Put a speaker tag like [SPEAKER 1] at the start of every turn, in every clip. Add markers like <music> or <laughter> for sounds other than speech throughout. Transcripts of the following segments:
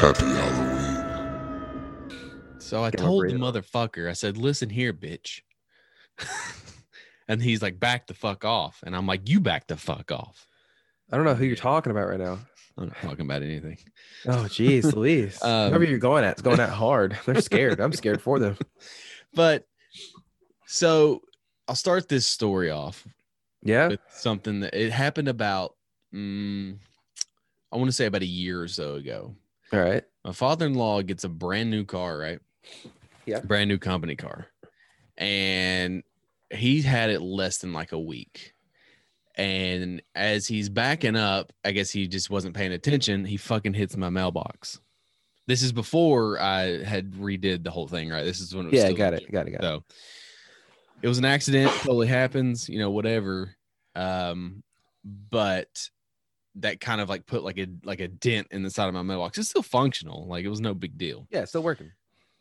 [SPEAKER 1] Happy Halloween.
[SPEAKER 2] So I
[SPEAKER 3] Give him a
[SPEAKER 2] told the
[SPEAKER 3] burrito.
[SPEAKER 2] motherfucker, I said, listen here, bitch. <laughs> and he's like, back the fuck off. And I'm like, you back the fuck off.
[SPEAKER 3] I don't know who you're talking about right now.
[SPEAKER 2] I'm not talking about anything.
[SPEAKER 3] Oh, geez, <laughs> Louise.
[SPEAKER 2] Um,
[SPEAKER 3] Whoever you're going at, it's going at hard. They're scared. I'm scared for them.
[SPEAKER 2] But so I'll start this story off
[SPEAKER 3] <laughs> Yeah.
[SPEAKER 2] with something that it happened about, mm, I want to say about a year or so ago.
[SPEAKER 3] All right.
[SPEAKER 2] my father-in-law gets a brand new car, right?
[SPEAKER 3] Yeah.
[SPEAKER 2] Brand new company car. And he's had it less than like a week. And as he's backing up, I guess he just wasn't paying attention. He fucking hits my mailbox. This is before I had redid the whole thing, right? This is when it was
[SPEAKER 3] Yeah,
[SPEAKER 2] still
[SPEAKER 3] got
[SPEAKER 2] legit.
[SPEAKER 3] it. Got it. Got it.
[SPEAKER 2] So it was an accident, totally happens, you know, whatever. Um, but that kind of like put like a like a dent in the side of my mailbox. It's still functional, like it was no big deal.
[SPEAKER 3] Yeah, still working.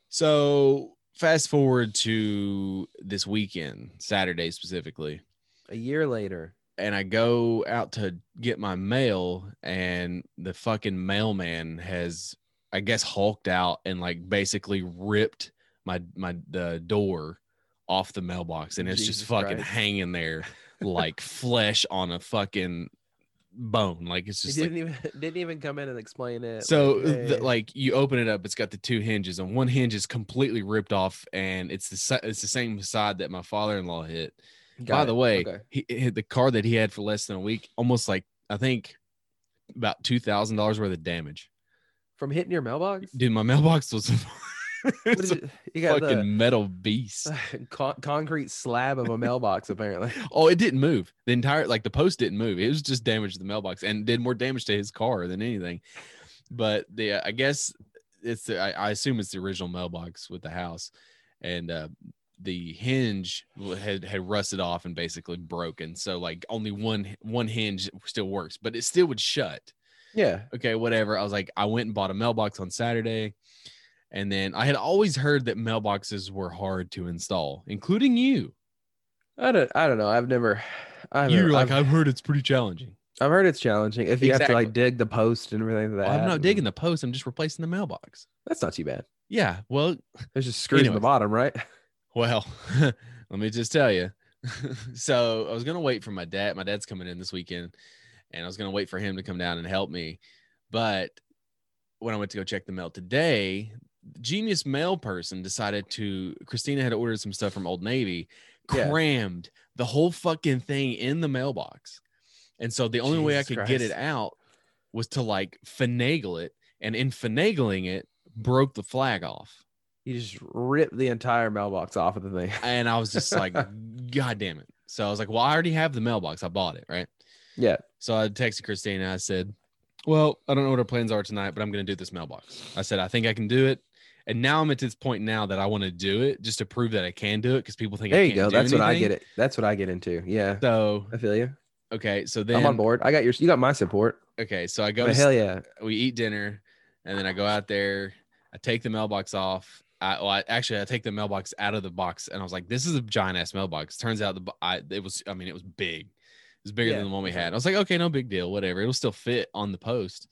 [SPEAKER 2] So fast forward to this weekend, Saturday specifically,
[SPEAKER 3] A year later.
[SPEAKER 2] and I go out to get my mail, and the fucking mailman has, I guess, hulked out and like basically ripped my my the door off the mailbox, and it's
[SPEAKER 3] Jesus
[SPEAKER 2] just fucking
[SPEAKER 3] Christ.
[SPEAKER 2] hanging there
[SPEAKER 3] <laughs>
[SPEAKER 2] like flesh on a fucking bone. Like it's
[SPEAKER 3] He
[SPEAKER 2] just like,
[SPEAKER 3] didn't even <laughs> didn't even come in and explain it.
[SPEAKER 2] so the,
[SPEAKER 3] hey.
[SPEAKER 2] like you open it up, it's got the two hinges, and one hinge is completely ripped off, and it's the si- it's the same side that my father in law hit.
[SPEAKER 3] Got
[SPEAKER 2] By
[SPEAKER 3] it.
[SPEAKER 2] the way,
[SPEAKER 3] Okay.
[SPEAKER 2] he he- the car that he had for less than a week, almost like I think about two thousand dollars worth of damage.
[SPEAKER 3] from hitting your
[SPEAKER 2] <laughs>
[SPEAKER 3] mailbox,
[SPEAKER 2] Dude, my mailbox was
[SPEAKER 3] What
[SPEAKER 2] it's
[SPEAKER 3] is
[SPEAKER 2] a
[SPEAKER 3] it? you got
[SPEAKER 2] fucking
[SPEAKER 3] the
[SPEAKER 2] metal beast.
[SPEAKER 3] con- concrete slab of a
[SPEAKER 2] <laughs>
[SPEAKER 3] mailbox. Apparently, <laughs>
[SPEAKER 2] Oh, it didn't move. The entire like the post didn't move. It was just damage to the mailbox and did more damage to his car than anything. But the I guess it's the, I, I assume it's the original mailbox with the house, and uh, the hinge had had rusted off and basically broken. So like only one one hinge still works, but it still would shut
[SPEAKER 3] yeah.
[SPEAKER 2] okay, whatever. I was like, I went and bought a mailbox on Saturday. And then I had always heard that mailboxes were hard to install, including you.
[SPEAKER 3] I don't. I don't know. I've never. I've
[SPEAKER 2] You
[SPEAKER 3] never-
[SPEAKER 2] were like,
[SPEAKER 3] I've,
[SPEAKER 2] I've heard it's pretty challenging.
[SPEAKER 3] I've heard it's challenging if you have to
[SPEAKER 2] Exactly.
[SPEAKER 3] like dig the post and everything like
[SPEAKER 2] Well,
[SPEAKER 3] that.
[SPEAKER 2] I'm not
[SPEAKER 3] and-
[SPEAKER 2] digging the post, I'm just replacing the mailbox.
[SPEAKER 3] That's not too bad.
[SPEAKER 2] Yeah. Well,
[SPEAKER 3] There's just screws in the
[SPEAKER 2] Anyways.
[SPEAKER 3] bottom, right?
[SPEAKER 2] well, <laughs> let me just tell you. <laughs> so I was gonna wait for my dad. My dad's coming in this weekend, and I was gonna wait for him to come down and help me. But when I went to go check the mail today, genius mail person decided to Christina had ordered some stuff from Old Navy,
[SPEAKER 3] Yeah.
[SPEAKER 2] crammed the whole fucking thing in the mailbox. And so the only way I could
[SPEAKER 3] Jesus
[SPEAKER 2] get it
[SPEAKER 3] Christ.
[SPEAKER 2] out was to like finagle it, and in finagling it, broke the flag off.
[SPEAKER 3] You just rip the entire mailbox off of the thing. <laughs>
[SPEAKER 2] And I was just like, God damn it. So I was like, Well, I already have the mailbox. I bought it, right?
[SPEAKER 3] Yeah.
[SPEAKER 2] So I texted Christina. I said, Well, I don't know what our plans are tonight, but I'm going to do this mailbox. I said, I think I can do it. And now I'm at this point now that I want to do it just to prove that I can do it because people think I
[SPEAKER 3] There you
[SPEAKER 2] can't
[SPEAKER 3] go.
[SPEAKER 2] do
[SPEAKER 3] That's what I
[SPEAKER 2] anything.
[SPEAKER 3] get it. That's what I get into. Yeah.
[SPEAKER 2] So,
[SPEAKER 3] I feel you.
[SPEAKER 2] okay. So then,
[SPEAKER 3] I'm on board. I got your. You got my support.
[SPEAKER 2] okay. So I go,
[SPEAKER 3] But
[SPEAKER 2] to,
[SPEAKER 3] hell yeah.
[SPEAKER 2] we eat dinner, and then I go out there. I take the mailbox off. I, well, I actually I take the mailbox out of the box, and I was like, "This is a giant ass mailbox." Turns out the bo- I, it was. I mean, it was big. It was bigger
[SPEAKER 3] Yeah,
[SPEAKER 2] than the one we
[SPEAKER 3] for sure.
[SPEAKER 2] had. I was like, "Okay, no big deal. Whatever. It'll still fit on the post."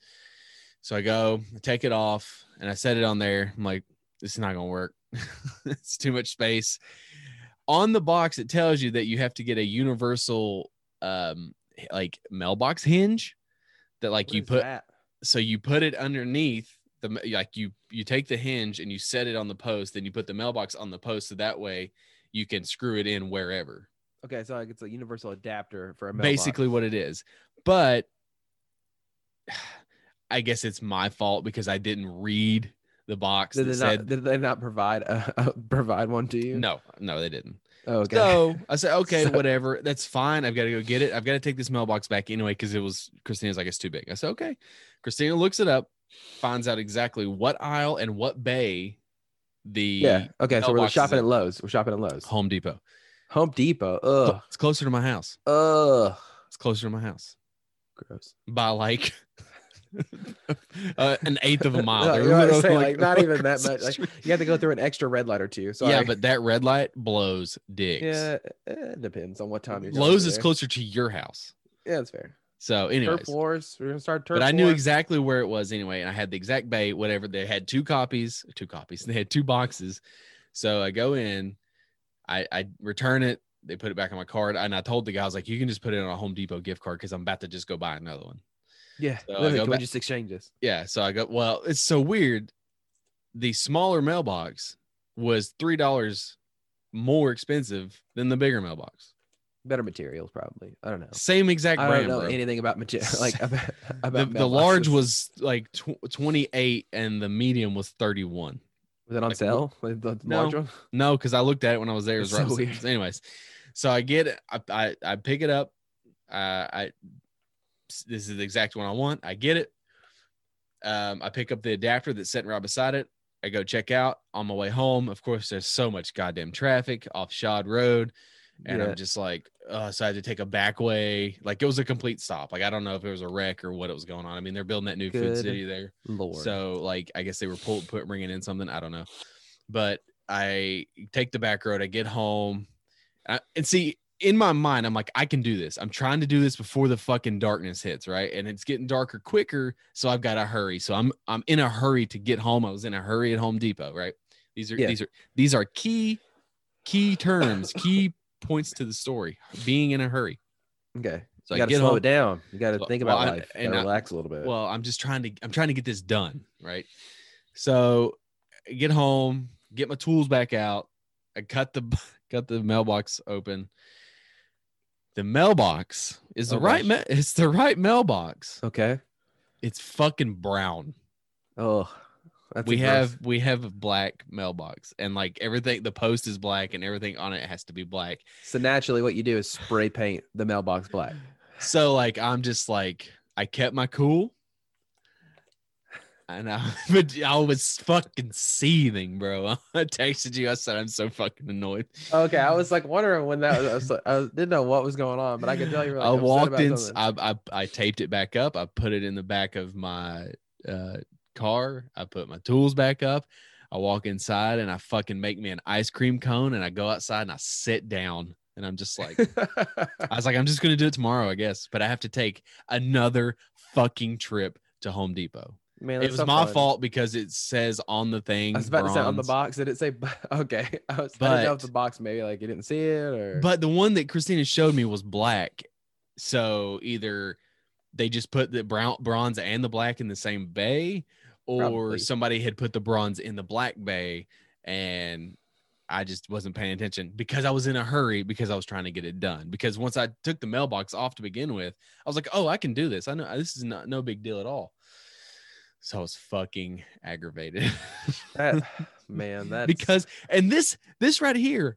[SPEAKER 2] So I go, I take it off, and I set it on there. I'm like, "This is not gonna work. <laughs> it's too much space." On the box, it tells you that you have to get a universal, um, like mailbox hinge that like
[SPEAKER 3] What
[SPEAKER 2] you
[SPEAKER 3] is
[SPEAKER 2] put
[SPEAKER 3] that?
[SPEAKER 2] so you put it underneath the ma- like you you take the hinge and you set it on the post then you put the mailbox on the post so that way you can screw it in wherever
[SPEAKER 3] Okay, so like it's a universal adapter for a mailbox.
[SPEAKER 2] basically what it is <sighs> but i guess it's my fault because i didn't read the box
[SPEAKER 3] Did
[SPEAKER 2] that
[SPEAKER 3] they
[SPEAKER 2] said
[SPEAKER 3] not? Did they not provide a, <laughs> a- provide one to you?
[SPEAKER 2] no, no, they didn't.
[SPEAKER 3] Oh, okay.
[SPEAKER 2] So I
[SPEAKER 3] <laughs>
[SPEAKER 2] said, okay,
[SPEAKER 3] So-
[SPEAKER 2] whatever. That's fine. I've got to go get it. I've got to take this mailbox back anyway because it was Christina's like, it's too big. I said, okay. Christina looks it up, finds out exactly what aisle and what bay the
[SPEAKER 3] yeah. Okay. So we're
[SPEAKER 2] mailbox is
[SPEAKER 3] shopping at
[SPEAKER 2] in.
[SPEAKER 3] Lowe's. We're shopping at Lowe's.
[SPEAKER 2] Home Depot.
[SPEAKER 3] Home Depot. Ugh.
[SPEAKER 2] It's closer to my house.
[SPEAKER 3] Ugh.
[SPEAKER 2] It's closer to my house
[SPEAKER 3] Gross.
[SPEAKER 2] by like <laughs> uh, an eighth of a mile.
[SPEAKER 3] No,
[SPEAKER 2] They're
[SPEAKER 3] you know what I'm
[SPEAKER 2] literally,
[SPEAKER 3] saying, like, not even
[SPEAKER 2] across
[SPEAKER 3] that much,
[SPEAKER 2] the
[SPEAKER 3] like,
[SPEAKER 2] street.
[SPEAKER 3] You have to go through an extra red light or two.
[SPEAKER 2] <laughs>
[SPEAKER 3] Sorry.
[SPEAKER 2] yeah, but that red light blows dicks.
[SPEAKER 3] yeah, it depends on what time you're. going
[SPEAKER 2] Lowe's
[SPEAKER 3] through
[SPEAKER 2] is
[SPEAKER 3] there.
[SPEAKER 2] closer to your house.
[SPEAKER 3] Yeah, that's fair.
[SPEAKER 2] So,
[SPEAKER 3] Turf
[SPEAKER 2] anyways,
[SPEAKER 3] wars. We're gonna start turf.
[SPEAKER 2] but I knew
[SPEAKER 3] war.
[SPEAKER 2] exactly where it was anyway, and I had the exact bay, whatever. They had two copies, two copies. <laughs> They had two boxes. So I go in, I, I return it. They put it back on my card, and I told the guy, I was like, "You can just put it on a Home Depot gift card because I'm about to just go buy another one."
[SPEAKER 3] Yeah.
[SPEAKER 2] So I
[SPEAKER 3] literally,
[SPEAKER 2] go
[SPEAKER 3] can we
[SPEAKER 2] back-
[SPEAKER 3] just exchange this?
[SPEAKER 2] Yeah. So I go, well, it's so weird. The smaller mailbox was three dollars more expensive than the bigger mailbox.
[SPEAKER 3] Better materials, probably. I don't know.
[SPEAKER 2] Same exact
[SPEAKER 3] I
[SPEAKER 2] brand.
[SPEAKER 3] don't know
[SPEAKER 2] bro.
[SPEAKER 3] anything about <laughs> material. Like about,
[SPEAKER 2] the,
[SPEAKER 3] about
[SPEAKER 2] the large
[SPEAKER 3] mailboxes.
[SPEAKER 2] was like tw- 28 and the medium was 31.
[SPEAKER 3] was it on
[SPEAKER 2] like,
[SPEAKER 3] sale? Like, <laughs> the
[SPEAKER 2] no.
[SPEAKER 3] large one.
[SPEAKER 2] No, because I looked at it when I was there. It was
[SPEAKER 3] That's
[SPEAKER 2] right.
[SPEAKER 3] so
[SPEAKER 2] beside- Anyways, so I get it. I, I I pick it up. Uh, I this is the exact one I want. I get it. Um, I pick up the adapter that's sitting right beside it. I go check out on my way home. Of course, there's so much goddamn traffic off Shod Road, and
[SPEAKER 3] yeah.
[SPEAKER 2] I'm just like, uh, so I had to take a back way. Like it was a complete stop. Like I don't know if it was a wreck or what it was going on. I mean, they're building that new food
[SPEAKER 3] Good
[SPEAKER 2] city there.
[SPEAKER 3] Lord.
[SPEAKER 2] So like I guess they were pull, put bringing in something I don't know, but I take the back road. I get home, I, and see in my mind I'm like I can do this. I'm trying to do this before the fucking darkness hits, right? And it's getting darker quicker, so I've got to hurry. So I'm I'm in a hurry to get home. I was in a hurry at Home Depot, right? These are
[SPEAKER 3] Yeah.
[SPEAKER 2] these are these are key key terms, key points to the story. Being in a hurry.
[SPEAKER 3] okay.
[SPEAKER 2] So
[SPEAKER 3] you
[SPEAKER 2] I
[SPEAKER 3] gotta
[SPEAKER 2] get
[SPEAKER 3] slow
[SPEAKER 2] home.
[SPEAKER 3] it down. You gotta
[SPEAKER 2] Well,
[SPEAKER 3] think about
[SPEAKER 2] well, I-
[SPEAKER 3] life.
[SPEAKER 2] and
[SPEAKER 3] and
[SPEAKER 2] I-
[SPEAKER 3] relax a little bit.
[SPEAKER 2] well i'm just trying to i'm trying to get this done right so I get home get my tools back out i cut the <laughs> cut the mailbox open the mailbox is the
[SPEAKER 3] Oh,
[SPEAKER 2] right ma-
[SPEAKER 3] gosh.
[SPEAKER 2] it's the right mailbox
[SPEAKER 3] okay.
[SPEAKER 2] it's fucking brown
[SPEAKER 3] Oh, that's
[SPEAKER 2] we
[SPEAKER 3] a gross-
[SPEAKER 2] have we have a black mailbox and like everything the post is black and everything on it has to be black
[SPEAKER 3] So naturally, what you do is spray paint the mailbox black.
[SPEAKER 2] so like i'm just like i kept my cool and I, <laughs> but I was fucking seething, bro. <laughs> I texted you. I said I'm so fucking annoyed.
[SPEAKER 3] Okay, I was like wondering when that was. I, was like, I didn't know what was going on, but I could tell you. Were, like,
[SPEAKER 2] I
[SPEAKER 3] upset
[SPEAKER 2] walked
[SPEAKER 3] about
[SPEAKER 2] in.
[SPEAKER 3] something.
[SPEAKER 2] I, I I taped it back up. I put it in the back of my uh, car. I put my tools back up. I walk inside and I fucking make me an ice cream cone. And I go outside and I sit down. And I'm just like, I was like, I'm just gonna do it tomorrow, I guess. But I have to take another fucking trip to Home Depot.
[SPEAKER 3] <laughs> Man,
[SPEAKER 2] It
[SPEAKER 3] that's
[SPEAKER 2] was
[SPEAKER 3] so
[SPEAKER 2] my
[SPEAKER 3] fun.
[SPEAKER 2] fault because it says on the thing.
[SPEAKER 3] I was about to say on the
[SPEAKER 2] bronze.
[SPEAKER 3] box. Did it say? b- <laughs> Okay, I, was, I didn't know if
[SPEAKER 2] But-
[SPEAKER 3] the box maybe like you didn't see it or.
[SPEAKER 2] But the one that Christina showed me was black. So either they just put the brown bronze and the black in the same bay, or
[SPEAKER 3] Probably.
[SPEAKER 2] somebody had put the bronze in the black bay and I just wasn't paying attention because I was in a hurry because I was trying to get it done. Because once I took the mailbox off to begin with, I was like, "Oh, I can do this. I know this is not no big deal at all." So I was fucking aggravated.
[SPEAKER 3] <laughs>
[SPEAKER 2] <laughs>
[SPEAKER 3] that, man, that's
[SPEAKER 2] because and this this right here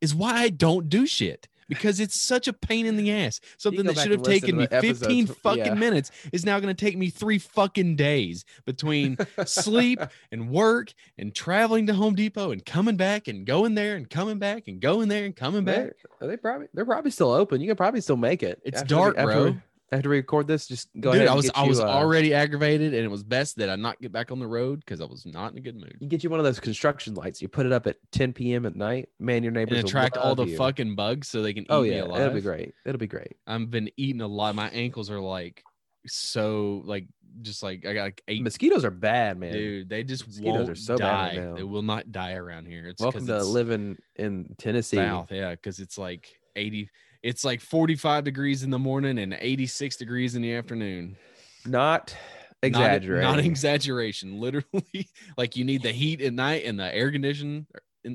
[SPEAKER 2] is why I don't do shit because it's such a pain in the ass. Something
[SPEAKER 3] go
[SPEAKER 2] that
[SPEAKER 3] back
[SPEAKER 2] should have
[SPEAKER 3] and listen
[SPEAKER 2] taken
[SPEAKER 3] to
[SPEAKER 2] me
[SPEAKER 3] the episodes
[SPEAKER 2] 15
[SPEAKER 3] from-
[SPEAKER 2] fucking
[SPEAKER 3] yeah.
[SPEAKER 2] minutes is now going to take me 3 fucking days between
[SPEAKER 3] <laughs>
[SPEAKER 2] sleep and work and traveling to Home Depot and coming back and going there and coming back and going there and coming back.
[SPEAKER 3] They're, are they probably they're probably still open. You can probably still make it.
[SPEAKER 2] It's
[SPEAKER 3] we-
[SPEAKER 2] dark,
[SPEAKER 3] after,
[SPEAKER 2] bro.
[SPEAKER 3] we- After we record this, just go
[SPEAKER 2] Dude,
[SPEAKER 3] ahead.
[SPEAKER 2] I
[SPEAKER 3] and
[SPEAKER 2] was
[SPEAKER 3] get
[SPEAKER 2] I
[SPEAKER 3] you,
[SPEAKER 2] was
[SPEAKER 3] uh,
[SPEAKER 2] already aggravated and it was best that I not get back on the road cuz I was not in a good mood.
[SPEAKER 3] You get you one of those construction lights. You put it up at 10 p.m. at night. Man, your
[SPEAKER 2] And
[SPEAKER 3] neighbors will
[SPEAKER 2] attract all the
[SPEAKER 3] love you.
[SPEAKER 2] fucking bugs so they can eat
[SPEAKER 3] Oh
[SPEAKER 2] me
[SPEAKER 3] yeah,
[SPEAKER 2] alive.
[SPEAKER 3] it'll be great. It'll be great.
[SPEAKER 2] I've been eating a lot. My ankles are like so like just like I got like eight
[SPEAKER 3] Mosquitoes are bad, man.
[SPEAKER 2] dude. They just
[SPEAKER 3] Mosquitoes are
[SPEAKER 2] won't
[SPEAKER 3] so bad
[SPEAKER 2] die.
[SPEAKER 3] right now.
[SPEAKER 2] they will not die around here. It's 'cause
[SPEAKER 3] Welcome to
[SPEAKER 2] it's
[SPEAKER 3] living in Tennessee.
[SPEAKER 2] south, yeah, because it's like eighty. It's like forty-five degrees in the morning and eighty-six degrees in the afternoon.
[SPEAKER 3] Not
[SPEAKER 2] Not-
[SPEAKER 3] exaggerating.
[SPEAKER 2] not, exaggeration. Literally, <laughs> uh, like you need the heat at night and the air condition,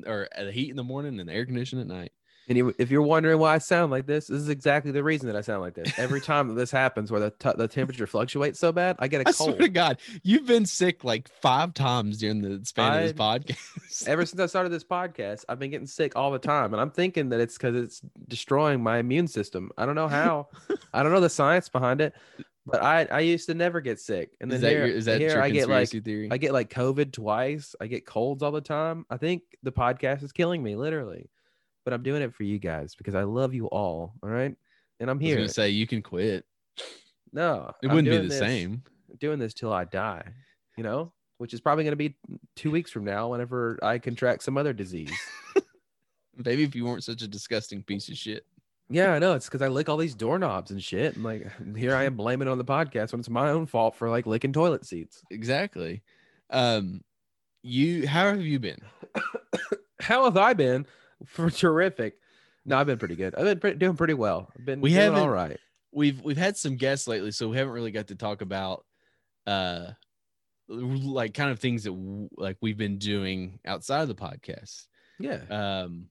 [SPEAKER 2] or, or the heat in the morning and the air condition at night.
[SPEAKER 3] And you- if you're wondering why I sound like this, this is exactly the reason that I sound like this.
[SPEAKER 2] <laughs>
[SPEAKER 3] Every time that this happens, where the t- the temperature fluctuates so bad, I get a
[SPEAKER 2] I
[SPEAKER 3] cold.
[SPEAKER 2] swear to God, you've been sick like five times during the span of this
[SPEAKER 3] I-
[SPEAKER 2] podcast. <laughs>
[SPEAKER 3] Ever since I started this podcast, I've been getting sick all the time, and I'm thinking that it's because it's destroying my immune system. I don't
[SPEAKER 2] <laughs>
[SPEAKER 3] know how. I don't know the science behind it, but I I used to never get sick, and then
[SPEAKER 2] is that
[SPEAKER 3] here,
[SPEAKER 2] your, is that
[SPEAKER 3] here
[SPEAKER 2] your
[SPEAKER 3] I get like
[SPEAKER 2] conspiracy theory?
[SPEAKER 3] I get like COVID twice. I get colds all the time. I think the podcast is killing me, literally. But I'm doing it for you guys because I love you all. All right. And I'm
[SPEAKER 2] I was
[SPEAKER 3] here.
[SPEAKER 2] gonna say you can quit.
[SPEAKER 3] no,
[SPEAKER 2] It
[SPEAKER 3] I'm
[SPEAKER 2] wouldn't be
[SPEAKER 3] doing
[SPEAKER 2] the
[SPEAKER 3] this-
[SPEAKER 2] same.
[SPEAKER 3] Doing this till I die, you know, which is probably going to be two weeks from now whenever I contract some
[SPEAKER 2] <laughs>
[SPEAKER 3] other disease.
[SPEAKER 2] Maybe if you weren't such a disgusting piece of shit.
[SPEAKER 3] yeah, I know. It's because I lick all these doorknobs and shit. And like, <laughs> here I am blaming it on the podcast when it's my own fault for like licking toilet seats.
[SPEAKER 2] Exactly. Um, you how have you been?
[SPEAKER 3] How have I been? <laughs> For terrific. No, I've been pretty good. I've been pre- doing pretty well. I've been
[SPEAKER 2] We
[SPEAKER 3] doing all
[SPEAKER 2] haven't-
[SPEAKER 3] right.
[SPEAKER 2] We've we've had some guests lately, so we haven't really got to talk about uh like kind of things that w- like we've been doing outside of the podcast.
[SPEAKER 3] Yeah.
[SPEAKER 2] Um,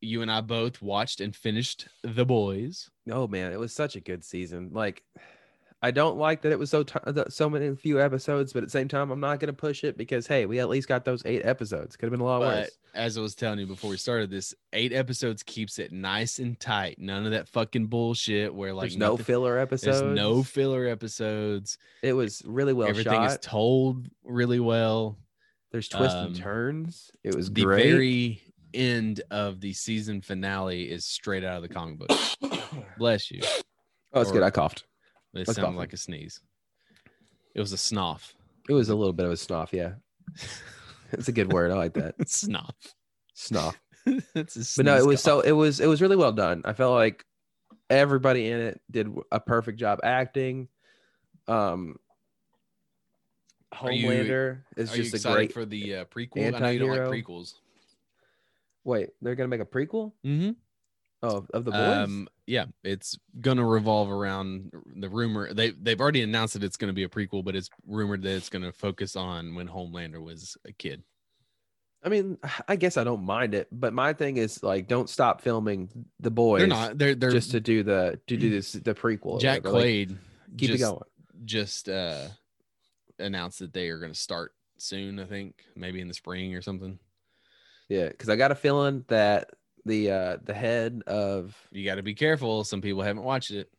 [SPEAKER 2] you and I both watched and finished The Boys.
[SPEAKER 3] Oh man, it was such a good season. Like, I don't like that it was so ti that so many few episodes, but at the same time, I'm not gonna push it because hey, we at least got those eight episodes. Could have been a lot
[SPEAKER 2] But
[SPEAKER 3] Oh, worse.
[SPEAKER 2] as I was telling you before we started this, eight episodes keeps it nice and tight. None of that fucking bullshit where like
[SPEAKER 3] there's no
[SPEAKER 2] nothing-
[SPEAKER 3] filler episodes.
[SPEAKER 2] there's no filler episodes.
[SPEAKER 3] it was really well
[SPEAKER 2] Everything
[SPEAKER 3] shot.
[SPEAKER 2] is told really well.
[SPEAKER 3] there's twists
[SPEAKER 2] um,
[SPEAKER 3] and turns. It was
[SPEAKER 2] the
[SPEAKER 3] great.
[SPEAKER 2] very end of the season finale is straight out of the comic
[SPEAKER 3] <coughs>
[SPEAKER 2] book. Bless you.
[SPEAKER 3] oh, it's good. I coughed.
[SPEAKER 2] It
[SPEAKER 3] That's
[SPEAKER 2] sounded
[SPEAKER 3] awesome.
[SPEAKER 2] like a sneeze. It was a snuff. <laughs>
[SPEAKER 3] It was a little bit of a snuff. Yeah, <laughs> it's a good word. I like
[SPEAKER 2] <laughs>
[SPEAKER 3] that
[SPEAKER 2] snuff.
[SPEAKER 3] snuff.
[SPEAKER 2] it's a sneeze
[SPEAKER 3] but no it was
[SPEAKER 2] cough.
[SPEAKER 3] so it was it was really well done i felt like everybody in it did a perfect job acting um
[SPEAKER 2] Are you-
[SPEAKER 3] homelander is
[SPEAKER 2] Are you
[SPEAKER 3] just a
[SPEAKER 2] excited
[SPEAKER 3] great
[SPEAKER 2] for the uh, prequel? I know you don't like
[SPEAKER 3] anti-hero.
[SPEAKER 2] prequels.
[SPEAKER 3] wait they're gonna make a prequel
[SPEAKER 2] Mm-hmm.
[SPEAKER 3] oh, of- of the boys
[SPEAKER 2] Um, yeah, it's gonna revolve around the rumor. They they've already announced that it's gonna be a prequel, but it's rumored that it's gonna focus on when Homelander was a kid.
[SPEAKER 3] i mean i guess i don't mind it but my thing is like don't stop filming the boys
[SPEAKER 2] They're not. They're they're
[SPEAKER 3] just to do the to do this the prequel or
[SPEAKER 2] Jack
[SPEAKER 3] whatever. Like,
[SPEAKER 2] Quaid
[SPEAKER 3] keep
[SPEAKER 2] just,
[SPEAKER 3] it going
[SPEAKER 2] just uh announced that they are going to start soon, I think, maybe in the spring or something.
[SPEAKER 3] yeah because i got a feeling that the uh the head of
[SPEAKER 2] You got to be careful. Some people haven't watched it.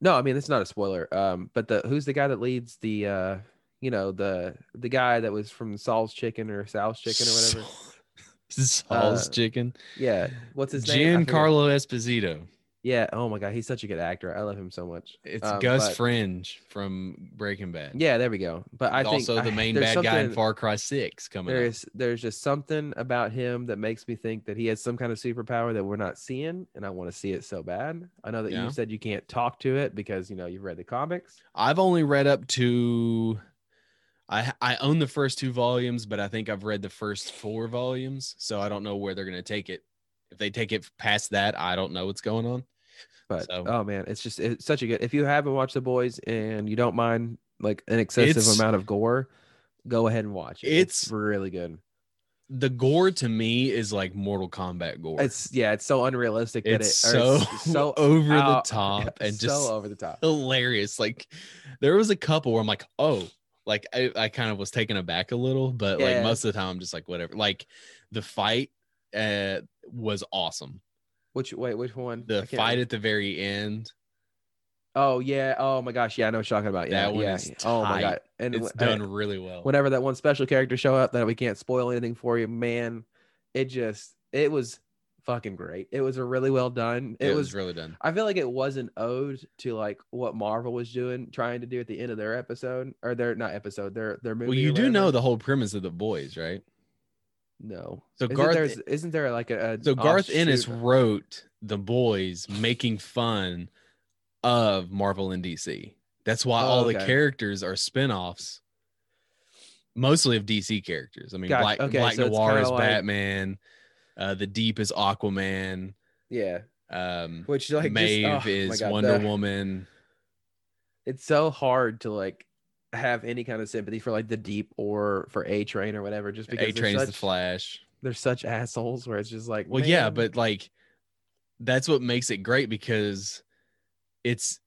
[SPEAKER 3] No, I mean it's not a spoiler. Um, but the who's the guy that leads the uh, you know the the guy that was from Saul's Chicken or Sal's Chicken or whatever.
[SPEAKER 2] <laughs> Saul's
[SPEAKER 3] Uh,
[SPEAKER 2] chicken.
[SPEAKER 3] Yeah, what's his name? I forget.
[SPEAKER 2] Giancarlo Esposito.
[SPEAKER 3] Yeah. Oh my god, he's such a good actor. I love him so much.
[SPEAKER 2] It's
[SPEAKER 3] Um,
[SPEAKER 2] Gus
[SPEAKER 3] but-
[SPEAKER 2] Fringe from Breaking Bad.
[SPEAKER 3] Yeah, there we go. But I
[SPEAKER 2] He's also
[SPEAKER 3] think I- <laughs>
[SPEAKER 2] the main
[SPEAKER 3] there's
[SPEAKER 2] bad guy in
[SPEAKER 3] something-
[SPEAKER 2] Far Cry Six coming up.
[SPEAKER 3] There's there's just something about him that makes me think that he has some kind of superpower that we're not seeing, and I want to see it so bad. I know that
[SPEAKER 2] Yeah.
[SPEAKER 3] you said you can't talk to it because you know you've read the comics.
[SPEAKER 2] I've only read up to. I, I own the first two volumes, but I think I've read the first four volumes, so I don't know where they're going to take it. If they take it past that, I don't know what's going on.
[SPEAKER 3] But
[SPEAKER 2] So-
[SPEAKER 3] oh man, it's just it's such a good. If you haven't watched The Boys and you don't mind like an excessive
[SPEAKER 2] It's-
[SPEAKER 3] amount of gore, go ahead and watch it. It's,
[SPEAKER 2] It's-
[SPEAKER 3] really good.
[SPEAKER 2] the gore to me is like Mortal Kombat gore. It's,
[SPEAKER 3] It's yeah, it's so unrealistic that it
[SPEAKER 2] so
[SPEAKER 3] or it's so
[SPEAKER 2] <laughs> over
[SPEAKER 3] out-
[SPEAKER 2] the
[SPEAKER 3] <laughs>
[SPEAKER 2] top
[SPEAKER 3] yeah,
[SPEAKER 2] and just
[SPEAKER 3] so over the top.
[SPEAKER 2] hilarious. Like there was a couple where I'm like, oh, like I, I kind of was taken aback a little, but like
[SPEAKER 3] Yeah.
[SPEAKER 2] most of the time I'm just like whatever. Like the fight uh was awesome.
[SPEAKER 3] Which wait, which one? I
[SPEAKER 2] The
[SPEAKER 3] can't
[SPEAKER 2] fight
[SPEAKER 3] remember.
[SPEAKER 2] at the very end,
[SPEAKER 3] Oh yeah. Oh my gosh. Yeah, I know what you're talking about. Yeah,
[SPEAKER 2] That one
[SPEAKER 3] yeah.
[SPEAKER 2] is
[SPEAKER 3] Oh
[SPEAKER 2] tight.
[SPEAKER 3] my god. And
[SPEAKER 2] it's
[SPEAKER 3] wh- I-
[SPEAKER 2] done really well.
[SPEAKER 3] whenever that one special character show up, that we can't spoil anything for you. Man, it just it was fucking great. It was a really well done.
[SPEAKER 2] it,
[SPEAKER 3] It,
[SPEAKER 2] was,
[SPEAKER 3] was
[SPEAKER 2] really done.
[SPEAKER 3] I feel like it wasn't owed to like what Marvel was doing, trying to do at the end of their episode or their not episode, their their movie.
[SPEAKER 2] Well, you do know the whole premise of the boys, right?
[SPEAKER 3] no.
[SPEAKER 2] So
[SPEAKER 3] isn't
[SPEAKER 2] Garth-
[SPEAKER 3] there's- isn't there like a, a
[SPEAKER 2] So Garth
[SPEAKER 3] offshoot-
[SPEAKER 2] Ennis wrote The Boys making fun of Marvel and DC. That's why
[SPEAKER 3] Oh,
[SPEAKER 2] all the
[SPEAKER 3] okay.
[SPEAKER 2] characters are spin-offs mostly of DC characters. I mean,
[SPEAKER 3] Gotcha.
[SPEAKER 2] Black,
[SPEAKER 3] Okay,
[SPEAKER 2] Black
[SPEAKER 3] so it's
[SPEAKER 2] Noir
[SPEAKER 3] kinda
[SPEAKER 2] is
[SPEAKER 3] like-
[SPEAKER 2] Batman, uh, The Deep is Aquaman,
[SPEAKER 3] Yeah,
[SPEAKER 2] um,
[SPEAKER 3] which like
[SPEAKER 2] Maeve
[SPEAKER 3] just, oh, my
[SPEAKER 2] is
[SPEAKER 3] God,
[SPEAKER 2] Wonder
[SPEAKER 3] the-
[SPEAKER 2] Woman.
[SPEAKER 3] It's so hard to like have any kind of sympathy for like the deep or for A Train or whatever, just because
[SPEAKER 2] A Train
[SPEAKER 3] they're
[SPEAKER 2] is
[SPEAKER 3] such,
[SPEAKER 2] the Flash.
[SPEAKER 3] They're such assholes where it's just like
[SPEAKER 2] Well, yeah,
[SPEAKER 3] man,
[SPEAKER 2] but like that's what makes it great because it's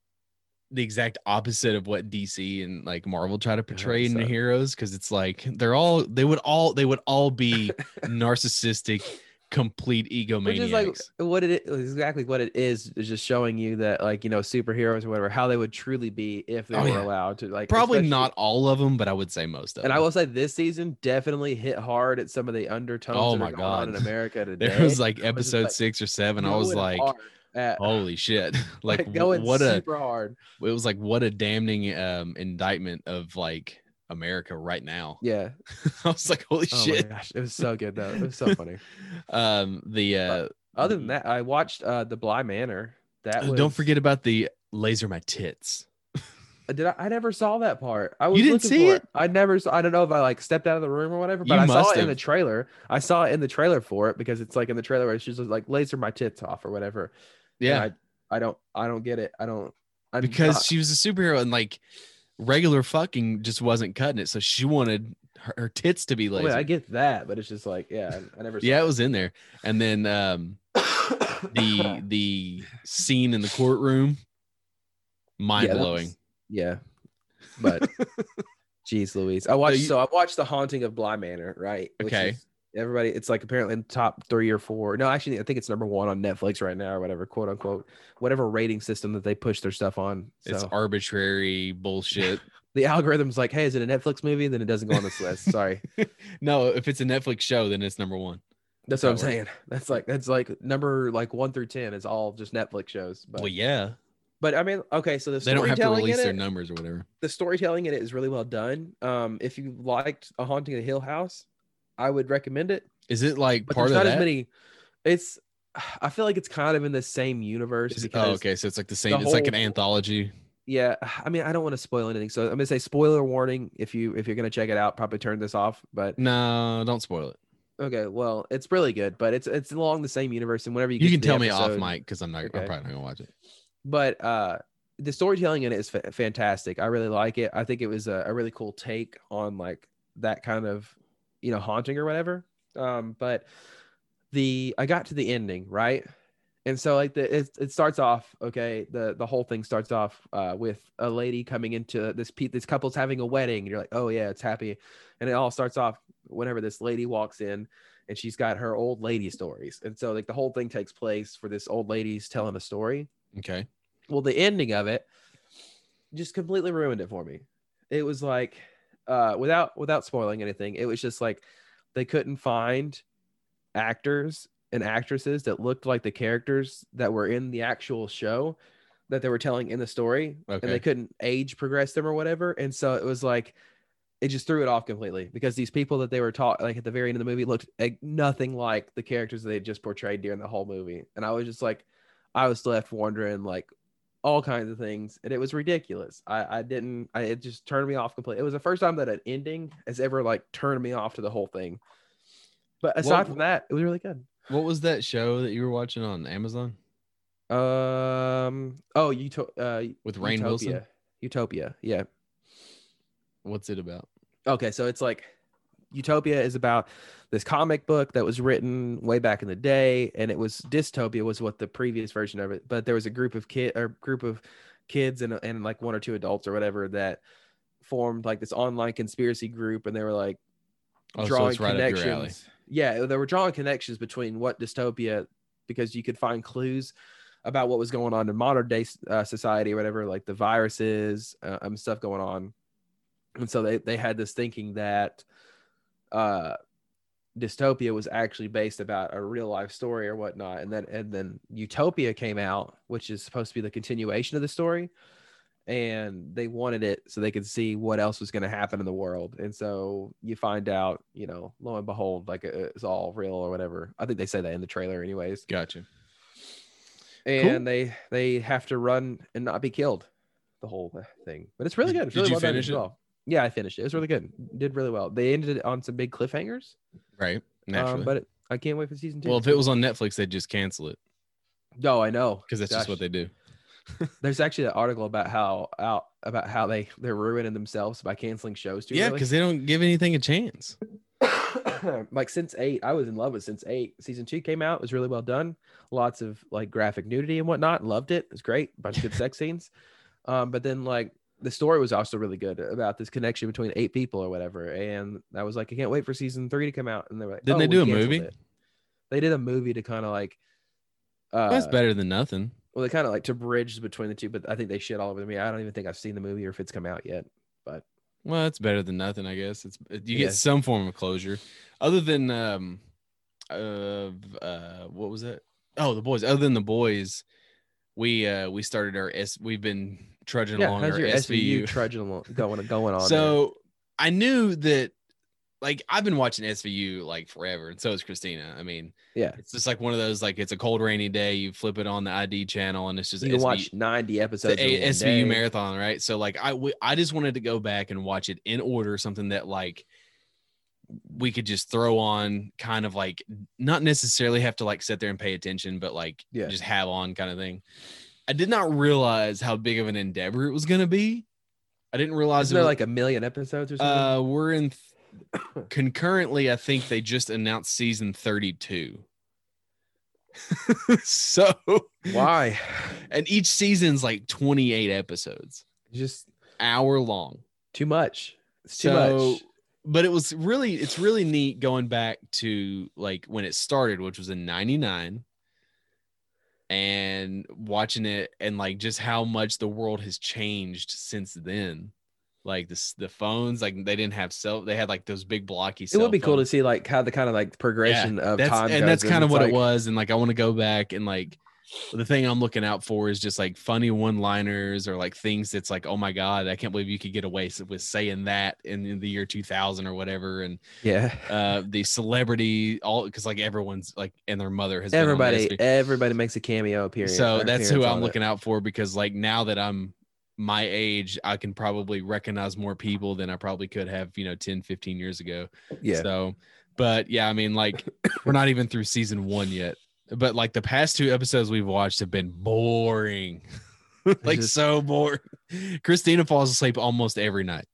[SPEAKER 2] the exact opposite of what DC and like Marvel try to portray in the
[SPEAKER 3] so.
[SPEAKER 2] heroes because it's like they're all they would all they would all
[SPEAKER 3] <laughs>
[SPEAKER 2] be narcissistic, complete egomaniacs.
[SPEAKER 3] Which is like what it is, exactly what it is is just showing you that like you know superheroes or whatever how they would truly be if they
[SPEAKER 2] Oh,
[SPEAKER 3] were
[SPEAKER 2] yeah.
[SPEAKER 3] allowed to like
[SPEAKER 2] Probably
[SPEAKER 3] especially-
[SPEAKER 2] not all of them, but I would say most of them.
[SPEAKER 3] And I will say this season definitely hit hard at some of the undertones
[SPEAKER 2] Oh
[SPEAKER 3] that
[SPEAKER 2] my
[SPEAKER 3] are going on
[SPEAKER 2] God.
[SPEAKER 3] in America today.
[SPEAKER 2] <laughs> There was like
[SPEAKER 3] was just
[SPEAKER 2] episode
[SPEAKER 3] like,
[SPEAKER 2] six or seven. I was
[SPEAKER 3] Going
[SPEAKER 2] like,
[SPEAKER 3] hard at-
[SPEAKER 2] holy shit! <laughs> like,
[SPEAKER 3] <laughs> like going
[SPEAKER 2] what a
[SPEAKER 3] super hard.
[SPEAKER 2] it was like what a damning um indictment of like America right now. <laughs>
[SPEAKER 3] Yeah.
[SPEAKER 2] I was like, holy
[SPEAKER 3] Oh
[SPEAKER 2] shit.
[SPEAKER 3] my gosh, it was so good though. It was so funny.
[SPEAKER 2] Um, the uh,
[SPEAKER 3] Other than that, I watched uh The Bly Manor. That was,
[SPEAKER 2] don't forget about the laser my tits.
[SPEAKER 3] Did I, I never saw that part? I was
[SPEAKER 2] didn't
[SPEAKER 3] looking
[SPEAKER 2] see
[SPEAKER 3] for
[SPEAKER 2] it?
[SPEAKER 3] I never. Saw, I don't know if I like stepped out of the room or whatever, but
[SPEAKER 2] You
[SPEAKER 3] I saw
[SPEAKER 2] must
[SPEAKER 3] it in the
[SPEAKER 2] have.
[SPEAKER 3] trailer. I saw it in the trailer for it because it's like in the trailer where she's just like laser my tits off or whatever. And
[SPEAKER 2] Yeah,
[SPEAKER 3] I, I don't. I don't get it. I don't. I'm
[SPEAKER 2] because
[SPEAKER 3] not-
[SPEAKER 2] she was a superhero and like regular fucking just wasn't cutting it, so she wanted her, her tits to be
[SPEAKER 3] Oh, I,
[SPEAKER 2] laser.
[SPEAKER 3] mean, I get that, but it's just like yeah, I, I never. Saw
[SPEAKER 2] yeah, it was in there, and then um,
[SPEAKER 3] it. <coughs>
[SPEAKER 2] the the scene in the courtroom, mind
[SPEAKER 3] that was-
[SPEAKER 2] blowing.
[SPEAKER 3] Yeah,
[SPEAKER 2] <laughs>
[SPEAKER 3] but jeez, Louise, I watched.
[SPEAKER 2] you-
[SPEAKER 3] so I watched The Haunting of Bly Manor, right? which
[SPEAKER 2] Okay.
[SPEAKER 3] is- everybody, it's like apparently in top three or four. No, actually, I think it's number one on Netflix right now, or whatever, quote unquote, whatever rating system that they push their stuff on. So
[SPEAKER 2] It's arbitrary
[SPEAKER 3] <laughs>
[SPEAKER 2] bullshit.
[SPEAKER 3] the algorithm's like, hey, is it a Netflix movie? Then it doesn't go on this
[SPEAKER 2] <laughs>
[SPEAKER 3] list. Sorry,
[SPEAKER 2] no, if it's a Netflix show, then it's number one.
[SPEAKER 3] that's what I'm
[SPEAKER 2] That works.
[SPEAKER 3] saying. That's like that's like number like one through ten is all just Netflix shows. But
[SPEAKER 2] well, yeah,
[SPEAKER 3] but I mean, okay, so the
[SPEAKER 2] they don't have to
[SPEAKER 3] storytelling in
[SPEAKER 2] release
[SPEAKER 3] it-
[SPEAKER 2] their numbers or whatever.
[SPEAKER 3] the storytelling in it is really well done. Um, if you liked A Haunting of the Hill House, I would recommend it.
[SPEAKER 2] Is it like
[SPEAKER 3] But
[SPEAKER 2] part
[SPEAKER 3] there's
[SPEAKER 2] of
[SPEAKER 3] not
[SPEAKER 2] that?
[SPEAKER 3] as many. It's. I feel like it's kind of in the same universe.
[SPEAKER 2] Is it-
[SPEAKER 3] because,
[SPEAKER 2] oh, okay. So it's like the same. it's like an
[SPEAKER 3] whole-
[SPEAKER 2] anthology.
[SPEAKER 3] Yeah, I mean, I don't want to spoil anything, so I'm gonna say spoiler warning. If you if you're gonna check it out, probably turn this off. But
[SPEAKER 2] No, don't spoil it.
[SPEAKER 3] okay, well, it's really good, but it's it's along the same universe, and whenever you
[SPEAKER 2] You,
[SPEAKER 3] get
[SPEAKER 2] can
[SPEAKER 3] to the
[SPEAKER 2] tell me off
[SPEAKER 3] episode-
[SPEAKER 2] mic because I'm not.
[SPEAKER 3] Okay.
[SPEAKER 2] I'm probably not gonna watch it.
[SPEAKER 3] but uh the storytelling in it is fa- fantastic i really like it i think it was a, a really cool take on like that kind of you know haunting or whatever um but the i got to the ending right and so like the it, it starts off okay the the whole thing starts off uh with a lady coming into this pe- this couple's having a wedding and you're like oh yeah it's happy and it all starts off whenever this lady walks in and she's got her old lady stories and so like the whole thing takes place for this old lady's telling a story
[SPEAKER 2] Okay.
[SPEAKER 3] well the ending of it just completely ruined it for me it was like uh without without spoiling anything it was just like they couldn't find actors and actresses that looked like the characters that were in the actual show that they were telling in the story and
[SPEAKER 2] Okay.
[SPEAKER 3] they couldn't age progress them or whatever and so it was like it just threw it off completely because these people that they were taught like at the very end of the movie looked like nothing like the characters they just portrayed during the whole movie and i was just like i was left wondering like all kinds of things and it was ridiculous i i didn't I, it just turned me off completely it was the first time that an ending has ever like turned me off to the whole thing but aside
[SPEAKER 2] Well-
[SPEAKER 3] from that it was really good
[SPEAKER 2] What was that show that you were watching on Amazon
[SPEAKER 3] um oh you uh
[SPEAKER 2] with Rain Wilson?
[SPEAKER 3] Utopia. utopia yeah
[SPEAKER 2] What's it about?
[SPEAKER 3] Okay, so it's like Utopia is about this comic book that was written way back in the day, and it was dystopia was what the previous version of it. But there was a group of kid or group of kids and and like one or two adults or whatever that formed like this online conspiracy group, and they were like
[SPEAKER 2] Oh, so
[SPEAKER 3] drawing
[SPEAKER 2] it's right up
[SPEAKER 3] connections.
[SPEAKER 2] your alley.
[SPEAKER 3] Yeah, they were drawing connections between what dystopia, because you could find clues about what was going on in modern day uh, society or whatever, like the viruses, uh, um, stuff going on. And so they, they had this thinking that uh, dystopia was actually based about a real life story or whatnot. And then, and then utopia came out, which is supposed to be the continuation of the story and they wanted it so they could see what else was going to happen in the world. And so you find out, you know, lo and behold, like it- it's all real or whatever. I think they say that in the trailer, anyways.
[SPEAKER 2] Gotcha.
[SPEAKER 3] And they they have to run and not be killed, the whole uh, thing. But it's really
[SPEAKER 2] Did-
[SPEAKER 3] good. It's
[SPEAKER 2] did
[SPEAKER 3] really
[SPEAKER 2] you
[SPEAKER 3] well done
[SPEAKER 2] finish
[SPEAKER 3] as
[SPEAKER 2] it?
[SPEAKER 3] well. Yeah, I finished it. It was really good. Did really well. They ended it on some big cliffhangers,
[SPEAKER 2] Right. Naturally.
[SPEAKER 3] um, but it, I can't wait for season two.
[SPEAKER 2] well, if it was on Netflix, they'd just cancel it
[SPEAKER 3] no, I know
[SPEAKER 2] because that's just
[SPEAKER 3] Gosh.
[SPEAKER 2] what they do.
[SPEAKER 3] There's actually an article about how out about how they they're ruining themselves by canceling shows too.
[SPEAKER 2] Yeah,
[SPEAKER 3] early.
[SPEAKER 2] because they don't give anything a chance.
[SPEAKER 3] <coughs> like since eight, I was in love with since eight. Season two came out, it was really well done. Lots of like graphic nudity and whatnot. Loved it. It was great. Bunch of good sex scenes. Um, but then like the story was also really good about this connection between eight people or whatever. And I was like, I can't wait for season three to come out. And they were like,
[SPEAKER 2] Didn't
[SPEAKER 3] "Oh,
[SPEAKER 2] they
[SPEAKER 3] we
[SPEAKER 2] do a
[SPEAKER 3] canceled
[SPEAKER 2] movie?
[SPEAKER 3] it." They did a movie to kind of like uh,
[SPEAKER 2] That's better than nothing.
[SPEAKER 3] well, they kind of like to bridge between the two, but I think they shit all over me. I don't even think I've seen the movie or if it's come out yet.
[SPEAKER 2] Well, it's better than nothing, I guess. It's you
[SPEAKER 3] Yeah.
[SPEAKER 2] get some form of closure, other than um, uh, uh, what was that? Oh, the boys. Other than the boys, we uh we started our s. We've been trudging
[SPEAKER 3] Yeah,
[SPEAKER 2] along
[SPEAKER 3] how's
[SPEAKER 2] our
[SPEAKER 3] your SVU
[SPEAKER 2] SVU.
[SPEAKER 3] trudging along, going
[SPEAKER 2] <laughs>
[SPEAKER 3] going on?
[SPEAKER 2] so I knew that, like I've been watching SVU like forever, and so is Christina. I mean,
[SPEAKER 3] Yeah.
[SPEAKER 2] it's just like one of those like it's a cold rainy day. You flip it on the ID channel, and it's just
[SPEAKER 3] there. you can
[SPEAKER 2] SVU
[SPEAKER 3] watch ninety episodes.
[SPEAKER 2] the A-
[SPEAKER 3] in one
[SPEAKER 2] SVU
[SPEAKER 3] day.
[SPEAKER 2] marathon, right? So like I w- I just wanted to go back and watch it in order, something that like we could just throw on kind of like not necessarily have to like sit there and pay attention, but like
[SPEAKER 3] Yeah.
[SPEAKER 2] just have on kind of thing. I did not realize how big of an endeavor it was gonna be. I didn't realize
[SPEAKER 3] Isn't
[SPEAKER 2] it
[SPEAKER 3] there
[SPEAKER 2] was,
[SPEAKER 3] like a million episodes or something?
[SPEAKER 2] uh we're
[SPEAKER 3] <coughs>
[SPEAKER 2] in th- concurrently, I think they just announced season 32. <laughs> so
[SPEAKER 3] Why? <sighs>
[SPEAKER 2] and each season's like 28 episodes
[SPEAKER 3] Just
[SPEAKER 2] hour long.
[SPEAKER 3] too much. It's too
[SPEAKER 2] So-
[SPEAKER 3] much.
[SPEAKER 2] But it was really, it's really neat going back to like when it started, which was in 99, and watching it and like just how much the world has changed since then. Like this, the phones, like they didn't have cell, they had like those big blocky.
[SPEAKER 3] It would be cool to see like how the kind of like progression of
[SPEAKER 2] that's,
[SPEAKER 3] time.
[SPEAKER 2] and
[SPEAKER 3] goes,
[SPEAKER 2] that's kind of
[SPEAKER 3] it's
[SPEAKER 2] what
[SPEAKER 3] like-
[SPEAKER 2] it was. And like, I want to go back and like, the thing I'm looking out for is just like funny one liners or like things that's like, oh my God, I can't believe you could get away s- with saying that in, in the year 2000 or whatever. And <laughs>
[SPEAKER 3] Yeah.
[SPEAKER 2] uh, the celebrity, all because like everyone's like, and their mother has been on
[SPEAKER 3] everybody,
[SPEAKER 2] this.
[SPEAKER 3] everybody makes a cameo appearance.
[SPEAKER 2] So
[SPEAKER 3] or
[SPEAKER 2] that's who
[SPEAKER 3] appearance on
[SPEAKER 2] I'm
[SPEAKER 3] it.
[SPEAKER 2] looking out for because like now that I'm my age, I can probably recognize more people than I probably could have, you know, 10, 15 years ago.
[SPEAKER 3] Yeah.
[SPEAKER 2] So, but yeah, I mean, like, we're not even through season one yet. But like the past two episodes we've watched have been boring, <laughs> like
[SPEAKER 3] just-
[SPEAKER 2] so boring. Christina falls asleep almost every night.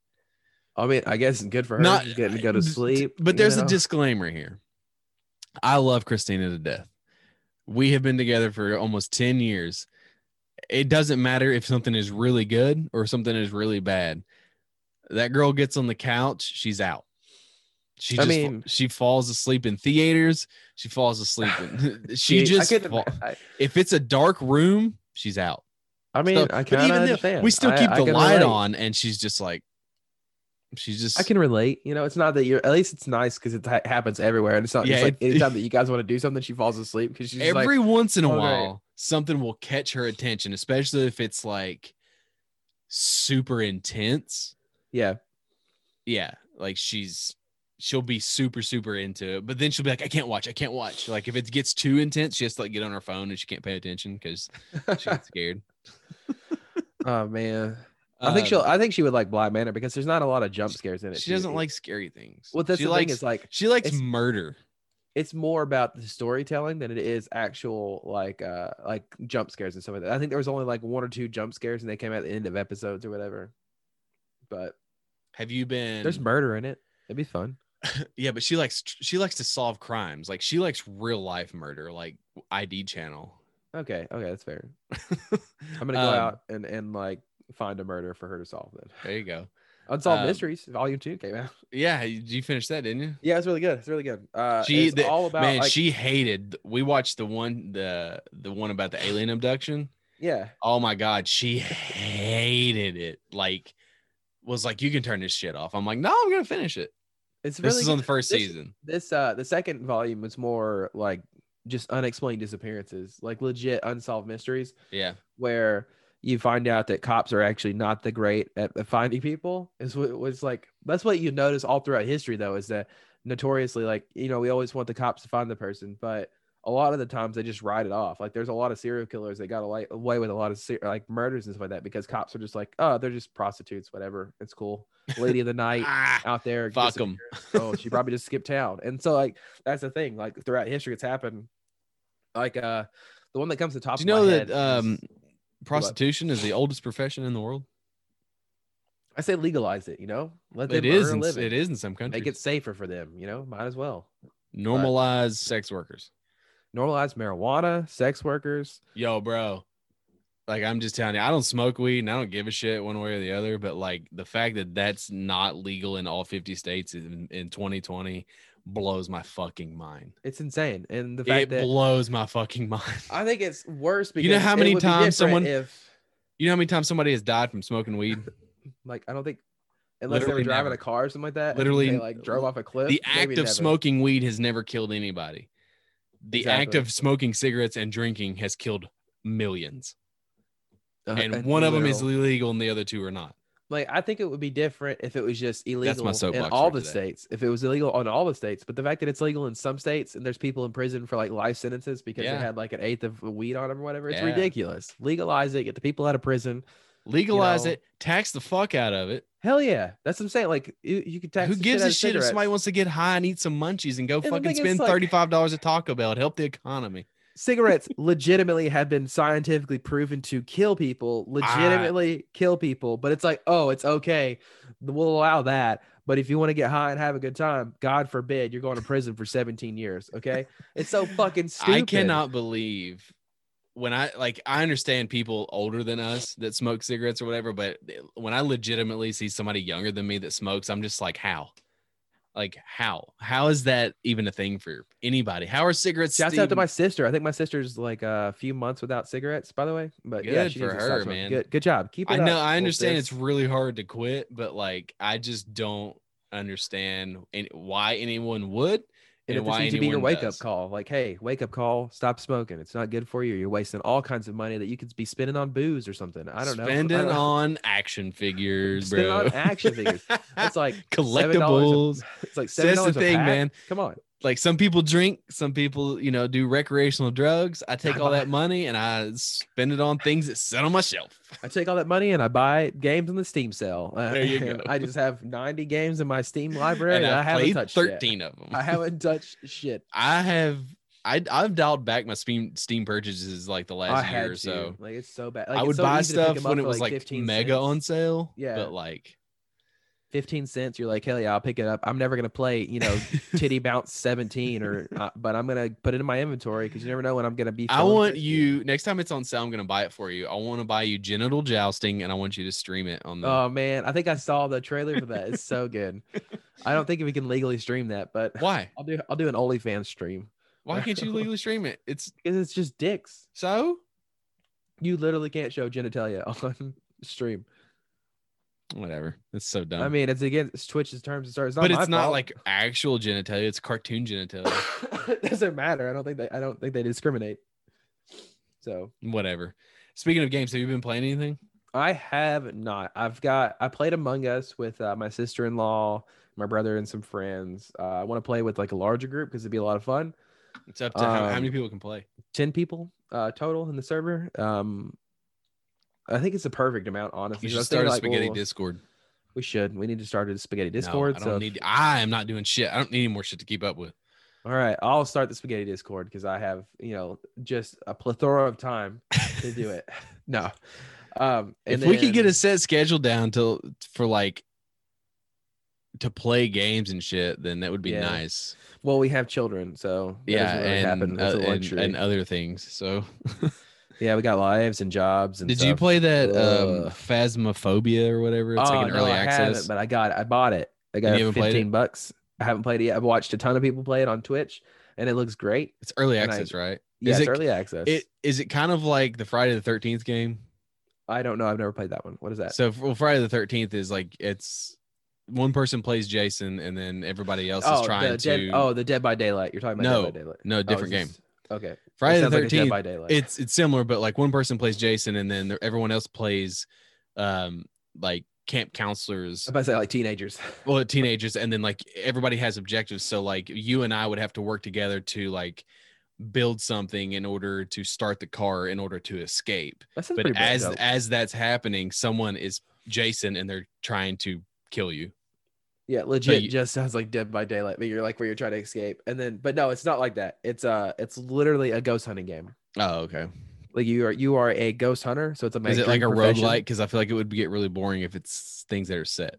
[SPEAKER 3] I mean, I guess good for her.
[SPEAKER 2] Not-
[SPEAKER 3] She's getting to go to sleep.
[SPEAKER 2] But
[SPEAKER 3] you
[SPEAKER 2] there's
[SPEAKER 3] know?
[SPEAKER 2] a disclaimer here. I love Christina to death. We have been together for almost 10 years. It doesn't matter if something is really good or something is really bad. That girl gets on the couch, she's out. She
[SPEAKER 3] I
[SPEAKER 2] just,
[SPEAKER 3] mean-
[SPEAKER 2] she falls asleep in theaters. She falls asleep.
[SPEAKER 3] <laughs>
[SPEAKER 2] In, <laughs> she
[SPEAKER 3] Dude, I
[SPEAKER 2] just,
[SPEAKER 3] couldn't-
[SPEAKER 2] fall-
[SPEAKER 3] I,
[SPEAKER 2] if it's a dark room, she's out.
[SPEAKER 3] I mean,
[SPEAKER 2] So-
[SPEAKER 3] I
[SPEAKER 2] but
[SPEAKER 3] kind of
[SPEAKER 2] even though-
[SPEAKER 3] understand.
[SPEAKER 2] We still
[SPEAKER 3] I-
[SPEAKER 2] keep
[SPEAKER 3] I
[SPEAKER 2] the
[SPEAKER 3] can
[SPEAKER 2] light
[SPEAKER 3] relate.
[SPEAKER 2] on, and she's just like, she's just,
[SPEAKER 3] I can relate. You know, it's not that you're. At least it's nice because it ha- happens everywhere, and it's not
[SPEAKER 2] Yeah,
[SPEAKER 3] just like
[SPEAKER 2] it-
[SPEAKER 3] anytime that you guys want to do something, she falls asleep because she's just like,
[SPEAKER 2] every once in a
[SPEAKER 3] "Oh, great."
[SPEAKER 2] while something will catch her attention especially if it's like super intense <laughs>
[SPEAKER 3] yeah,
[SPEAKER 2] yeah like she's she'll be super super into it but then she'll be like i can't watch i can't watch like if it gets too intense she has to like get on her phone and she can't pay attention because she
[SPEAKER 3] <laughs>
[SPEAKER 2] gets scared
[SPEAKER 3] oh man. I think
[SPEAKER 2] Um,
[SPEAKER 3] she'll. I think she would like Blind Manor because there's not a lot of jump scares in it.
[SPEAKER 2] she doesn't like scary things
[SPEAKER 3] Well, that's
[SPEAKER 2] she
[SPEAKER 3] the
[SPEAKER 2] likes
[SPEAKER 3] thing. Is like
[SPEAKER 2] she likes
[SPEAKER 3] it's-
[SPEAKER 2] murder
[SPEAKER 3] it's more about the storytelling than it is actual like uh like jump scares and stuff like that. I think there was only like one or two jump scares, and they came at the end of episodes or whatever. But
[SPEAKER 2] have you been
[SPEAKER 3] there's murder in it. It'd be fun.
[SPEAKER 2] yeah but she likes she likes to solve crimes like she likes real life murder like id channel
[SPEAKER 3] Okay, okay, that's fair. I'm gonna go
[SPEAKER 2] Um,
[SPEAKER 3] out and and like find a murder for her to solve then.
[SPEAKER 2] there you go
[SPEAKER 3] Unsolved
[SPEAKER 2] Um,
[SPEAKER 3] Mysteries Volume Two came out.
[SPEAKER 2] Yeah, you you finished that, didn't you?
[SPEAKER 3] Yeah, it's really good. It's really good. Uh,
[SPEAKER 2] She-
[SPEAKER 3] it's
[SPEAKER 2] the-
[SPEAKER 3] all about
[SPEAKER 2] Man,
[SPEAKER 3] like,
[SPEAKER 2] she hated. We watched the one, the the one about the alien abduction.
[SPEAKER 3] yeah,
[SPEAKER 2] Oh my god, she hated it. Like, was like, you can turn this shit off. I'm like, no, I'm gonna finish it.
[SPEAKER 3] it's
[SPEAKER 2] This
[SPEAKER 3] really
[SPEAKER 2] is
[SPEAKER 3] good.
[SPEAKER 2] on the first
[SPEAKER 3] This-
[SPEAKER 2] season.
[SPEAKER 3] this uh the second volume was more like just unexplained disappearances, like legit unsolved mysteries
[SPEAKER 2] Yeah,
[SPEAKER 3] where you find out that cops are actually not the great at the finding people is what was like that's what you notice all throughout history though is that notoriously like you know we always want the cops to find the person but a lot of the times they just write it off like there's a lot of serial killers that got away, away with a lot of ser- like murders and stuff like that because cops are just like oh they're just prostitutes whatever
[SPEAKER 2] <laughs>
[SPEAKER 3] it's cool lady of the night
[SPEAKER 2] ah,
[SPEAKER 3] out there
[SPEAKER 2] fuck them.
[SPEAKER 3] oh, she probably just skipped town. And so like that's the thing. Like throughout history, it's happened. Like uh the one that comes to the top.
[SPEAKER 2] Do you
[SPEAKER 3] of
[SPEAKER 2] know
[SPEAKER 3] my
[SPEAKER 2] that
[SPEAKER 3] head is-
[SPEAKER 2] um, prostitution is the oldest profession in the world?
[SPEAKER 3] I say legalize it. You know, let them
[SPEAKER 2] It is.
[SPEAKER 3] earn
[SPEAKER 2] In,
[SPEAKER 3] a living.
[SPEAKER 2] it is in some countries.
[SPEAKER 3] Make it safer for them. You know, might as well
[SPEAKER 2] Normalize sex workers.
[SPEAKER 3] normalize marijuana, sex workers.
[SPEAKER 2] Yo, bro. Like I'm just telling you, I don't smoke weed and I don't give a shit one way or the other. But like the fact that that's not legal in all 50 states in, in 2020 blows my fucking mind.
[SPEAKER 3] It's insane, and the fact
[SPEAKER 2] It
[SPEAKER 3] that
[SPEAKER 2] blows my fucking <laughs> mind.
[SPEAKER 3] I think it's worse because
[SPEAKER 2] You know how many
[SPEAKER 3] it would be
[SPEAKER 2] times someone-
[SPEAKER 3] different if
[SPEAKER 2] You know how many times somebody has died from smoking
[SPEAKER 3] <laughs>
[SPEAKER 2] weed?
[SPEAKER 3] like I don't think unless they
[SPEAKER 2] Literally
[SPEAKER 3] were driving
[SPEAKER 2] never.
[SPEAKER 3] a car or something like that, and
[SPEAKER 2] Literally-
[SPEAKER 3] they, like drove off a cliff.
[SPEAKER 2] the
[SPEAKER 3] maybe
[SPEAKER 2] act of
[SPEAKER 3] never. <laughs>
[SPEAKER 2] smoking weed has never killed anybody. The act
[SPEAKER 3] Exactly.
[SPEAKER 2] of smoking cigarettes and drinking has killed millions.
[SPEAKER 3] Uh,
[SPEAKER 2] And one of them is
[SPEAKER 3] literal.
[SPEAKER 2] illegal and the other two are not.
[SPEAKER 3] like I think it would be different if it was just illegal in
[SPEAKER 2] soapbox
[SPEAKER 3] all
[SPEAKER 2] for
[SPEAKER 3] the
[SPEAKER 2] today.
[SPEAKER 3] states. If it was illegal on all the states, but the fact that it's legal in some states and there's people in prison for like life sentences because
[SPEAKER 2] Yeah.
[SPEAKER 3] they had like an eighth of weed on them or whatever, it's
[SPEAKER 2] Yeah.
[SPEAKER 3] ridiculous. Legalize it, get the people out of prison.
[SPEAKER 2] Legalize
[SPEAKER 3] know-
[SPEAKER 2] it, tax the fuck out of it.
[SPEAKER 3] Hell yeah, that's what I'm saying. Like you, you could tax
[SPEAKER 2] Who
[SPEAKER 3] the
[SPEAKER 2] gives
[SPEAKER 3] out
[SPEAKER 2] a
[SPEAKER 3] of
[SPEAKER 2] shit if somebody
[SPEAKER 3] cigarettes.
[SPEAKER 2] wants to get high and eat some munchies and go
[SPEAKER 3] the
[SPEAKER 2] fucking
[SPEAKER 3] thing is,
[SPEAKER 2] spend
[SPEAKER 3] like-
[SPEAKER 2] $35 at Taco Bell to help the economy?
[SPEAKER 3] cigarettes legitimately have been scientifically proven to kill people,
[SPEAKER 2] Ah.
[SPEAKER 3] legitimately kill people, but it's like, oh, it's okay. We'll allow that. But if you want to get high and have a good time, God forbid you're going to prison for 17 years. Okay. It's so fucking
[SPEAKER 2] <laughs>
[SPEAKER 3] stupid.
[SPEAKER 2] I cannot believe when I like I understand people older than us that smoke cigarettes or whatever, but when I legitimately see somebody younger than me that smokes, I'm just like, how? Like how? How is that even a thing for anybody? How are cigarettes?
[SPEAKER 3] Shouts out to
[SPEAKER 2] even-
[SPEAKER 3] my sister. I think my sister's like a few months without cigarettes, by the way. But yeah,
[SPEAKER 2] Good
[SPEAKER 3] she
[SPEAKER 2] for
[SPEAKER 3] needs to stop
[SPEAKER 2] her,
[SPEAKER 3] smoking.
[SPEAKER 2] man.
[SPEAKER 3] Good, good job. Keep it
[SPEAKER 2] I know
[SPEAKER 3] up,
[SPEAKER 2] I
[SPEAKER 3] little
[SPEAKER 2] understand
[SPEAKER 3] sis.
[SPEAKER 2] it's really hard to quit, but like I just don't understand any, why anyone would
[SPEAKER 3] And
[SPEAKER 2] and,
[SPEAKER 3] if this
[SPEAKER 2] why
[SPEAKER 3] needs to
[SPEAKER 2] anyone
[SPEAKER 3] be your wake
[SPEAKER 2] does.
[SPEAKER 3] up call, like, hey, wake up call, stop smoking. It's not good for you. You're wasting all kinds of money that you could be spending on booze or something. I don't know. I
[SPEAKER 2] Spending
[SPEAKER 3] don't-
[SPEAKER 2] on action figures,
[SPEAKER 3] Spending
[SPEAKER 2] bro.
[SPEAKER 3] on
[SPEAKER 2] <laughs>
[SPEAKER 3] action figures. <laughs> It's like
[SPEAKER 2] collectibles.
[SPEAKER 3] It's like
[SPEAKER 2] See,
[SPEAKER 3] seven
[SPEAKER 2] that's
[SPEAKER 3] dollars
[SPEAKER 2] the
[SPEAKER 3] a
[SPEAKER 2] thing,
[SPEAKER 3] pack?
[SPEAKER 2] man.
[SPEAKER 3] Come on,
[SPEAKER 2] Like some people drink, some people, you know, do recreational drugs. I take all that money and I spend it on things that sit on my shelf.
[SPEAKER 3] I take all that money and I buy games in the Steam sale. Uh,
[SPEAKER 2] There
[SPEAKER 3] <laughs>
[SPEAKER 2] you
[SPEAKER 3] and
[SPEAKER 2] go.
[SPEAKER 3] I just have ninety games in my Steam <laughs> library,
[SPEAKER 2] and
[SPEAKER 3] and I,
[SPEAKER 2] I,
[SPEAKER 3] haven't
[SPEAKER 2] played
[SPEAKER 3] touched Yet.
[SPEAKER 2] thirteen of them.
[SPEAKER 3] I haven't touched shit.
[SPEAKER 2] I have. I I've dialed back my Steam Steam purchases like the
[SPEAKER 3] I
[SPEAKER 2] <laughs> last
[SPEAKER 3] had
[SPEAKER 2] year or
[SPEAKER 3] to.
[SPEAKER 2] so.
[SPEAKER 3] Like it's so bad. Like,
[SPEAKER 2] I
[SPEAKER 3] it's
[SPEAKER 2] would
[SPEAKER 3] so
[SPEAKER 2] buy
[SPEAKER 3] easy to pick
[SPEAKER 2] stuff
[SPEAKER 3] 'em up
[SPEAKER 2] when it
[SPEAKER 3] for,
[SPEAKER 2] was like,
[SPEAKER 3] 15
[SPEAKER 2] mega
[SPEAKER 3] cents.
[SPEAKER 2] on sale.
[SPEAKER 3] Yeah.
[SPEAKER 2] but like
[SPEAKER 3] Fifteen cents. You're like, hell yeah, I'll pick it up. I'm never gonna play,
[SPEAKER 2] <laughs>
[SPEAKER 3] you know, titty bounce seventeen or, uh, but I'm gonna put it in my inventory because you never know when I'm gonna be.
[SPEAKER 2] I
[SPEAKER 3] feeling
[SPEAKER 2] want
[SPEAKER 3] thirsty.
[SPEAKER 2] you next time it's on sale. I'm gonna buy it for you. I want to buy you genital jousting, and I want you to stream it on the.
[SPEAKER 3] Oh man, I think I saw the trailer for that.
[SPEAKER 2] <laughs>
[SPEAKER 3] It's so good. I don't think we can legally stream that, but
[SPEAKER 2] why?
[SPEAKER 3] I'll do I'll do an OnlyFans stream
[SPEAKER 2] Why can't
[SPEAKER 3] <laughs>
[SPEAKER 2] you legally stream it? It's
[SPEAKER 3] because it's just dicks.
[SPEAKER 2] so.
[SPEAKER 3] You literally can't show genitalia <laughs> on stream.
[SPEAKER 2] Whatever. It's so dumb.
[SPEAKER 3] I mean, it's against Twitch's terms and starts.
[SPEAKER 2] but it's not like actual genitalia. It's cartoon genitalia.
[SPEAKER 3] <laughs> it doesn't matter. I don't think they I don't think they discriminate. So
[SPEAKER 2] Whatever. Speaking of games, have you been playing anything?
[SPEAKER 3] I have not. I've got. I played Among Us with uh, my sister in law, my brother, and some friends. Uh, I want to play with like a larger group because it'd be a lot of fun.
[SPEAKER 2] It's up to how, how
[SPEAKER 3] Um,
[SPEAKER 2] many people can play.
[SPEAKER 3] 10 people uh, total in the server. Um, I think it's the perfect amount, honestly.
[SPEAKER 2] You
[SPEAKER 3] 'cause I
[SPEAKER 2] should
[SPEAKER 3] was thinking,
[SPEAKER 2] start a
[SPEAKER 3] like,
[SPEAKER 2] spaghetti
[SPEAKER 3] well,
[SPEAKER 2] Discord.
[SPEAKER 3] We should. We need to start a spaghetti
[SPEAKER 2] No,
[SPEAKER 3] Discord.
[SPEAKER 2] I don't
[SPEAKER 3] so, if-
[SPEAKER 2] need. I am not doing shit. I don't need any more shit to keep up with.
[SPEAKER 3] all right, I'll start the spaghetti Discord because I have, you know, just a plethora of time to
[SPEAKER 2] <laughs>
[SPEAKER 3] do it. <laughs> no. Um,
[SPEAKER 2] if
[SPEAKER 3] and
[SPEAKER 2] we could get a
[SPEAKER 3] then-
[SPEAKER 2] set schedule down to for like to play games and shit, then that would be
[SPEAKER 3] Yeah.
[SPEAKER 2] nice.
[SPEAKER 3] well, we have children, so that
[SPEAKER 2] yeah,
[SPEAKER 3] doesn't really
[SPEAKER 2] and,
[SPEAKER 3] happen. That's
[SPEAKER 2] uh,
[SPEAKER 3] a
[SPEAKER 2] and-
[SPEAKER 3] luxury.
[SPEAKER 2] and other things. So,
[SPEAKER 3] yeah, we got lives and jobs. And
[SPEAKER 2] did you
[SPEAKER 3] stuff.
[SPEAKER 2] play that um,
[SPEAKER 3] Ugh.
[SPEAKER 2] Phasmophobia or whatever? It's like
[SPEAKER 3] Oh,
[SPEAKER 2] an
[SPEAKER 3] no,
[SPEAKER 2] early
[SPEAKER 3] I haven't,
[SPEAKER 2] access.
[SPEAKER 3] but I got it. I bought it. I got
[SPEAKER 2] you
[SPEAKER 3] it for
[SPEAKER 2] haven't played it?
[SPEAKER 3] 15 bucks. I haven't played it yet. I've watched a ton of people play it on Twitch and it looks great.
[SPEAKER 2] It's early
[SPEAKER 3] and I-
[SPEAKER 2] access, right?
[SPEAKER 3] Yeah,
[SPEAKER 2] Is
[SPEAKER 3] it's
[SPEAKER 2] it-
[SPEAKER 3] early access.
[SPEAKER 2] It is it kind of like the Friday the Thirteenth game.
[SPEAKER 3] I don't know. I've never played that one. What is that?
[SPEAKER 2] So, well, Friday the Thirteenth is like it's one person plays Jason, and then everybody else is trying
[SPEAKER 3] the
[SPEAKER 2] to.
[SPEAKER 3] Dead, oh, the Dead by Daylight. You're talking about
[SPEAKER 2] No,
[SPEAKER 3] Dead by Daylight.
[SPEAKER 2] no,
[SPEAKER 3] Oh,
[SPEAKER 2] different
[SPEAKER 3] is
[SPEAKER 2] game.
[SPEAKER 3] this- Okay. It
[SPEAKER 2] Friday the
[SPEAKER 3] sounds like a
[SPEAKER 2] Thirteenth.
[SPEAKER 3] Dead by Daylight. <laughs>
[SPEAKER 2] it's it's similar, but like one person plays Jason, and then the- everyone else plays, um, like camp counselors
[SPEAKER 3] I'm about to say like teenagers.
[SPEAKER 2] well teenagers and then like everybody has objectives so like you and i would have to work together to like build something in order to start the car in order to escape
[SPEAKER 3] That sounds
[SPEAKER 2] but
[SPEAKER 3] pretty bad,
[SPEAKER 2] as
[SPEAKER 3] though.
[SPEAKER 2] as that's happening someone is jason and they're trying to kill you
[SPEAKER 3] yeah, legit
[SPEAKER 2] you-
[SPEAKER 3] just sounds like Dead by Daylight, but you're like where you're trying to escape. And then but no, it's not like that. It's uh it's literally a ghost hunting game.
[SPEAKER 2] oh okay
[SPEAKER 3] Like you are you are a ghost hunter, so it's a
[SPEAKER 2] Is it like a
[SPEAKER 3] managing profession.
[SPEAKER 2] roguelike? Because I feel like it would get really boring if it's things that are set.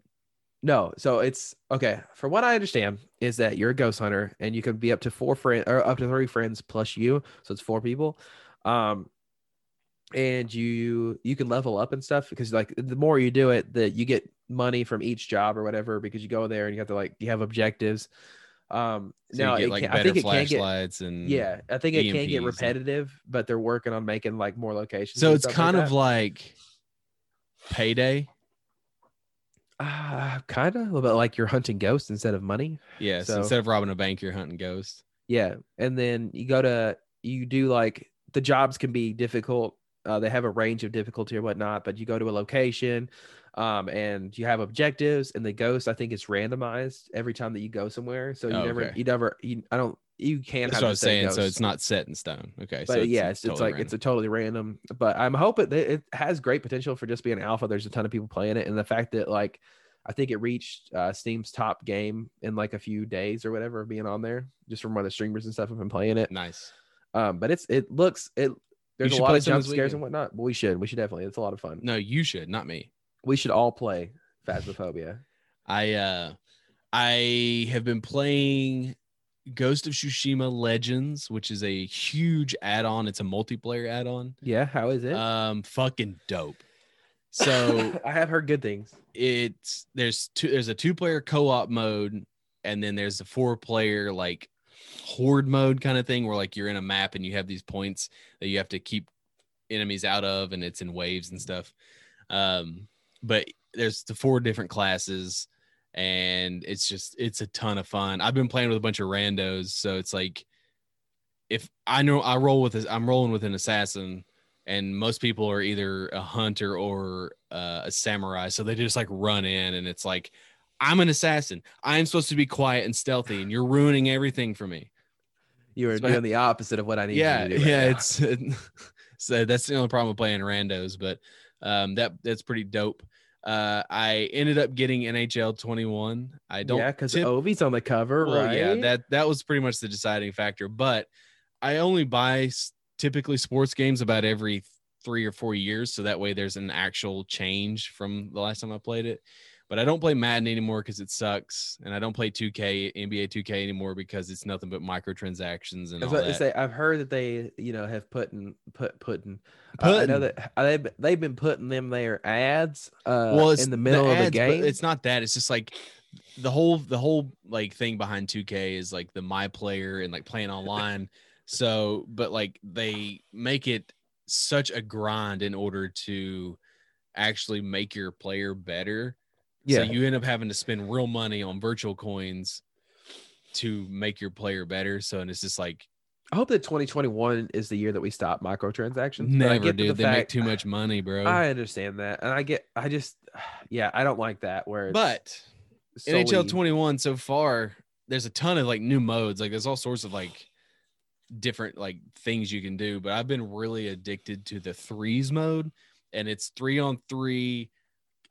[SPEAKER 3] No, so it's okay. From what I understand, is that you're a ghost hunter and you can be up to four friends or up to three friends plus you, so it's four people. Um, and you you can level up and stuff because like the more you do it, that you get money from each job or whatever because you go there and you have to like you have objectives. Um,
[SPEAKER 2] So
[SPEAKER 3] now
[SPEAKER 2] you
[SPEAKER 3] it
[SPEAKER 2] get like
[SPEAKER 3] can, I
[SPEAKER 2] better
[SPEAKER 3] think it can get
[SPEAKER 2] flashlights and
[SPEAKER 3] yeah, I think it can
[SPEAKER 2] EMPs
[SPEAKER 3] get
[SPEAKER 2] and-
[SPEAKER 3] repetitive, but they're working on making like more locations.
[SPEAKER 2] So
[SPEAKER 3] and
[SPEAKER 2] it's
[SPEAKER 3] stuff
[SPEAKER 2] kind
[SPEAKER 3] like
[SPEAKER 2] of
[SPEAKER 3] that.
[SPEAKER 2] like payday.
[SPEAKER 3] Ah, kind of a little bit like you're hunting ghosts instead of money.
[SPEAKER 2] Yes.
[SPEAKER 3] So-
[SPEAKER 2] instead of robbing a bank, you're hunting ghosts.
[SPEAKER 3] Yeah, and then you go to you do like the jobs can be difficult. Uh, they have a range of difficulty or whatnot, but you go to a location, um, and you have objectives, and the ghost I think is randomized every time that you go somewhere. So you
[SPEAKER 2] Oh,
[SPEAKER 3] never,
[SPEAKER 2] okay.
[SPEAKER 3] you never, you, I don't, you can't.
[SPEAKER 2] That's what
[SPEAKER 3] have the
[SPEAKER 2] I was
[SPEAKER 3] same
[SPEAKER 2] saying. So
[SPEAKER 3] ghost.
[SPEAKER 2] it's not set in stone. Okay.
[SPEAKER 3] But
[SPEAKER 2] so
[SPEAKER 3] yeah, it's, it's
[SPEAKER 2] totally
[SPEAKER 3] like it's a totally random. But I'm hoping that it has great potential for just being alpha. There's a ton of people playing it, and the fact that like I think it reached uh, Steam's top game in like a few days or whatever of being on there, just from one of the streamers and stuff have been playing it.
[SPEAKER 2] random. nice.
[SPEAKER 3] Um, but it's it looks it. There's a
[SPEAKER 2] should
[SPEAKER 3] lot
[SPEAKER 2] play
[SPEAKER 3] of
[SPEAKER 2] some
[SPEAKER 3] jump
[SPEAKER 2] this
[SPEAKER 3] scares and
[SPEAKER 2] weekend.
[SPEAKER 3] whatnot. But we should we should definitely. It's a lot of fun.
[SPEAKER 2] No, you should, not me.
[SPEAKER 3] We should all play Phasmophobia.
[SPEAKER 2] I uh I have been playing Ghost of Tsushima Legends, which is a huge add-on. It's a multiplayer add-on.
[SPEAKER 3] yeah, how is it?
[SPEAKER 2] Um fucking dope. <laughs> So
[SPEAKER 3] Uh, <laughs> I have heard good things.
[SPEAKER 2] it's there's two there's a two player co-op mode and then there's a four player like horde mode kind of thing where like you're in a map and you have these points that you have to keep enemies out of and it's in waves and stuff um but there's the four different classes and it's just it's a ton of fun i've been playing with a bunch of randos so it's like if i know i roll with this i'm rolling with an assassin and most people are either a hunter or uh, a samurai so they just like run in and it's like i'm an assassin i'm supposed to be quiet and stealthy and you're ruining everything for me
[SPEAKER 3] You are
[SPEAKER 2] So-
[SPEAKER 3] doing the opposite of what I need.
[SPEAKER 2] yeah
[SPEAKER 3] you to do right
[SPEAKER 2] yeah
[SPEAKER 3] now.
[SPEAKER 2] it's <laughs> so that's the only problem with playing randos but um that that's pretty dope uh i ended up getting nhl 21 i don't
[SPEAKER 3] yeah because
[SPEAKER 2] tip-
[SPEAKER 3] Ovi's on the cover,
[SPEAKER 2] well,
[SPEAKER 3] right?
[SPEAKER 2] yeah that that was pretty much the deciding factor but i only buy s- typically sports games about every three or four years so that way there's an actual change from the last time i played it but i don't play madden anymore because it sucks and i don't play 2k nba 2k anymore because it's nothing but microtransactions and
[SPEAKER 3] I was
[SPEAKER 2] all
[SPEAKER 3] about to
[SPEAKER 2] that.
[SPEAKER 3] say, I've heard that they, you know, have put in put putting. I know
[SPEAKER 2] Puttin'.
[SPEAKER 3] that uh, they've, they've been putting them their ads. Uh,
[SPEAKER 2] well, it's
[SPEAKER 3] in the middle of the
[SPEAKER 2] ads, but
[SPEAKER 3] game.
[SPEAKER 2] It's not that. It's just like the whole the whole like thing behind 2K is like the my player and like playing online. so, but like they make it such a grind in order to actually make your player better.
[SPEAKER 3] yeah,
[SPEAKER 2] So you end up having to spend real money on virtual coins to make your player better. So and it's just like
[SPEAKER 3] I hope that 2021 is the year that we stop microtransactions. but I
[SPEAKER 2] never
[SPEAKER 3] get that
[SPEAKER 2] dude.
[SPEAKER 3] the
[SPEAKER 2] They make
[SPEAKER 3] fact-
[SPEAKER 2] too much money, bro.
[SPEAKER 3] I understand that, and I get. I just, <sighs> yeah, I don't like that. Where it's
[SPEAKER 2] but
[SPEAKER 3] solely-
[SPEAKER 2] NHL 21 so far, there's a ton of like new modes. Like there's all sorts of like different like things you can do, but I've been really addicted to the threes mode and it's 3 on 3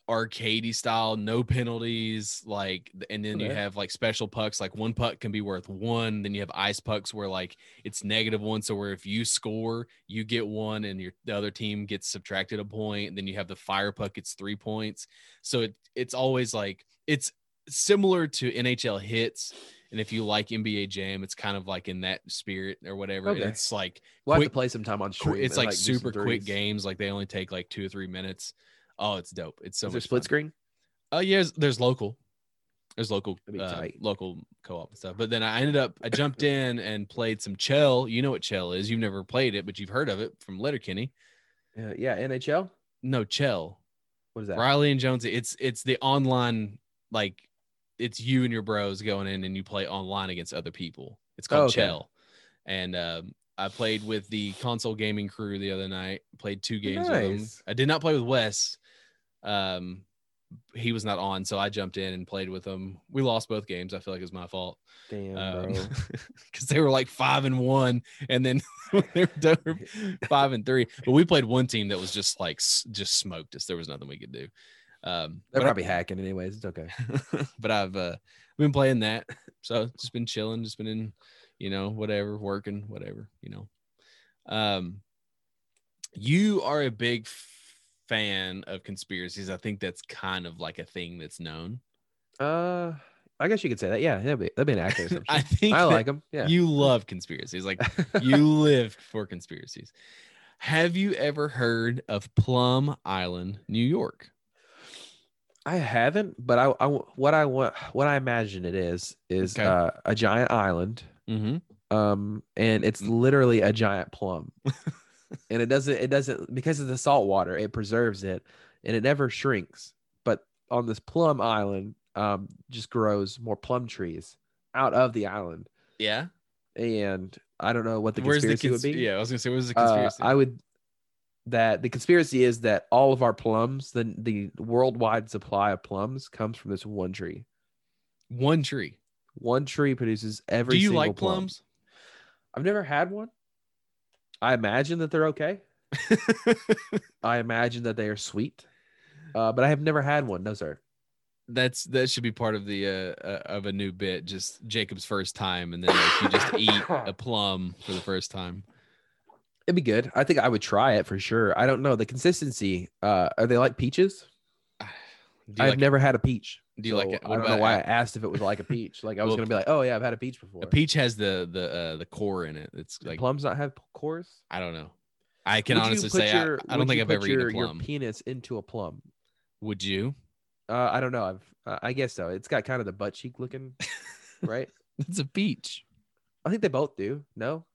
[SPEAKER 2] arcadey style, no penalties, like and then you
[SPEAKER 3] Okay.
[SPEAKER 2] have like special pucks, like one puck can be worth 1, then you have ice pucks where like it's negative 1 so where if you score, you get 1 and your the other team gets subtracted a point, then you have the fire puck it's 3 points. So it it's always like it's similar to NHL hits. And if you like NBA Jam, it's kind of like in that spirit or whatever. And
[SPEAKER 3] Okay.
[SPEAKER 2] it's like
[SPEAKER 3] we'll have
[SPEAKER 2] quick-
[SPEAKER 3] to play sometime on
[SPEAKER 2] qu-
[SPEAKER 3] stream.
[SPEAKER 2] it's
[SPEAKER 3] and,
[SPEAKER 2] like,
[SPEAKER 3] do some
[SPEAKER 2] super quick
[SPEAKER 3] threes.
[SPEAKER 2] games. Like they only take like two or three minutes. Oh, it's dope. It's so
[SPEAKER 3] is there
[SPEAKER 2] much
[SPEAKER 3] split
[SPEAKER 2] fun.
[SPEAKER 3] screen?
[SPEAKER 2] Oh yeah, there's, there's local. There's local,
[SPEAKER 3] That'd be
[SPEAKER 2] uh,
[SPEAKER 3] tight.
[SPEAKER 2] local co-op and stuff. But then I ended up, I jumped in and played some Chell. You know what Chell is? You've never played it, but you've heard of it from Letterkenny.
[SPEAKER 3] Uh, yeah, NHL.
[SPEAKER 2] No, Chell.
[SPEAKER 3] What is that?
[SPEAKER 2] Riley and Jonesy. It's it's the online like it's you and your bros going in and you play online against other people. It's called
[SPEAKER 3] Oh, okay.
[SPEAKER 2] Chell. And um, I played with the console gaming crew the other night. Played two games with them.
[SPEAKER 3] Nice.
[SPEAKER 2] I did not play with Wes. Um, he was not on, so I jumped in and played with him. We lost both games. I feel like it was my fault <laughs>
[SPEAKER 3] Damn, bro.
[SPEAKER 2] because Um, they were like five and one, and then <laughs> when they were done, we were
[SPEAKER 3] <laughs>
[SPEAKER 2] five and three. But we played one team that was just like s- just smoked us. There was nothing we could do. Um,
[SPEAKER 3] They're
[SPEAKER 2] but,
[SPEAKER 3] probably hacking, anyways.
[SPEAKER 2] <laughs>
[SPEAKER 3] It's okay.
[SPEAKER 2] I,
[SPEAKER 3] <laughs>
[SPEAKER 2] but I've uh, been playing that, so just been chilling, just been in, you know, whatever, working, whatever, you know. Um, you are a big f- fan of conspiracies. I think that's kind of like a thing that's known.
[SPEAKER 3] Uh, I guess you could say that. Yeah, that'd be, that'd be an
[SPEAKER 2] <laughs>
[SPEAKER 3] accurate assumption.
[SPEAKER 2] I
[SPEAKER 3] I,
[SPEAKER 2] think that
[SPEAKER 3] like them. Yeah.
[SPEAKER 2] you love conspiracies. Like <laughs>
[SPEAKER 3] <laughs>
[SPEAKER 2] you live for conspiracies. Have you ever heard of Plum Island, New York?
[SPEAKER 3] I haven't, but I, I w- what I want what I imagine it is is
[SPEAKER 2] Okay.
[SPEAKER 3] uh, a giant island.
[SPEAKER 2] Mm-hmm.
[SPEAKER 3] Um, and it's
[SPEAKER 2] Mm.
[SPEAKER 3] literally a giant plum. and it doesn't it doesn't because of the salt water, it preserves it and it never shrinks. But on this plum island, um, just grows more plum trees out of the island.
[SPEAKER 2] Yeah.
[SPEAKER 3] And I don't know what the
[SPEAKER 2] where's the
[SPEAKER 3] conspiracy
[SPEAKER 2] consp-
[SPEAKER 3] would be.
[SPEAKER 2] Yeah, I was gonna say where's the
[SPEAKER 3] Uh,
[SPEAKER 2] conspiracy?
[SPEAKER 3] I would that the conspiracy is that all of our plums, the the worldwide supply of plums comes from this one tree.
[SPEAKER 2] One tree.
[SPEAKER 3] One tree produces every.
[SPEAKER 2] Do you
[SPEAKER 3] single
[SPEAKER 2] like
[SPEAKER 3] plum.
[SPEAKER 2] plums?
[SPEAKER 3] I've never had one. I imagine that
[SPEAKER 2] <laughs>
[SPEAKER 3] they're okay. I imagine that they are sweet, uh, but I have never had one. No, sir.
[SPEAKER 2] That's that should be part of the uh, uh of a new bit. Just Jacob's first time, and then like, you just eat
[SPEAKER 3] <coughs>
[SPEAKER 2] a plum for the first time.
[SPEAKER 3] It'd be good. I think I would try it for sure. I don't know the consistency. Uh, are they like peaches?
[SPEAKER 2] Do you
[SPEAKER 3] I've
[SPEAKER 2] like
[SPEAKER 3] never had a peach.
[SPEAKER 2] Do you like it?
[SPEAKER 3] I
[SPEAKER 2] What
[SPEAKER 3] don't know
[SPEAKER 2] about
[SPEAKER 3] why I
[SPEAKER 2] a-
[SPEAKER 3] asked if it was like a peach. Like I was
[SPEAKER 2] Well,
[SPEAKER 3] gonna be like, oh yeah, I've had a peach before.
[SPEAKER 2] a peach has the the uh, the core in it. It's
[SPEAKER 3] Do
[SPEAKER 2] like
[SPEAKER 3] plums not have p- cores.
[SPEAKER 2] I don't know. I can
[SPEAKER 3] Would you
[SPEAKER 2] honestly
[SPEAKER 3] put
[SPEAKER 2] say I-
[SPEAKER 3] your-
[SPEAKER 2] I, don't
[SPEAKER 3] would
[SPEAKER 2] think
[SPEAKER 3] you
[SPEAKER 2] I've
[SPEAKER 3] put
[SPEAKER 2] ever eaten a
[SPEAKER 3] your-
[SPEAKER 2] plum.
[SPEAKER 3] Your penis into a plum.
[SPEAKER 2] Would you?
[SPEAKER 3] Uh, I don't know. I've uh, I guess so. It's got kind of the butt cheek
[SPEAKER 2] <laughs>
[SPEAKER 3] looking, right?
[SPEAKER 2] It's a peach.
[SPEAKER 3] I think they both do. No,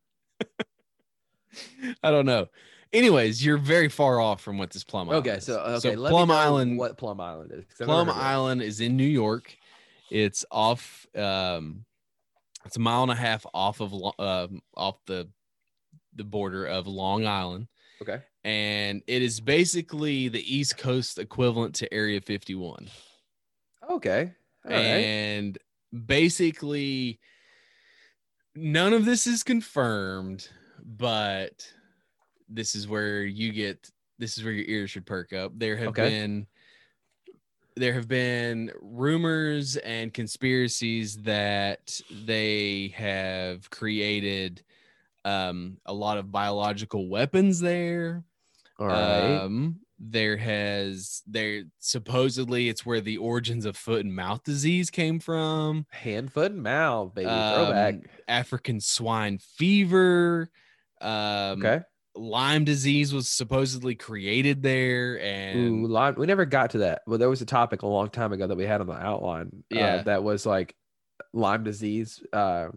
[SPEAKER 2] I don't know. Anyways, you're very far off from what this plum island
[SPEAKER 3] Okay,
[SPEAKER 2] is.
[SPEAKER 3] so okay, let me
[SPEAKER 2] plum
[SPEAKER 3] know
[SPEAKER 2] island
[SPEAKER 3] What Plum Island is? 'cause I've never
[SPEAKER 2] Plum
[SPEAKER 3] heard of it.
[SPEAKER 2] Island is in New York. It's off. Um, it's a mile and a half off of Lo- um, off the the border of Long Island,
[SPEAKER 3] Okay,
[SPEAKER 2] and it is basically the East Coast equivalent to Area 51.
[SPEAKER 3] okay, all right.
[SPEAKER 2] and basically, none of this is confirmed, but this is where you get. This is where your ears should perk up. There have
[SPEAKER 3] Okay.
[SPEAKER 2] been there have been rumors and conspiracies that they have created um, a lot of biological weapons there.
[SPEAKER 3] all right.
[SPEAKER 2] Um, there has there supposedly it's where the origins of foot and mouth disease came from.
[SPEAKER 3] Hand, foot, and mouth, baby. Throwback.
[SPEAKER 2] um, African swine fever. Um,
[SPEAKER 3] okay.
[SPEAKER 2] Lyme disease was supposedly created there, and
[SPEAKER 3] Ooh, lime. We never got to that. Well, there was a topic a long time ago that we had on the outline. uh,
[SPEAKER 2] Yeah.
[SPEAKER 3] that was like Lyme disease. Uh,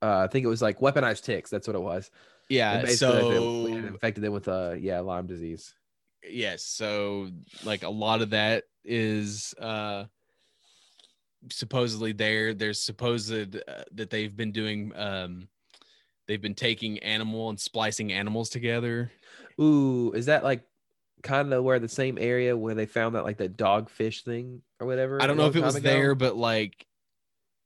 [SPEAKER 3] uh, I think it was like weaponized ticks. That's what it was.
[SPEAKER 2] yeah,
[SPEAKER 3] And basically they- we had
[SPEAKER 2] Uh, so
[SPEAKER 3] infected them with uh, yeah, Lyme disease.
[SPEAKER 2] yes, so like a lot of that is uh supposedly there. There's supposed uh, that they've been doing um they've been taking animal and splicing animals together.
[SPEAKER 3] Ooh, is that like kind of where the same area where they found that like that dogfish thing or whatever?
[SPEAKER 2] I don't
[SPEAKER 3] a
[SPEAKER 2] know
[SPEAKER 3] long
[SPEAKER 2] if it
[SPEAKER 3] time
[SPEAKER 2] was
[SPEAKER 3] ago?
[SPEAKER 2] there, but like,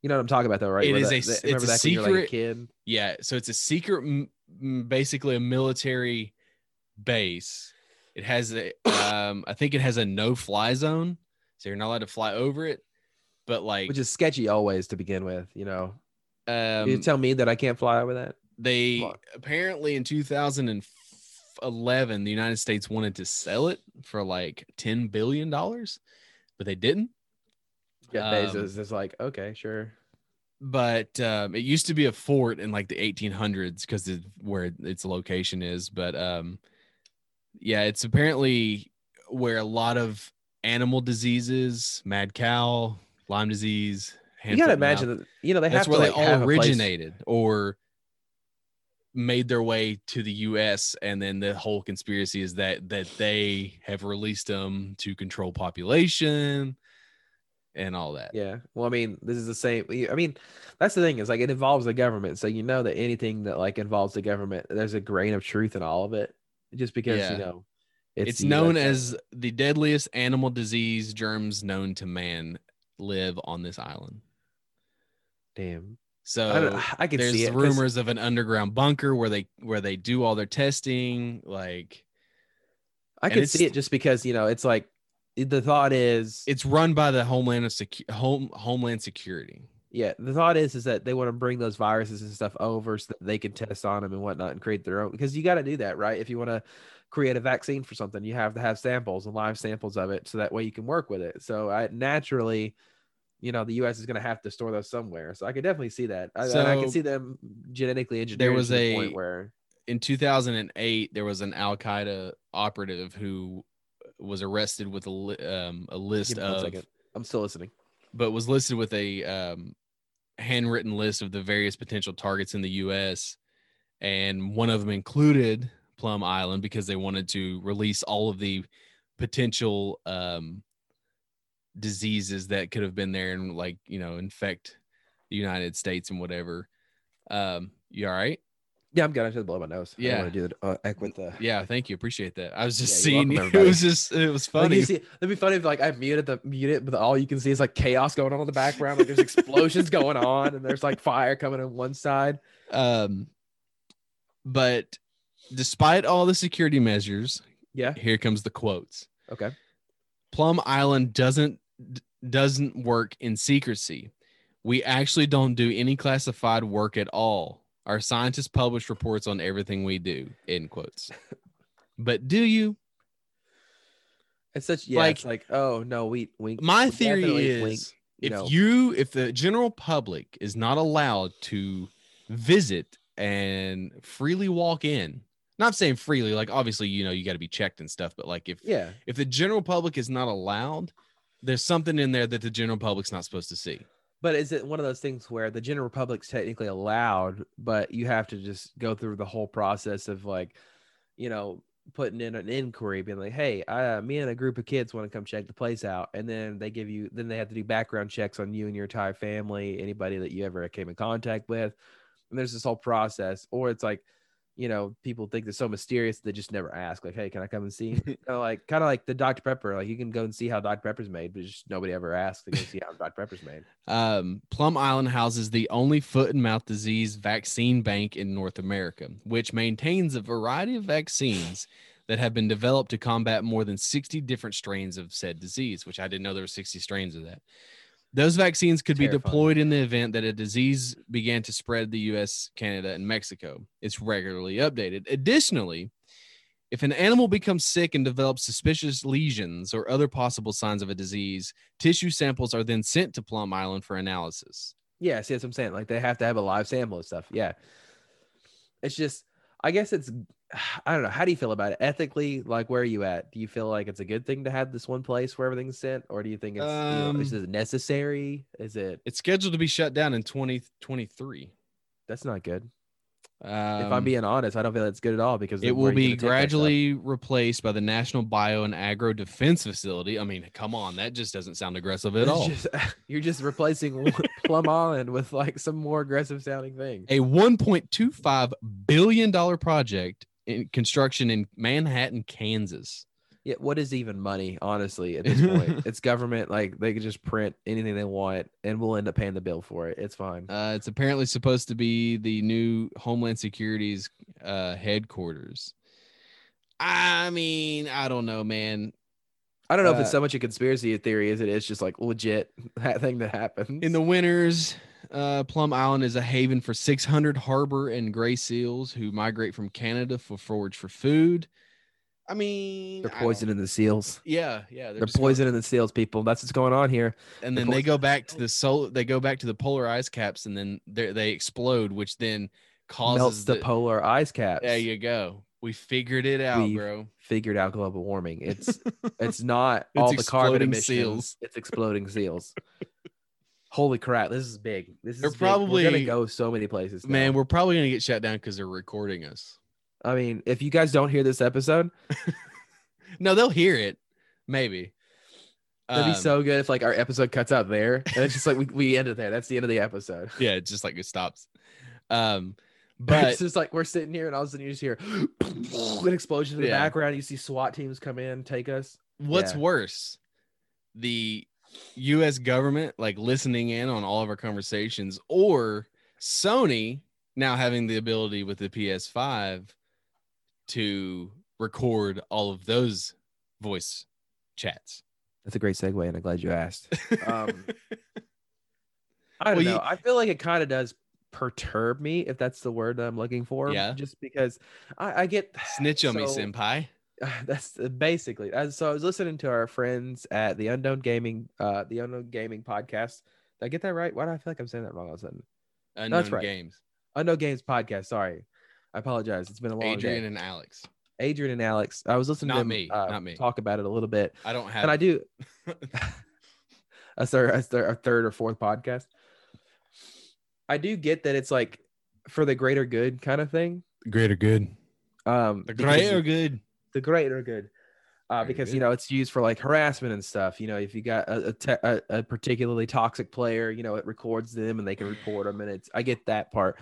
[SPEAKER 3] You know what I'm talking about, though, right?
[SPEAKER 2] It
[SPEAKER 3] Where
[SPEAKER 2] is
[SPEAKER 3] that-
[SPEAKER 2] a
[SPEAKER 3] that-
[SPEAKER 2] s-
[SPEAKER 3] remember
[SPEAKER 2] it's a
[SPEAKER 3] back when you were, like,
[SPEAKER 2] secret-
[SPEAKER 3] kid.
[SPEAKER 2] yeah. So it's a secret, m- m- basically a military base. It has a, um, I think it has a no-fly zone, so you're not allowed to fly over it. But like,
[SPEAKER 3] which is sketchy always to begin with. You know,
[SPEAKER 2] um,
[SPEAKER 3] you tell me that I can't fly over that.
[SPEAKER 2] they
[SPEAKER 3] Fuck.
[SPEAKER 2] apparently in 2011 the united states wanted to sell it for like 10 billion dollars but they didn't
[SPEAKER 3] Jeff
[SPEAKER 2] Um,
[SPEAKER 3] Bezos is like, okay, sure.
[SPEAKER 2] but um, it used to be a fort in like the 1800s because of where its location is but um yeah it's apparently where a lot of animal diseases mad cow lyme disease
[SPEAKER 3] you
[SPEAKER 2] hand,
[SPEAKER 3] gotta
[SPEAKER 2] foot, and mouth,
[SPEAKER 3] imagine that. You know, they
[SPEAKER 2] that's
[SPEAKER 3] have
[SPEAKER 2] where
[SPEAKER 3] to
[SPEAKER 2] they
[SPEAKER 3] like, have
[SPEAKER 2] all
[SPEAKER 3] a place-
[SPEAKER 2] originated or made their way to the US and then the whole conspiracy is that that they have released them to control population and all that.
[SPEAKER 3] Yeah. Well, I mean, this is the same. I mean, that's the thing is like it involves the government, so you know that anything that like involves the government, there's a grain of truth in all of it, just because
[SPEAKER 2] Yeah.
[SPEAKER 3] you know
[SPEAKER 2] it's
[SPEAKER 3] the
[SPEAKER 2] known
[SPEAKER 3] USA.
[SPEAKER 2] as the deadliest animal disease germs known to man live on this island.
[SPEAKER 3] damn. I,
[SPEAKER 2] So
[SPEAKER 3] don't, I can
[SPEAKER 2] uh, there's
[SPEAKER 3] see it. 'cause-
[SPEAKER 2] rumors of an underground bunker where they where they do all their testing like
[SPEAKER 3] I
[SPEAKER 2] and
[SPEAKER 3] can
[SPEAKER 2] it's-
[SPEAKER 3] see it just because you know it's like the thought is
[SPEAKER 2] it's run by the Homeland of Secu- Home Homeland Security.
[SPEAKER 3] Yeah, the thought is is that they want to bring those viruses and stuff over so that they can test on them and whatnot and create their own because you got to do that, right? If you want to create a vaccine for something, you have to have samples and live samples of it so that way you can work with it. So I naturally, you know, the U.S. is going to have to store those somewhere. So I could definitely see that. I, and I
[SPEAKER 2] So,
[SPEAKER 3] can see them genetically engineered.
[SPEAKER 2] was
[SPEAKER 3] to the
[SPEAKER 2] a-
[SPEAKER 3] point where
[SPEAKER 2] in 2008 there was an Al Qaeda operative who was arrested with a li- um, a list
[SPEAKER 3] Give me one
[SPEAKER 2] of
[SPEAKER 3] second. I'm still listening.
[SPEAKER 2] but was listed with a um, handwritten list of the various potential targets in the U.S. and one of them included Plum Island because they wanted to release all of the potential um, diseases that could have been there and like you know infect the United States and whatever. Um, you all right?
[SPEAKER 3] Yeah, I'm good. I should blow my nose.
[SPEAKER 2] Yeah.
[SPEAKER 3] I want to do the uh, ec with the.
[SPEAKER 2] Yeah, thank you. Appreciate that. I was just
[SPEAKER 3] Yeah, you're
[SPEAKER 2] seeing <laughs>
[SPEAKER 3] welcome,
[SPEAKER 2] it
[SPEAKER 3] everybody.
[SPEAKER 2] was just it was
[SPEAKER 3] Like,
[SPEAKER 2] funny.
[SPEAKER 3] you see, it'd be funny if like I muted the mute it, but all you can see is like chaos going on in the background. <laughs> Like there's explosions going on, and there's like fire coming on one side.
[SPEAKER 2] um, but despite all the security measures,
[SPEAKER 3] Yeah.
[SPEAKER 2] here comes the quotes.
[SPEAKER 3] Okay.
[SPEAKER 2] Plum Island doesn't d- doesn't work in secrecy. We actually don't do any classified work at all. Our scientists publish reports on everything we do. End
[SPEAKER 3] <laughs>
[SPEAKER 2] quotes. But do you?
[SPEAKER 3] It's such yeah.
[SPEAKER 2] Like-
[SPEAKER 3] it's like oh no, we wink.
[SPEAKER 2] My
[SPEAKER 3] we
[SPEAKER 2] theory
[SPEAKER 3] definitely
[SPEAKER 2] is.
[SPEAKER 3] wink,
[SPEAKER 2] if
[SPEAKER 3] no.
[SPEAKER 2] you if the general public is not allowed to visit and freely walk in not saying freely like obviously you know you got to be checked and stuff but like if
[SPEAKER 3] yeah.
[SPEAKER 2] if the general public is not allowed there's something in there that the general public's not supposed to see
[SPEAKER 3] But is it one of those things where the general public's technically allowed, but you have to just go through the whole process of like, you know, putting in an inquiry, being like, "Hey, uh, me and a group of kids want to come check the place out," and then they give you, then they have to do background checks on you and your entire family, anybody that you ever came in contact with, and there's this whole process. Or it's like, you know, people think they're so mysterious they just never ask, like, "Hey, can I come and see?" kind of like, kind of like the Dr Pepper, like you can go and see how Dr Pepper's made, but just nobody ever asks to go see how Dr Pepper's made.
[SPEAKER 2] um, plum island houses the only foot and mouth disease vaccine bank in north america which maintains a variety of vaccines that have been developed to combat more than 60 different strains of said disease which i didn't know there were 60 strains of that Those vaccines could be
[SPEAKER 3] Terrifying.
[SPEAKER 2] deployed in the event that a disease began to spread the US, Canada, and Mexico. It's regularly updated. Additionally, if an animal becomes sick and develops suspicious lesions or other possible signs of a disease, tissue samples are then sent to Plum Island for analysis.
[SPEAKER 3] Yeah, see that's what I'm saying. Like they have to have a live sample and stuff. Yeah. It's just I guess it's <sighs> I don't know. How do you feel about it? Ethically, like where are you at? Do you feel like it's a good thing to have this one place where everything's sent? Or do you think it's you know,
[SPEAKER 2] Um,
[SPEAKER 3] is it necessary? Is it
[SPEAKER 2] It's scheduled to be shut down in 2023.
[SPEAKER 3] that's not good.
[SPEAKER 2] Um,
[SPEAKER 3] if I'm being honest, I don't feel that's good at all because
[SPEAKER 2] it
[SPEAKER 3] then
[SPEAKER 2] will
[SPEAKER 3] where are you
[SPEAKER 2] be
[SPEAKER 3] gonna take that stuff?
[SPEAKER 2] gradually replaced by the National Bio and Agro Defense Facility. I mean, come on, that just doesn't sound aggressive at
[SPEAKER 3] It's
[SPEAKER 2] all.
[SPEAKER 3] just- <laughs> you're just replacing <laughs> Plum Island with like some more aggressive sounding thing.
[SPEAKER 2] a 1.25 billion dollar project in construction in Manhattan, Kansas.
[SPEAKER 3] Yeah, what is even money,
[SPEAKER 2] <laughs>
[SPEAKER 3] honestly, at this point? it's government, like they could just print anything they want and we'll end up paying the bill for it. It's fine.
[SPEAKER 2] Uh, it's apparently supposed to be the new Homeland Security's uh, headquarters. I mean, I don't know, man.
[SPEAKER 3] I don't know if
[SPEAKER 2] Uh,
[SPEAKER 3] it's so much a conspiracy theory as it is just like legit <laughs> that thing that happened.
[SPEAKER 2] In the winters, uh, Plum Island is a haven for 600 harbor and gray seals who migrate from Canada for forage for food. I mean,
[SPEAKER 3] they're
[SPEAKER 2] I don't-
[SPEAKER 3] poisoning the seals.
[SPEAKER 2] Yeah, yeah,
[SPEAKER 3] They're
[SPEAKER 2] just going-
[SPEAKER 3] poisoning the seals, people. That's what's going on here.
[SPEAKER 2] and
[SPEAKER 3] The
[SPEAKER 2] then
[SPEAKER 3] pol-
[SPEAKER 2] they go back to the solar they go back to the polar ice caps and then they they explode which then causes
[SPEAKER 3] Melts the,
[SPEAKER 2] the,
[SPEAKER 3] polar ice caps.
[SPEAKER 2] there you go we figured it out
[SPEAKER 3] We've-
[SPEAKER 2] bro
[SPEAKER 3] Figured out global
[SPEAKER 2] <laughs>
[SPEAKER 3] warming. It's it's not
[SPEAKER 2] It's
[SPEAKER 3] all the carbon
[SPEAKER 2] exploding
[SPEAKER 3] emissions.
[SPEAKER 2] seals. <laughs>
[SPEAKER 3] It's exploding seals. Holy crap! This is big. This is
[SPEAKER 2] They're
[SPEAKER 3] big. We're
[SPEAKER 2] probably-
[SPEAKER 3] gonna go so many places. now.
[SPEAKER 2] man we're probably gonna get shut down because they're recording us
[SPEAKER 3] I mean, if you guys don't hear this episode,
[SPEAKER 2] no they'll hear it maybe
[SPEAKER 3] that'd be
[SPEAKER 2] Um,
[SPEAKER 3] so good if like our episode cuts out there and it's just like we, we end it there. That's the end of the episode. <laughs>
[SPEAKER 2] yeah it's just like it stops um
[SPEAKER 3] But
[SPEAKER 2] but
[SPEAKER 3] it's just like we're sitting here, and all of a sudden you just hear <laughs> an explosion in the
[SPEAKER 2] Yeah.
[SPEAKER 3] background. You see SWAT teams come in, take us.
[SPEAKER 2] what's
[SPEAKER 3] Yeah.
[SPEAKER 2] worse the us government like listening in on all of our conversations or sony now having the ability with the ps5 to record all of those voice chats <laughs>
[SPEAKER 3] That's a great segue, and I'm glad you asked. Um, I
[SPEAKER 2] Well,
[SPEAKER 3] don't know.
[SPEAKER 2] you-
[SPEAKER 3] I feel like it kind of does perturb me if that's the word that I'm looking for.
[SPEAKER 2] Yeah.
[SPEAKER 3] Just because I, I get <sighs>
[SPEAKER 2] Snitch on me,
[SPEAKER 3] So-
[SPEAKER 2] senpai.
[SPEAKER 3] that's basically. as- So I was listening to our friends at the Unknown Gaming, uh, the Unknown Gaming podcast. Did I get that right? Why do I feel like I'm saying that wrong all of a sudden?
[SPEAKER 2] Unknown
[SPEAKER 3] right.
[SPEAKER 2] games.
[SPEAKER 3] Unknown Oh, Games podcast. Sorry, I apologize. It's been a long
[SPEAKER 2] Adrian
[SPEAKER 3] day.
[SPEAKER 2] and Alex.
[SPEAKER 3] Adrian and Alex. I was listening
[SPEAKER 2] Not
[SPEAKER 3] to them,
[SPEAKER 2] me,
[SPEAKER 3] uh,
[SPEAKER 2] not me.
[SPEAKER 3] talk about it a little bit,
[SPEAKER 2] I don't have.
[SPEAKER 3] and
[SPEAKER 2] <laughs>
[SPEAKER 3] I do. a third, a third, a third or fourth podcast. I do get that it's like for the greater good kind of thing.
[SPEAKER 2] greater good.
[SPEAKER 3] Um,
[SPEAKER 2] The
[SPEAKER 3] because
[SPEAKER 2] greater good.
[SPEAKER 3] the greater good. Uh,
[SPEAKER 2] Greater
[SPEAKER 3] because
[SPEAKER 2] good.
[SPEAKER 3] you know it's used for like harassment and stuff. You know, if you got a, a, te- a, a particularly toxic player, you know it records them and they can report them, and it's I get that part.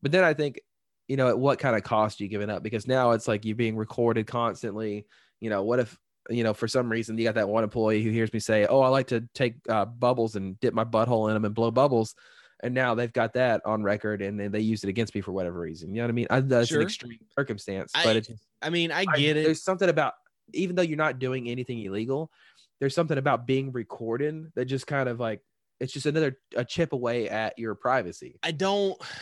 [SPEAKER 3] But then I think, you know, at what kind of cost are you giving up? Because now it's like you're being recorded constantly. You know, what if you know for some reason you got that one employee who hears me say, "Oh, I like to take uh, bubbles and dip my butthole in them and blow bubbles," and now they've got that on record and then they use it against me for whatever reason. You know what I mean? I, that's
[SPEAKER 2] Sure.
[SPEAKER 3] an extreme circumstance,
[SPEAKER 2] I-
[SPEAKER 3] but it's
[SPEAKER 2] I mean, I
[SPEAKER 3] I-
[SPEAKER 2] get it.
[SPEAKER 3] There's something about even though you're not doing anything illegal, there's something about being recorded that just kind of like it's just another a chip away at your privacy.
[SPEAKER 2] I don't. <sighs>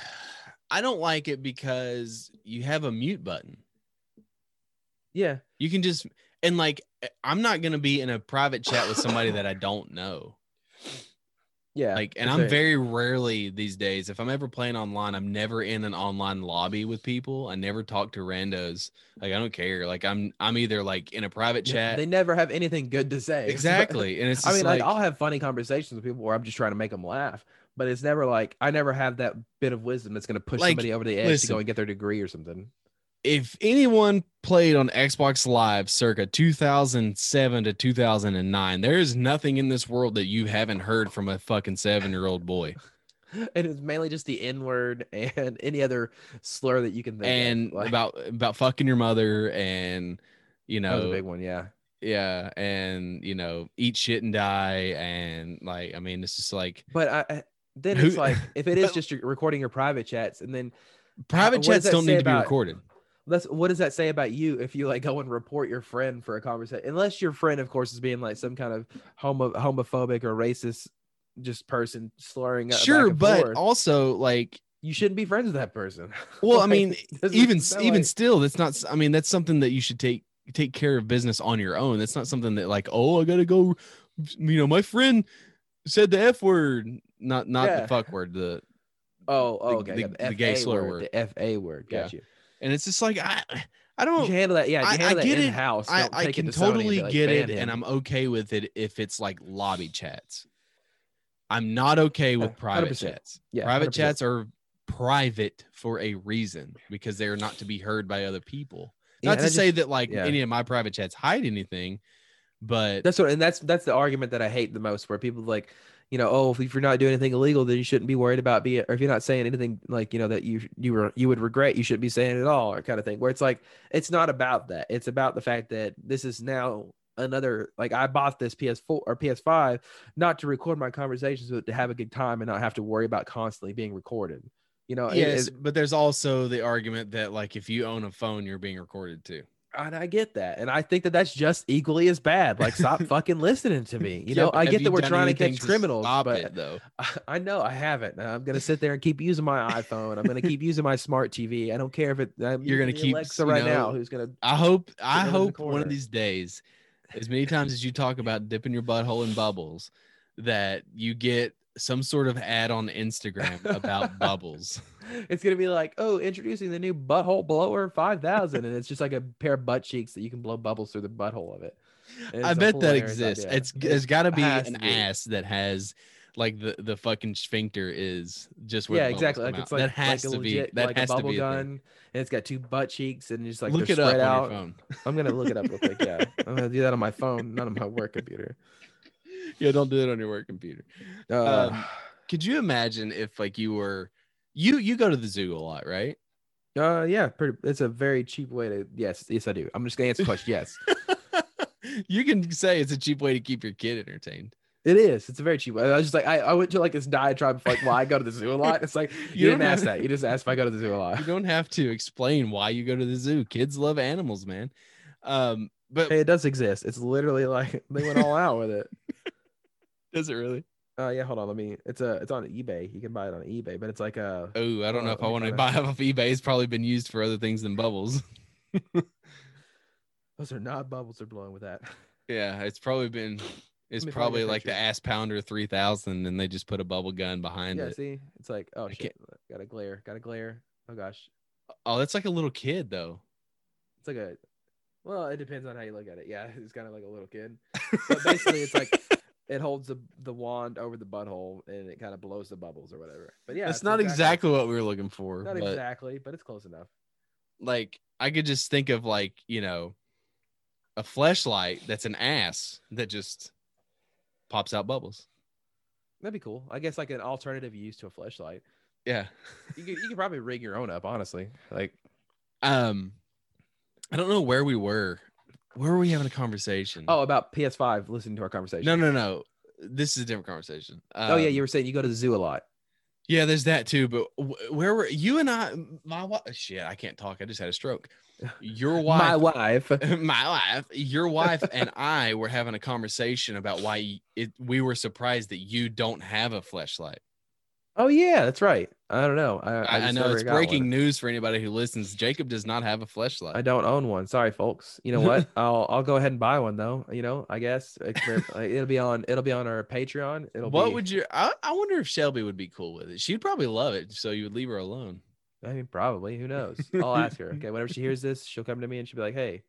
[SPEAKER 2] I don't like it because you have a mute button.
[SPEAKER 3] Yeah,
[SPEAKER 2] You can just and like eh, I'm not gonna be in a private chat with somebody that I
[SPEAKER 3] <laughs>
[SPEAKER 2] don't know.
[SPEAKER 3] yeah.
[SPEAKER 2] Like, and
[SPEAKER 3] for
[SPEAKER 2] I'm
[SPEAKER 3] sure.
[SPEAKER 2] very rarely these days. If I'm ever playing online, I'm never in an online lobby with people. I never talk to randos. Like, I don't care. Like, I'm I'm either like in a private chat.
[SPEAKER 3] They never have anything good to say. <laughs>
[SPEAKER 2] exactly, and it's
[SPEAKER 3] I
[SPEAKER 2] just
[SPEAKER 3] mean, like,
[SPEAKER 2] like,
[SPEAKER 3] I'll have funny conversations with people where I'm just trying to make them laugh, but it's never like I never have that bit of wisdom that's going to push
[SPEAKER 2] Like,
[SPEAKER 3] somebody over the edge to
[SPEAKER 2] listen.
[SPEAKER 3] go and get their degree or something. <laughs>
[SPEAKER 2] if anyone played on Xbox Live circa 2007 to 2009, there is nothing in this world that you haven't heard from a fucking seven year old
[SPEAKER 3] <laughs>
[SPEAKER 2] boy.
[SPEAKER 3] And it's mainly just the N word <laughs> and any other slur that you can think
[SPEAKER 2] and
[SPEAKER 3] of. Like,
[SPEAKER 2] about about fucking your mother, and you
[SPEAKER 3] that was a
[SPEAKER 2] know,
[SPEAKER 3] big one, yeah.
[SPEAKER 2] yeah, and you know, eat shit and die, and like, I mean, it's just like
[SPEAKER 3] But I, I then
[SPEAKER 2] Who-
[SPEAKER 3] it's
[SPEAKER 2] <laughs>
[SPEAKER 3] like if it is
[SPEAKER 2] but-
[SPEAKER 3] just your recording your private chats, and then
[SPEAKER 2] private
[SPEAKER 3] what does
[SPEAKER 2] chats
[SPEAKER 3] that
[SPEAKER 2] don't
[SPEAKER 3] say
[SPEAKER 2] need to be
[SPEAKER 3] about-
[SPEAKER 2] recorded.
[SPEAKER 3] that's what does that say about you if you like go and report your friend for a conversation? Unless your friend, of course, is being like some kind of homo homophobic or racist just person slurring. uh, back
[SPEAKER 2] Sure,
[SPEAKER 3] and
[SPEAKER 2] but
[SPEAKER 3] forth.
[SPEAKER 2] also like,
[SPEAKER 3] you shouldn't be friends with that person. <laughs>
[SPEAKER 2] well, I
[SPEAKER 3] Like,
[SPEAKER 2] mean,
[SPEAKER 3] doesn't-
[SPEAKER 2] even
[SPEAKER 3] it's not
[SPEAKER 2] even
[SPEAKER 3] like-
[SPEAKER 2] still that's not i mean that's something that you should take take care of business on your own that's not something that like oh i gotta go you know my friend said the f word not not
[SPEAKER 3] Yeah.
[SPEAKER 2] the fuck word the
[SPEAKER 3] oh, oh,
[SPEAKER 2] the-
[SPEAKER 3] okay,
[SPEAKER 2] the-
[SPEAKER 3] got the,
[SPEAKER 2] the gay
[SPEAKER 3] FA
[SPEAKER 2] slur
[SPEAKER 3] word,
[SPEAKER 2] word.
[SPEAKER 3] the f a word. Got you.
[SPEAKER 2] and it's just like i i
[SPEAKER 3] You
[SPEAKER 2] don't
[SPEAKER 3] should handle that. Yeah,
[SPEAKER 2] I-
[SPEAKER 3] you handle
[SPEAKER 2] I
[SPEAKER 3] that
[SPEAKER 2] get it.
[SPEAKER 3] in house.
[SPEAKER 2] I, I can totally get it and I'm okay with it if it's like lobby chats. I'm not okay with
[SPEAKER 3] Yeah,
[SPEAKER 2] private
[SPEAKER 3] 100%.
[SPEAKER 2] chats.
[SPEAKER 3] Yeah,
[SPEAKER 2] private
[SPEAKER 3] 100%.
[SPEAKER 2] chats are private for a reason because they are not to be heard by other people.
[SPEAKER 3] Yeah,
[SPEAKER 2] Not
[SPEAKER 3] and
[SPEAKER 2] to
[SPEAKER 3] I just-
[SPEAKER 2] say that like
[SPEAKER 3] yeah.
[SPEAKER 2] any of my private chats hide anything, but
[SPEAKER 3] That's what, and that's that's the argument that I hate the most, where people like, you know, oh, if you're not doing anything illegal, then you shouldn't be worried about being, or if you're not saying anything like, you know, that you you were you would regret, you shouldn't be saying at all, or kind of thing. Where it's like, it's not about that. It's about the fact that this is now another like I bought this PS4 or PS5 not to record my conversations, but to have a good time and not have to worry about constantly being recorded. You know, it-
[SPEAKER 2] yes,
[SPEAKER 3] it-
[SPEAKER 2] but there's also the argument that like if you own a phone, you're being recorded too.
[SPEAKER 3] and I get that, and I think that that's just equally as bad. Like,
[SPEAKER 2] <laughs>
[SPEAKER 3] stop fucking listening to me. You know, I get that we're trying to catch criminals,
[SPEAKER 2] Stop
[SPEAKER 3] but
[SPEAKER 2] it though.
[SPEAKER 3] I- <laughs> I know I haven't. and I'm gonna sit there and keep using my iPhone. I'm gonna keep using my smart TV. I don't care if it. I'm
[SPEAKER 2] You're gonna
[SPEAKER 3] using the
[SPEAKER 2] keep,
[SPEAKER 3] Alexa
[SPEAKER 2] you
[SPEAKER 3] right
[SPEAKER 2] know,
[SPEAKER 3] now. Who's gonna? <laughs>
[SPEAKER 2] I hope I
[SPEAKER 3] them in the
[SPEAKER 2] hope one
[SPEAKER 3] corner.
[SPEAKER 2] of these days, as many times as you talk about dipping your butthole in bubbles, that you get some sort of ad on Instagram
[SPEAKER 3] <laughs>
[SPEAKER 2] about bubbles.
[SPEAKER 3] It's gonna be like, oh, introducing the new butthole blower 5000, and it's just like a pair of butt cheeks that you can blow bubbles through the butthole of it. And
[SPEAKER 2] I
[SPEAKER 3] it's a
[SPEAKER 2] bet that
[SPEAKER 3] hilarious
[SPEAKER 2] exists.
[SPEAKER 3] idea.
[SPEAKER 2] It's there's got to be
[SPEAKER 3] <laughs> has
[SPEAKER 2] an
[SPEAKER 3] to be.
[SPEAKER 2] ass that has like the the fucking sphincter is just where
[SPEAKER 3] yeah,
[SPEAKER 2] the bubbles
[SPEAKER 3] exactly.
[SPEAKER 2] come
[SPEAKER 3] Like
[SPEAKER 2] out.
[SPEAKER 3] it's like
[SPEAKER 2] that has
[SPEAKER 3] like a
[SPEAKER 2] to be
[SPEAKER 3] legit,
[SPEAKER 2] that
[SPEAKER 3] like
[SPEAKER 2] has
[SPEAKER 3] a
[SPEAKER 2] to
[SPEAKER 3] bubble
[SPEAKER 2] be a
[SPEAKER 3] gun,
[SPEAKER 2] thing.
[SPEAKER 3] and it's got two butt cheeks, and just like
[SPEAKER 2] Look
[SPEAKER 3] they're
[SPEAKER 2] it up
[SPEAKER 3] spread
[SPEAKER 2] on
[SPEAKER 3] out.
[SPEAKER 2] your
[SPEAKER 3] <laughs>
[SPEAKER 2] phone.
[SPEAKER 3] I'm gonna look it up real quick. Yeah, I'm gonna do that on my phone, not on my
[SPEAKER 2] <laughs>
[SPEAKER 3] work computer.
[SPEAKER 2] Yeah, don't do it on your work computer. Um,
[SPEAKER 3] Uh,
[SPEAKER 2] Could you imagine if like you were you you go to the zoo a lot, right?
[SPEAKER 3] Uh, yeah, pretty. It's a very cheap way to. Yes, yes, I do. I'm just gonna answer the question. Yes,
[SPEAKER 2] you can say it's a cheap way to keep your kid entertained.
[SPEAKER 3] it is. It's a very cheap. way. I was just like, I, I went to like this diatribe of like, why I go to the zoo a lot. It's
[SPEAKER 2] <laughs>
[SPEAKER 3] like you,
[SPEAKER 2] You don't
[SPEAKER 3] didn't ask
[SPEAKER 2] have-
[SPEAKER 3] that. You just asked if I go to the zoo a lot. <laughs>
[SPEAKER 2] <laughs> You don't have to explain why you go to the zoo. Kids love animals, man. Um, but
[SPEAKER 3] <laughs> Hey, it does exist. It's literally like they went all out with it.
[SPEAKER 2] does it really?
[SPEAKER 3] Uh, yeah, hold on. Let me. It's a. It's on eBay. You can buy it on eBay, but it's like a.
[SPEAKER 2] Oh, I don't know
[SPEAKER 3] Uh, let
[SPEAKER 2] if I
[SPEAKER 3] me
[SPEAKER 2] want to
[SPEAKER 3] find
[SPEAKER 2] buy it off eBay. It's probably been used for other things than bubbles.
[SPEAKER 3] Those are not bubbles. Are blowing with that.
[SPEAKER 2] Yeah, it's probably been. It's
[SPEAKER 3] me find a
[SPEAKER 2] probably like the
[SPEAKER 3] picture.
[SPEAKER 2] ass pounder three thousand, and they just put a bubble gun behind
[SPEAKER 3] yeah.
[SPEAKER 2] it.
[SPEAKER 3] See, it's like oh
[SPEAKER 2] I
[SPEAKER 3] shit. Got a glare. Got a glare. Oh gosh.
[SPEAKER 2] Oh, that's like a little kid though.
[SPEAKER 3] It's like a. Well, it depends on how you look at it. Yeah, <laughs> it's kind of like a
[SPEAKER 2] <laughs>
[SPEAKER 3] little kid. But basically, it's like it holds the the wand over the butthole and it kind of blows the bubbles or whatever. But yeah,
[SPEAKER 2] that's
[SPEAKER 3] it's
[SPEAKER 2] not exactly, what we were looking for.
[SPEAKER 3] Not
[SPEAKER 2] but,
[SPEAKER 3] exactly, but it's close enough.
[SPEAKER 2] Like I could just think of like you know, a flashlight that's an ass that just pops out bubbles.
[SPEAKER 3] That'd be cool. I guess like an alternative use to a flashlight.
[SPEAKER 2] Yeah. <laughs>
[SPEAKER 3] You could, you could probably rig your own up, honestly. Like
[SPEAKER 2] Um, I don't know where we were. Where were we having a conversation?
[SPEAKER 3] oh, about PS5. Listening to our conversation.
[SPEAKER 2] no, no, no. This is a different conversation.
[SPEAKER 3] Oh yeah,
[SPEAKER 2] Um,
[SPEAKER 3] you were saying you go to the zoo a lot.
[SPEAKER 2] Yeah, there's that too. But wh- where were you and I? My wife. Shit, I can't talk. I just had a stroke. Your
[SPEAKER 3] <laughs> My
[SPEAKER 2] wife. <laughs>
[SPEAKER 3] wife.
[SPEAKER 2] my wife. Your wife and I were having a conversation about why it, we were surprised that you don't have a flashlight.
[SPEAKER 3] Oh yeah, that's right. I don't know. I, I,
[SPEAKER 2] I, I
[SPEAKER 3] just
[SPEAKER 2] know
[SPEAKER 3] never
[SPEAKER 2] it's
[SPEAKER 3] got one.
[SPEAKER 2] breaking news for anybody who listens. Jacob does not have a
[SPEAKER 3] I
[SPEAKER 2] flashlight.
[SPEAKER 3] don't own one. Sorry, folks. You
[SPEAKER 2] <laughs>
[SPEAKER 3] know what? I'll I'll go ahead and buy one though. You know, I guess Exper- it'll be on it'll be on our Patreon. It'll
[SPEAKER 2] What
[SPEAKER 3] be,
[SPEAKER 2] would you? I, I wonder if Shelby would be cool with it. She'd probably love it. So you would leave her alone.
[SPEAKER 3] I mean, probably.
[SPEAKER 2] <laughs>
[SPEAKER 3] Who knows? I'll ask her. Okay, whenever she hears this, she'll come to me and she'll be like, "Hey,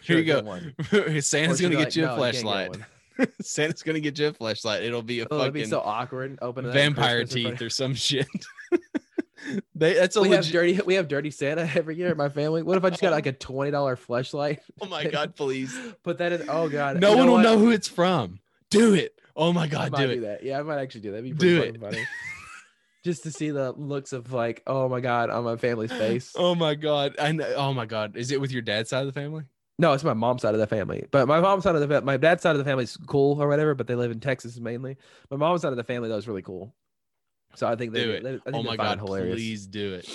[SPEAKER 2] Here
[SPEAKER 3] sure,
[SPEAKER 2] you
[SPEAKER 3] get
[SPEAKER 2] go.
[SPEAKER 3] One.
[SPEAKER 2] <laughs>
[SPEAKER 3] Or
[SPEAKER 2] Santa's
[SPEAKER 3] she'll
[SPEAKER 2] gonna
[SPEAKER 3] be
[SPEAKER 2] get
[SPEAKER 3] like,
[SPEAKER 2] you
[SPEAKER 3] "No,
[SPEAKER 2] a
[SPEAKER 3] I can't get
[SPEAKER 2] flashlight.
[SPEAKER 3] one."
[SPEAKER 2] <laughs> Santa's gonna get you a flashlight. It'll be a
[SPEAKER 3] Oh,
[SPEAKER 2] fucking
[SPEAKER 3] that'd be so awkward. and Open it up at
[SPEAKER 2] vampire
[SPEAKER 3] Christmas in front
[SPEAKER 2] teeth
[SPEAKER 3] of-
[SPEAKER 2] or some shit.
[SPEAKER 3] <laughs>
[SPEAKER 2] they that's a
[SPEAKER 3] we have
[SPEAKER 2] legit.
[SPEAKER 3] dirty. We have dirty Santa <laughs> every year at my family. What if I just got like a twenty dollar flashlight? <laughs>
[SPEAKER 2] Oh my god, please!
[SPEAKER 3] Put that in. Oh god.
[SPEAKER 2] No
[SPEAKER 3] you
[SPEAKER 2] one will
[SPEAKER 3] what?
[SPEAKER 2] know who it's from. Do it. Oh my
[SPEAKER 3] I
[SPEAKER 2] god,
[SPEAKER 3] might
[SPEAKER 2] do
[SPEAKER 3] do
[SPEAKER 2] it.
[SPEAKER 3] that. Yeah, I might actually do that. That'd be
[SPEAKER 2] Do
[SPEAKER 3] pretty fucking
[SPEAKER 2] <laughs>
[SPEAKER 3] funny. Just to see the looks of like, oh my god, on
[SPEAKER 2] <laughs>
[SPEAKER 3] my family's face.
[SPEAKER 2] Oh my god, I know. Oh my god, is it with your dad's side of the family?
[SPEAKER 3] No, it's my mom's side of the family. But my mom's side of the fa- my dad's side of the family's cool or whatever, but they live in Texas mainly. My mom's side of the family though is really cool. So I think they
[SPEAKER 2] Do
[SPEAKER 3] I
[SPEAKER 2] it.
[SPEAKER 3] think
[SPEAKER 2] Oh
[SPEAKER 3] they'd
[SPEAKER 2] my
[SPEAKER 3] find it
[SPEAKER 2] god, please do it.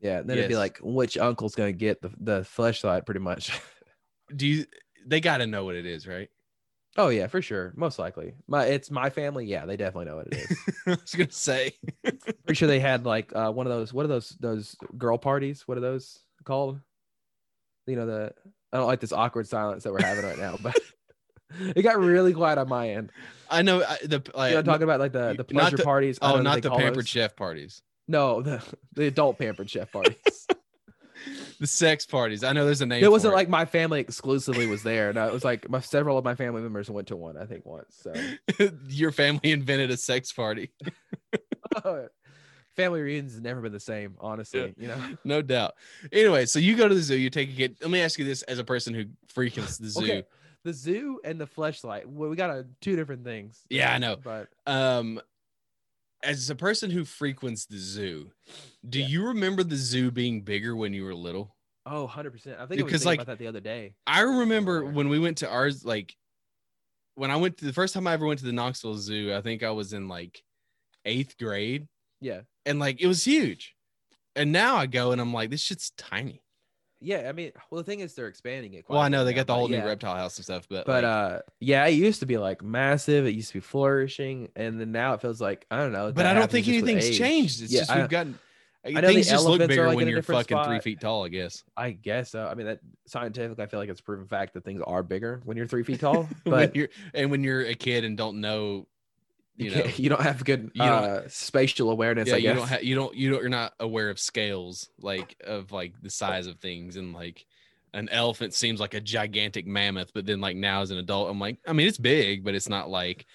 [SPEAKER 3] Yeah, then it'd be
[SPEAKER 2] Yes.
[SPEAKER 3] like which uncle's gonna get the the flashlight pretty much. <laughs>
[SPEAKER 2] Do you? They got to know what it is, right? <laughs>
[SPEAKER 3] oh yeah, for sure. Most likely. My it's my family. Yeah, they definitely know what it is.
[SPEAKER 2] I was gonna say.
[SPEAKER 3] pretty sure they had like uh one of those what are those those girl parties? What are those called? You know, the I don't like this awkward silence that we're having right now, but <laughs> it got really quiet on my end.
[SPEAKER 2] I know I, the like.
[SPEAKER 3] you know, talking about like the
[SPEAKER 2] you-
[SPEAKER 3] the
[SPEAKER 2] not
[SPEAKER 3] pleasure
[SPEAKER 2] the-
[SPEAKER 3] parties. I
[SPEAKER 2] oh,
[SPEAKER 3] don't know
[SPEAKER 2] not
[SPEAKER 3] what they
[SPEAKER 2] the
[SPEAKER 3] call
[SPEAKER 2] pampered
[SPEAKER 3] those.
[SPEAKER 2] chef parties,
[SPEAKER 3] No, the, the adult pampered chef parties.
[SPEAKER 2] <laughs> the sex parties. I know there's a name.
[SPEAKER 3] it wasn't
[SPEAKER 2] for
[SPEAKER 3] like my family exclusively was there. No, it was like my several of my family members went to one. I think once. So <laughs>
[SPEAKER 2] <laughs> your family invented a sex party.
[SPEAKER 3] family reunions has never been the same. Honestly, you know.
[SPEAKER 2] no doubt. Anyway, so you go to the zoo, you take a kid. Let me ask you this as a person who frequents the zoo.
[SPEAKER 3] Okay, the zoo and the fleshlight. Well, we got uh, two different things.
[SPEAKER 2] Yeah, I know.
[SPEAKER 3] But
[SPEAKER 2] Um as a person who frequents the zoo, do
[SPEAKER 3] Yeah.
[SPEAKER 2] you remember the zoo being bigger when you were little?
[SPEAKER 3] oh, 100 percent. I think I was
[SPEAKER 2] Because,
[SPEAKER 3] thinking
[SPEAKER 2] like,
[SPEAKER 3] about that the other day.
[SPEAKER 2] I remember
[SPEAKER 3] there.
[SPEAKER 2] when we went to ours like when I went to the first time I ever went to the Knoxville Zoo, I think I was in like 8th grade
[SPEAKER 3] Yeah,
[SPEAKER 2] and like it was huge. And now I go and I'm like this shit's tiny.
[SPEAKER 3] yeah. I mean, well, the thing is, they're expanding it. Quite
[SPEAKER 2] Well,
[SPEAKER 3] a
[SPEAKER 2] I know
[SPEAKER 3] bit
[SPEAKER 2] they
[SPEAKER 3] now,
[SPEAKER 2] got the
[SPEAKER 3] but
[SPEAKER 2] whole
[SPEAKER 3] yeah.
[SPEAKER 2] new reptile house and stuff, but
[SPEAKER 3] But
[SPEAKER 2] like,
[SPEAKER 3] uh, yeah, it used to be like massive. It used to be flourishing, and then now it feels like I don't know.
[SPEAKER 2] but
[SPEAKER 3] that
[SPEAKER 2] I don't
[SPEAKER 3] happens
[SPEAKER 2] think
[SPEAKER 3] just with
[SPEAKER 2] anything's
[SPEAKER 3] age.
[SPEAKER 2] changed. It's
[SPEAKER 3] Yeah,
[SPEAKER 2] just
[SPEAKER 3] I-
[SPEAKER 2] we've gotten I
[SPEAKER 3] I know the
[SPEAKER 2] things just look
[SPEAKER 3] elephants are,
[SPEAKER 2] bigger
[SPEAKER 3] like, in
[SPEAKER 2] when
[SPEAKER 3] a
[SPEAKER 2] you're
[SPEAKER 3] different
[SPEAKER 2] fucking three
[SPEAKER 3] spot.
[SPEAKER 2] feet tall, I guess. <laughs>
[SPEAKER 3] I guess so. I mean, that scientifically, I feel like it's proven fact that things are bigger when you're
[SPEAKER 2] <laughs>
[SPEAKER 3] three feet tall. But
[SPEAKER 2] when you're, and when you're a kid and don't know, you
[SPEAKER 3] you, <laughs>
[SPEAKER 2] know,
[SPEAKER 3] can't- you don't have good
[SPEAKER 2] you don't-
[SPEAKER 3] uh, spatial awareness.
[SPEAKER 2] yeah,
[SPEAKER 3] I
[SPEAKER 2] you
[SPEAKER 3] guess.
[SPEAKER 2] don't ha- you don't you don't you're not aware of scales like of like the size of things and like an elephant seems like a gigantic mammoth, but then like now as an adult, I'm like, I mean, it's big, but it's not like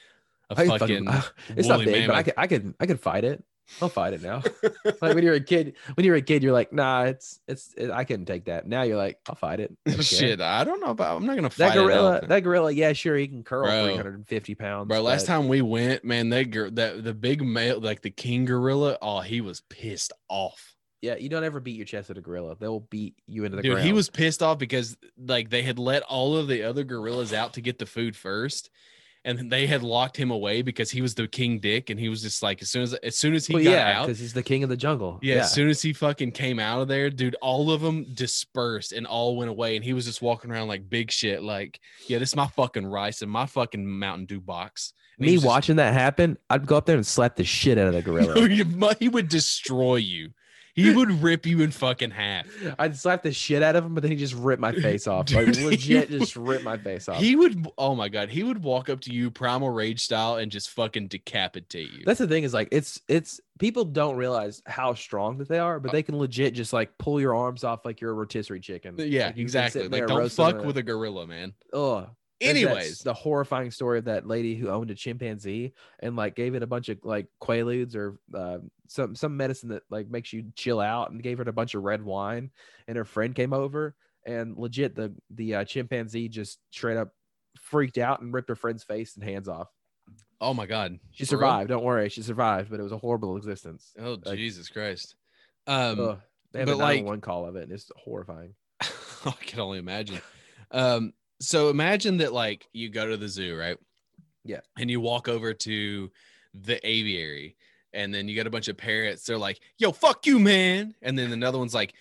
[SPEAKER 2] a
[SPEAKER 3] <laughs> I can
[SPEAKER 2] fucking.
[SPEAKER 3] it's not
[SPEAKER 2] woolly
[SPEAKER 3] big, but I
[SPEAKER 2] mammoth.
[SPEAKER 3] could, I could, I could fight it. I'll fight
[SPEAKER 2] <laughs>
[SPEAKER 3] it now. like when you're a kid, when you're a kid, you're like, nah, it's, it's, it, I couldn't take that. Now you're like, I'll fight it. I don't care.
[SPEAKER 2] Shit, I don't know about. I'm not gonna fight
[SPEAKER 3] That
[SPEAKER 2] an
[SPEAKER 3] gorilla,
[SPEAKER 2] elephant.
[SPEAKER 3] that gorilla, yeah, sure, he can curl
[SPEAKER 2] Bro.
[SPEAKER 3] 350 pounds.
[SPEAKER 2] Bro, last
[SPEAKER 3] but-
[SPEAKER 2] time we went, man, that gir- that the big male, like the king gorilla, oh, he was pissed off.
[SPEAKER 3] yeah, you don't ever beat your chest at a gorilla. They will beat you into the
[SPEAKER 2] Dude,
[SPEAKER 3] ground.
[SPEAKER 2] he was pissed off because like they had let all of the other gorillas out to get the food first, and they had locked him away because he was the king dick and he was just like as soon as as soon as he
[SPEAKER 3] Well,
[SPEAKER 2] got
[SPEAKER 3] yeah,
[SPEAKER 2] out
[SPEAKER 3] because he's the king of the jungle.
[SPEAKER 2] yeah, as soon as he fucking came out of there, dude, all of them dispersed and all went away. And he was just walking around like big shit, like, yeah, this is my fucking rice and my fucking Mountain Dew box. And he
[SPEAKER 3] Me
[SPEAKER 2] was just-
[SPEAKER 3] watching that happen, I'd go up there and slap the shit out of the
[SPEAKER 2] <laughs>
[SPEAKER 3] gorilla.
[SPEAKER 2] He mu- he would destroy you. He would rip you in fucking half.
[SPEAKER 3] I'd slap the shit out of him, but then he just ripped my face off. Like
[SPEAKER 2] Dude, <laughs> he
[SPEAKER 3] legit,
[SPEAKER 2] would-
[SPEAKER 3] just ripped my face off.
[SPEAKER 2] He would, oh my God, he would walk up to you primal rage style and just fucking decapitate you.
[SPEAKER 3] That's the thing is like it's it's people don't realize how strong that they are,
[SPEAKER 2] Uh,
[SPEAKER 3] but they can legit just like pull your arms off like you're a rotisserie chicken.
[SPEAKER 2] yeah,
[SPEAKER 3] Like, you can sit
[SPEAKER 2] exactly.
[SPEAKER 3] there
[SPEAKER 2] Like, don't
[SPEAKER 3] roasting
[SPEAKER 2] fuck
[SPEAKER 3] them.
[SPEAKER 2] with a gorilla, man.
[SPEAKER 3] Ugh. There's that-
[SPEAKER 2] Anyways,
[SPEAKER 3] the horrifying story of that lady who owned a chimpanzee and like gave it a bunch of like quaaludes or uh, some some medicine that like makes you chill out, and gave her a bunch of red wine. And her friend came over, and legit the the uh, chimpanzee just straight up freaked out and ripped her friend's face and hands off.
[SPEAKER 2] oh my God.
[SPEAKER 3] She
[SPEAKER 2] For real?
[SPEAKER 3] survived. Don't worry, she survived, but it was a horrible existence.
[SPEAKER 2] Oh,
[SPEAKER 3] Like-
[SPEAKER 2] Jesus Christ. Um,
[SPEAKER 3] Ugh. They have
[SPEAKER 2] but,
[SPEAKER 3] a
[SPEAKER 2] like-
[SPEAKER 3] like one call of it, and it's horrifying.
[SPEAKER 2] <laughs> I can only imagine. Um, so imagine that like you go to the zoo, right?
[SPEAKER 3] Yeah.
[SPEAKER 2] And you walk over to the aviary, and then you got a bunch of parrots. They're like, "Yo, fuck you, man!" And then another one's like,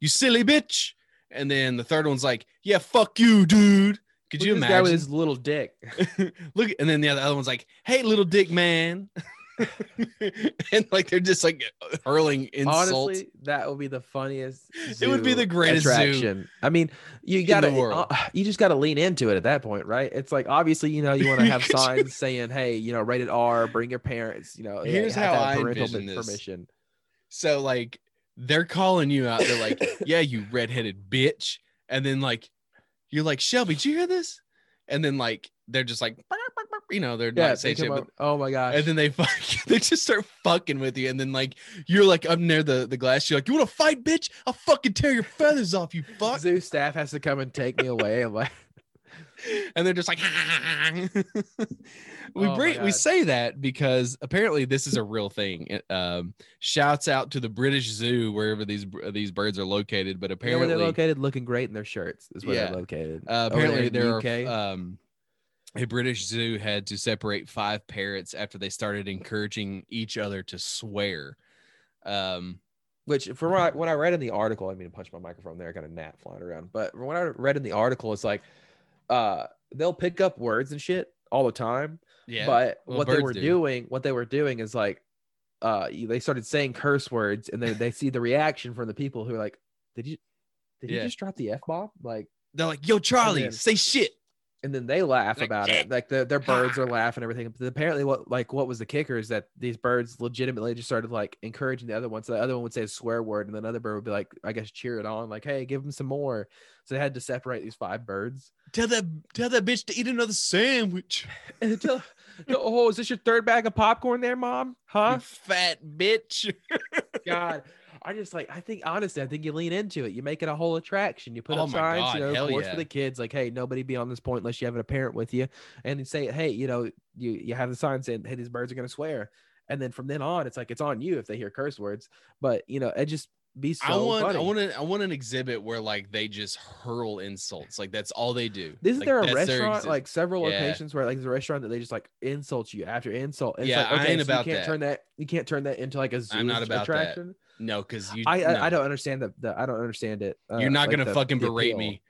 [SPEAKER 2] "You silly bitch!" And then the third one's like, "Yeah, fuck you, dude." Could
[SPEAKER 3] Look
[SPEAKER 2] you
[SPEAKER 3] at this guy with
[SPEAKER 2] imagine?
[SPEAKER 3] his little dick?
[SPEAKER 2] <laughs>
[SPEAKER 3] <laughs>
[SPEAKER 2] Look, and then the other, other one's like, "Hey, little dick man," <laughs> and like they're just like hurling insults.
[SPEAKER 3] Honestly, that would be the funniest.
[SPEAKER 2] <laughs> It would be
[SPEAKER 3] zoo
[SPEAKER 2] the greatest zoo
[SPEAKER 3] attraction. I mean, you
[SPEAKER 2] the
[SPEAKER 3] gotta,
[SPEAKER 2] world.
[SPEAKER 3] uh, you just gotta lean into it at that point, right? It's like obviously, you know, you want to have
[SPEAKER 2] Because <laughs> you-
[SPEAKER 3] signs saying, "Hey, you know, rated R, bring your parents." You know, you
[SPEAKER 2] Here's
[SPEAKER 3] have to
[SPEAKER 2] how
[SPEAKER 3] have
[SPEAKER 2] I
[SPEAKER 3] parental
[SPEAKER 2] envision this.
[SPEAKER 3] permission.
[SPEAKER 2] So like they're calling you out. They're
[SPEAKER 3] <laughs>
[SPEAKER 2] like, "Yeah, you redheaded bitch," and then like you're like, "Shelby, did you hear this?" And then like they're just like, you know, they're
[SPEAKER 3] Yeah,
[SPEAKER 2] not saying
[SPEAKER 3] they
[SPEAKER 2] shit,
[SPEAKER 3] come
[SPEAKER 2] but
[SPEAKER 3] up- oh my gosh,
[SPEAKER 2] and then they <laughs> fuck, they just start fucking with you, and then like you're like up near the the glass. You're like, "You want to fight, bitch? I'll fucking tear your feathers off, you fuck!"
[SPEAKER 3] zoo staff has to come and take me away. I'm like, <laughs>
[SPEAKER 2] And they're just like, <laughs> we
[SPEAKER 3] Oh my
[SPEAKER 2] bring we
[SPEAKER 3] God.
[SPEAKER 2] say that because apparently this is a real thing. It, um, shouts out to the British Zoo wherever these these birds are located, but
[SPEAKER 3] you know where
[SPEAKER 2] apparently
[SPEAKER 3] they're located, looking great in their shirts is where
[SPEAKER 2] Yeah.
[SPEAKER 3] they're located.
[SPEAKER 2] Uh,
[SPEAKER 3] Over
[SPEAKER 2] apparently,
[SPEAKER 3] there in
[SPEAKER 2] there,
[SPEAKER 3] the UK.
[SPEAKER 2] are um, a British zoo had to separate five parrots after they started encouraging each other to swear. Um,
[SPEAKER 3] which from what I, what I read in the article, I mean, punch my microphone there. I got a gnat flying around. But from what I read in the article, it's like uh, they'll pick up words and shit all the time.
[SPEAKER 2] yeah,
[SPEAKER 3] but
[SPEAKER 2] well,
[SPEAKER 3] what they
[SPEAKER 2] birds
[SPEAKER 3] were
[SPEAKER 2] do.
[SPEAKER 3] doing, what they were doing is like uh, you- they started saying curse words, and then they see the reaction from the people who are like, "Did you, did
[SPEAKER 2] Yeah.
[SPEAKER 3] you just drop the f bomb?" Like,
[SPEAKER 2] they're like, "Yo, Charlie,
[SPEAKER 3] then-
[SPEAKER 2] say shit."
[SPEAKER 3] and then they laugh
[SPEAKER 2] Like,
[SPEAKER 3] about it. Like the, their birds are laughing and everything. But apparently, what like what was the kicker is that these birds legitimately just started like encouraging the other one. So the other one would say a swear word, and then another bird would be like, I guess, cheer it on, like, hey, give them some more. So they had to separate these five birds. <laughs>
[SPEAKER 2] Tell that tell that bitch to eat another sandwich.
[SPEAKER 3] And tell- oh, is this your third bag of popcorn there, mom? Huh?
[SPEAKER 2] You fat bitch. <laughs>
[SPEAKER 3] God. I just like I think honestly, I think you lean into it. You make it a whole attraction. You put
[SPEAKER 2] Oh
[SPEAKER 3] up
[SPEAKER 2] my
[SPEAKER 3] signs,
[SPEAKER 2] God,
[SPEAKER 3] you know,
[SPEAKER 2] hell
[SPEAKER 3] of course
[SPEAKER 2] yeah.
[SPEAKER 3] for the kids, like, hey, nobody be on this point unless you have a parent with you. And you say, hey, you know, you you have the sign saying, hey, these birds are gonna swear. And then from then on, it's like it's on you if they hear curse words. But you know, it just be so
[SPEAKER 2] I want
[SPEAKER 3] funny.
[SPEAKER 2] I want an, I want an exhibit where like they just hurl insults. Like that's all they do.
[SPEAKER 3] isn't
[SPEAKER 2] Like,
[SPEAKER 3] there a
[SPEAKER 2] that's their
[SPEAKER 3] restaurant
[SPEAKER 2] exhi-
[SPEAKER 3] like several
[SPEAKER 2] Yeah.
[SPEAKER 3] locations where like there's a restaurant that they just like insult you after insult? And
[SPEAKER 2] Yeah,
[SPEAKER 3] it's
[SPEAKER 2] I
[SPEAKER 3] like, okay,
[SPEAKER 2] ain't
[SPEAKER 3] so
[SPEAKER 2] about
[SPEAKER 3] you can't
[SPEAKER 2] that.
[SPEAKER 3] turn that you can't turn that into like a zoo
[SPEAKER 2] not about that.
[SPEAKER 3] attraction.
[SPEAKER 2] no, because you
[SPEAKER 3] I,
[SPEAKER 2] no.
[SPEAKER 3] I I don't understand the, the I don't understand it. uh,
[SPEAKER 2] You're not
[SPEAKER 3] like,
[SPEAKER 2] gonna
[SPEAKER 3] the-
[SPEAKER 2] fucking
[SPEAKER 3] the
[SPEAKER 2] berate
[SPEAKER 3] appeal.
[SPEAKER 2] me.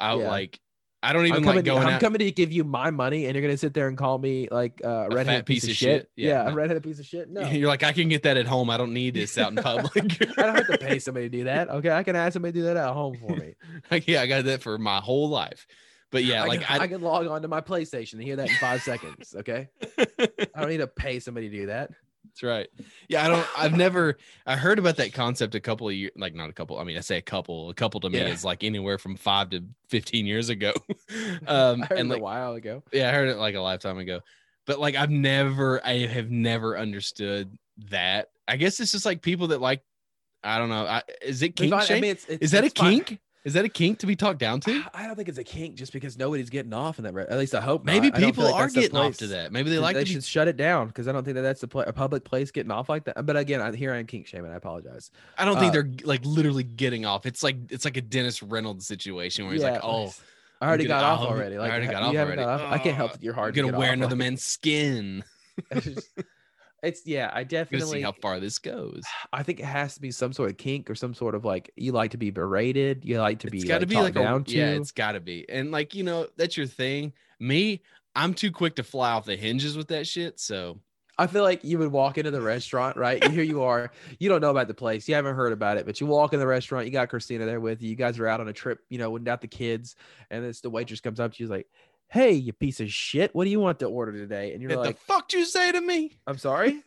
[SPEAKER 2] I
[SPEAKER 3] Yeah.
[SPEAKER 2] like. I don't even
[SPEAKER 3] I'm
[SPEAKER 2] like
[SPEAKER 3] coming,
[SPEAKER 2] going
[SPEAKER 3] I'm
[SPEAKER 2] <laughs> out.
[SPEAKER 3] coming to give you my money, and you're gonna sit there and call me like uh, a
[SPEAKER 2] fat
[SPEAKER 3] redheaded piece, of shit. Yeah, a
[SPEAKER 2] no.
[SPEAKER 3] redheaded piece of shit.
[SPEAKER 2] <laughs>
[SPEAKER 3] No, I
[SPEAKER 2] You're like, I can get that at home. I don't need this
[SPEAKER 3] <laughs>
[SPEAKER 2] out in public. <laughs>
[SPEAKER 3] don't have to pay somebody to do that. Okay, I can ask somebody to do that at home for me.
[SPEAKER 2] Like, yeah, I got that for my whole life. But <laughs> yeah,
[SPEAKER 3] I
[SPEAKER 2] like
[SPEAKER 3] can,
[SPEAKER 2] I,
[SPEAKER 3] I can log on to my PlayStation and hear that in five seconds.
[SPEAKER 2] <laughs>
[SPEAKER 3] Okay, I don't need to pay somebody to do that.
[SPEAKER 2] that's right. Yeah, I don't. I've never. I heard about that concept a couple of years, like not a couple. I mean, I say a couple. A couple to me
[SPEAKER 3] Yeah.
[SPEAKER 2] is like anywhere from five to fifteen years ago. <laughs> um,
[SPEAKER 3] <laughs> I heard
[SPEAKER 2] and
[SPEAKER 3] it
[SPEAKER 2] like,
[SPEAKER 3] a while ago.
[SPEAKER 2] yeah, I heard it like a lifetime ago. But like, I've never. I have never understood that. I guess it's just like people that like. I don't know. I, is it kink?
[SPEAKER 3] There's not- I
[SPEAKER 2] shame?
[SPEAKER 3] mean, it's- it's-
[SPEAKER 2] is that a
[SPEAKER 3] it's fine.
[SPEAKER 2] kink? Is that a kink to be talked down to?
[SPEAKER 3] I don't think it's a kink just because nobody's getting off in that. Re- at least I hope. not.
[SPEAKER 2] Maybe
[SPEAKER 3] I don't feel
[SPEAKER 2] people
[SPEAKER 3] like
[SPEAKER 2] are
[SPEAKER 3] that's the
[SPEAKER 2] getting off to
[SPEAKER 3] place.
[SPEAKER 2] that. Maybe they like
[SPEAKER 3] they
[SPEAKER 2] to
[SPEAKER 3] should
[SPEAKER 2] be.
[SPEAKER 3] shut it down because I don't think that that's a, pla a public place getting off like that. But again, I, here I am kink shaming. I apologize.
[SPEAKER 2] I don't think
[SPEAKER 3] uh,
[SPEAKER 2] they're like literally getting off. It's like it's like a Dennis Reynolds situation where he's like,
[SPEAKER 3] Yeah,
[SPEAKER 2] "Oh,
[SPEAKER 3] I already
[SPEAKER 2] get
[SPEAKER 3] got
[SPEAKER 2] it.
[SPEAKER 3] off
[SPEAKER 2] I'll-
[SPEAKER 3] already.
[SPEAKER 2] I
[SPEAKER 3] Like
[SPEAKER 2] already got
[SPEAKER 3] you
[SPEAKER 2] off
[SPEAKER 3] haven't
[SPEAKER 2] already.
[SPEAKER 3] got off. I can't help that you're
[SPEAKER 2] I'm
[SPEAKER 3] hard.
[SPEAKER 2] gonna
[SPEAKER 3] to get
[SPEAKER 2] wear
[SPEAKER 3] off
[SPEAKER 2] another
[SPEAKER 3] on.
[SPEAKER 2] man's skin. <laughs>
[SPEAKER 3] It's just- <laughs> it's yeah. I
[SPEAKER 2] I'm gonna see
[SPEAKER 3] definitely.
[SPEAKER 2] how far this goes.
[SPEAKER 3] I think it has to be some sort of kink or some sort of like you like to be berated. You like to be.
[SPEAKER 2] it's
[SPEAKER 3] got
[SPEAKER 2] got
[SPEAKER 3] to
[SPEAKER 2] to
[SPEAKER 3] like,
[SPEAKER 2] be like
[SPEAKER 3] down
[SPEAKER 2] a,
[SPEAKER 3] to.
[SPEAKER 2] yeah, it's got to be. And like you know, that's your thing. Me, I'm too quick to fly off the hinges with that shit. So
[SPEAKER 3] I feel like you would walk into the restaurant, right? Here you are. You don't know about the place. You haven't heard about it, but you walk in the restaurant. You got Christina there with you. You guys are out on a trip, you know, without the kids. And it's the waitress comes up. She's like, Hey, you piece of shit. What do you want to order today? And you're
[SPEAKER 2] what
[SPEAKER 3] like,
[SPEAKER 2] the fuck you say to me?
[SPEAKER 3] I'm
[SPEAKER 2] <laughs>
[SPEAKER 3] sorry.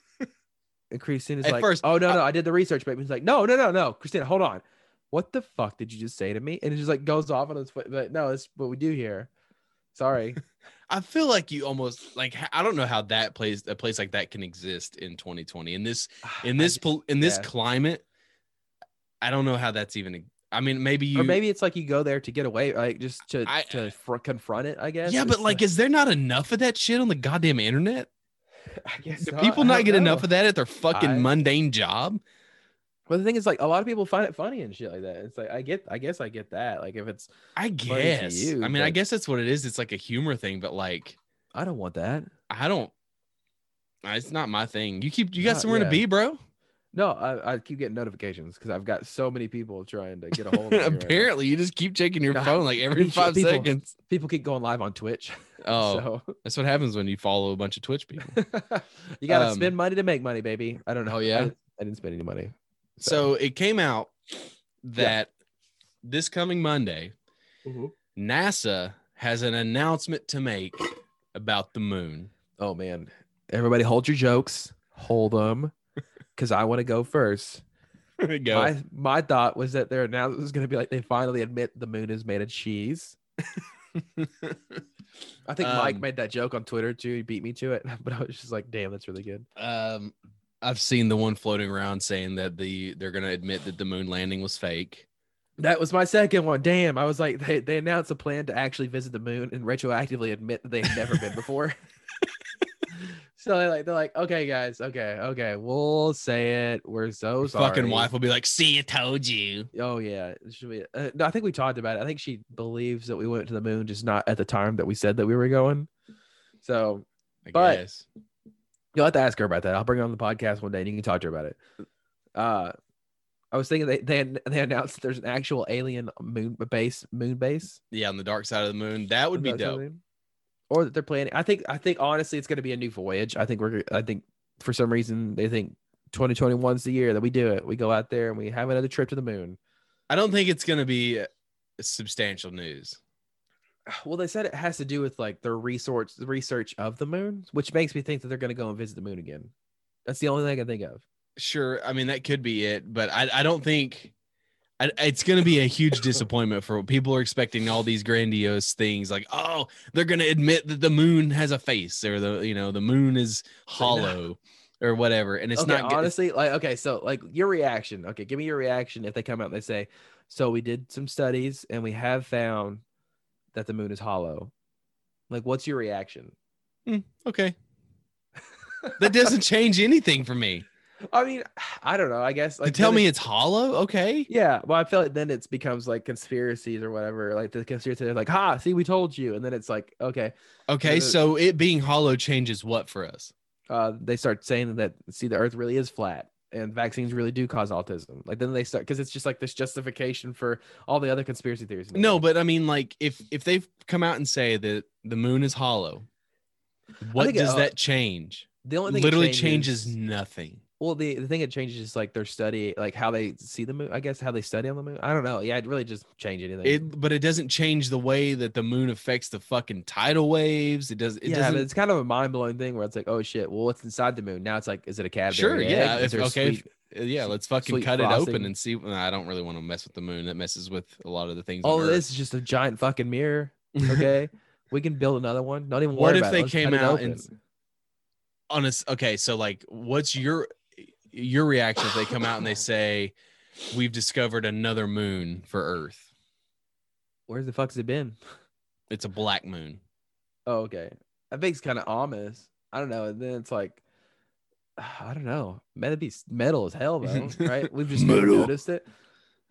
[SPEAKER 3] And Christina's
[SPEAKER 2] At
[SPEAKER 3] like,
[SPEAKER 2] first,
[SPEAKER 3] Oh, no, no. I did the research, baby. He's like, No, no, no, no. Christina, hold on. What the fuck did you just say to me? And it just like goes off on its foot. But no, that's what we do here. Sorry.
[SPEAKER 2] I feel like you almost like h- I don't know how that place a place like that can exist in 2020 in this <laughs> in this pol- in this
[SPEAKER 3] yeah.
[SPEAKER 2] climate. I don't know how that's even. I mean, maybe you.
[SPEAKER 3] or maybe it's like you go there to get away, like just to
[SPEAKER 2] I-
[SPEAKER 3] to fr- confront it. I guess.
[SPEAKER 2] yeah, but
[SPEAKER 3] It's
[SPEAKER 2] like, is there not enough of that shit on the goddamn internet?
[SPEAKER 3] <laughs> I guess
[SPEAKER 2] Do people not get enough of that at their fucking
[SPEAKER 3] I-
[SPEAKER 2] mundane job?
[SPEAKER 3] But the thing is, like, a lot of people find it funny and shit like that. It's like I get, I guess, I get that. Like, if it's,
[SPEAKER 2] I
[SPEAKER 3] to
[SPEAKER 2] guess.
[SPEAKER 3] you,
[SPEAKER 2] I mean, I
[SPEAKER 3] but-
[SPEAKER 2] guess that's what it is. It's like a humor thing, but like,
[SPEAKER 3] I don't want that.
[SPEAKER 2] I don't. It's not my thing. You keep. You got
[SPEAKER 3] Not-
[SPEAKER 2] somewhere
[SPEAKER 3] yeah.
[SPEAKER 2] to be,
[SPEAKER 3] <laughs>
[SPEAKER 2] bro.
[SPEAKER 3] No, I, I keep getting notifications because I've got so many people trying to get a
[SPEAKER 2] <laughs>
[SPEAKER 3] hold of me. right now.
[SPEAKER 2] Apparently, you just keep checking your
[SPEAKER 3] God,
[SPEAKER 2] phone
[SPEAKER 3] <laughs>
[SPEAKER 2] like every
[SPEAKER 3] reach
[SPEAKER 2] five
[SPEAKER 3] people.
[SPEAKER 2] seconds.
[SPEAKER 3] people keep going live on Twitch. <laughs>
[SPEAKER 2] Oh,
[SPEAKER 3] so
[SPEAKER 2] that's what happens when you follow a bunch of Twitch
[SPEAKER 3] <laughs>
[SPEAKER 2] people.
[SPEAKER 3] you gotta
[SPEAKER 2] Um,
[SPEAKER 3] spend money to make money, baby. I don't know.
[SPEAKER 2] Oh, yeah?
[SPEAKER 3] I, didn't- I didn't spend any money.
[SPEAKER 2] So it came out that this coming Monday,
[SPEAKER 3] Mm-hmm.
[SPEAKER 2] NASA has an announcement to make about the
[SPEAKER 3] <laughs>
[SPEAKER 2] moon.
[SPEAKER 3] Oh man, everybody, hold your jokes. Hold them, because I want to go first.
[SPEAKER 2] Go.
[SPEAKER 3] My my thought was that their announcement was going to be like they finally admit the moon is made of cheese. I think Mike
[SPEAKER 2] Um,
[SPEAKER 3] made that joke on Twitter too. He beat me to it, <laughs> but I was just like, "Damn, that's really good."
[SPEAKER 2] um, I've seen the one floating around saying that the they're going to admit that the moon landing was fake.
[SPEAKER 3] That was my second one. Damn, I was like, they, they announced a plan to actually visit the moon and retroactively admit that they had never been before. <laughs> so they're like, they're like, "Okay, guys, okay, okay, we'll say it. We're so
[SPEAKER 2] Your
[SPEAKER 3] sorry."
[SPEAKER 2] Fucking wife will be like, "See, I told you."
[SPEAKER 3] Oh yeah, Should we- uh, no, I think we talked about it. I think she believes that we went to the moon, just not at the time that we said that we were going. So
[SPEAKER 2] I
[SPEAKER 3] But-
[SPEAKER 2] guess.
[SPEAKER 3] You'll have to ask her about that. I'll bring her on the podcast one day and you can talk to her about it. Uh, I was thinking they they, they announced that there's an actual alien moon base moon base.
[SPEAKER 2] Yeah, on the dark side of the moon, that would be
[SPEAKER 3] Is that
[SPEAKER 2] dope.
[SPEAKER 3] something? Or that they're planning. I think I think honestly it's going to be a new voyage. I think we're I think for some reason they think 2021's the year that we do it. We go out there and we have another trip to the moon.
[SPEAKER 2] I don't think it's going to be uh, substantial news.
[SPEAKER 3] Well, they said it has to do with like their research the research of the moon, which makes me think that they're going to go and visit the moon again. That's the only thing I can think of.
[SPEAKER 2] Sure, I mean that could be it, but I I don't think I, it's going to be a huge disappointment for people are expecting all these grandiose things like oh they're going to admit that the moon has a face or the you know the moon is hollow or whatever, and it's
[SPEAKER 3] okay,
[SPEAKER 2] not. Honest-
[SPEAKER 3] honestly like okay so like your reaction okay give me your reaction if they come out and they say so we did some studies and we have found that the moon is hollow like what's your reaction
[SPEAKER 2] okay, that doesn't change anything for me.
[SPEAKER 3] i mean i don't know i guess
[SPEAKER 2] To
[SPEAKER 3] <laughs> like
[SPEAKER 2] tell
[SPEAKER 3] then
[SPEAKER 2] me
[SPEAKER 3] it-
[SPEAKER 2] it's hollow, okay?
[SPEAKER 3] yeah well i feel like then it becomes like conspiracies or whatever like the conspiracy they're like ha see we told you and then it's like okay
[SPEAKER 2] Okay,
[SPEAKER 3] Uh,
[SPEAKER 2] so it being hollow changes what for us?
[SPEAKER 3] uh they start saying that see the earth really is flat and vaccines really do cause autism like then they start because it's just like this justification for all the other conspiracy theories in the
[SPEAKER 2] No,
[SPEAKER 3] world.
[SPEAKER 2] but I mean, like, if if they've come out and say that the moon is hollow, what
[SPEAKER 3] think it-
[SPEAKER 2] does
[SPEAKER 3] uh,
[SPEAKER 2] that change?
[SPEAKER 3] the only thing it
[SPEAKER 2] Literally changes, nothing.
[SPEAKER 3] Well, the, the thing that changes is like their study, like how they see the moon. I guess how they study on the moon. I don't know. Yeah, it really just change anything.
[SPEAKER 2] It, but it doesn't change the way that the moon affects the fucking tidal waves. It does. It
[SPEAKER 3] yeah, but
[SPEAKER 2] doesn't.
[SPEAKER 3] it's kind of a mind blowing thing where it's like, oh shit, well, what's inside the moon? Now it's like, is it a cat?
[SPEAKER 2] Sure, yeah, if- okay,
[SPEAKER 3] Sweet...
[SPEAKER 2] uh, yeah, let's fucking
[SPEAKER 3] sweet
[SPEAKER 2] cut it
[SPEAKER 3] frosting.
[SPEAKER 2] open and see. well, I don't really want to mess with the moon. That messes with a lot of the things.
[SPEAKER 3] Oh,
[SPEAKER 2] on Earth.
[SPEAKER 3] this is just a giant fucking mirror. Okay, <laughs> we can build another one. Not even
[SPEAKER 2] What
[SPEAKER 3] worry
[SPEAKER 2] if
[SPEAKER 3] about
[SPEAKER 2] they
[SPEAKER 3] it. Let's cut
[SPEAKER 2] came
[SPEAKER 3] it
[SPEAKER 2] out and
[SPEAKER 3] open.
[SPEAKER 2] honest okay so like what's your your reaction if they come out and
[SPEAKER 3] <sighs>
[SPEAKER 2] they say we've discovered another moon for earth
[SPEAKER 3] where's the fuck's it been?
[SPEAKER 2] it's a black moon
[SPEAKER 3] Oh, okay. That thing's kind of ominous. I don't know. And then it's like, <sighs> I don't know. Metal be metal as hell though, right? We've just never
[SPEAKER 2] Metal.
[SPEAKER 3] noticed it.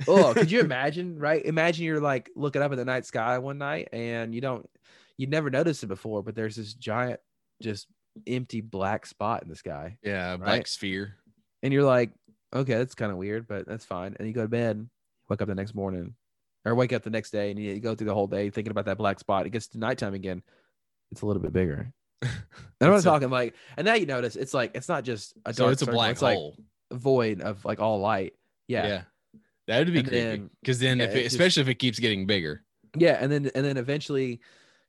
[SPEAKER 3] oh, could you imagine? Right? Imagine you're like looking up at the night sky one night and you don't, you never noticed it before, but there's this giant, just empty black spot in the sky,
[SPEAKER 2] Yeah, black
[SPEAKER 3] Right?
[SPEAKER 2] sphere.
[SPEAKER 3] and you're like, okay, that's kind of weird, but that's fine. And you go to bed, wake up the next morning, or wake up the next day, and you go through the whole day thinking about that black spot. It gets to nighttime again, it's a little
[SPEAKER 2] <laughs>
[SPEAKER 3] bit bigger. And I'm not
[SPEAKER 2] It's a-
[SPEAKER 3] talking like, and now you notice it's like it's not just a dark
[SPEAKER 2] so it's a
[SPEAKER 3] circle,
[SPEAKER 2] black
[SPEAKER 3] it's like
[SPEAKER 2] hole.
[SPEAKER 3] void of like all light.
[SPEAKER 2] yeah.
[SPEAKER 3] Yeah. yeah,
[SPEAKER 2] That would be
[SPEAKER 3] And
[SPEAKER 2] creepy.
[SPEAKER 3] then-
[SPEAKER 2] Because then,
[SPEAKER 3] yeah,
[SPEAKER 2] if
[SPEAKER 3] it
[SPEAKER 2] it,
[SPEAKER 3] just-
[SPEAKER 2] especially if it keeps getting bigger.
[SPEAKER 3] and then and then eventually,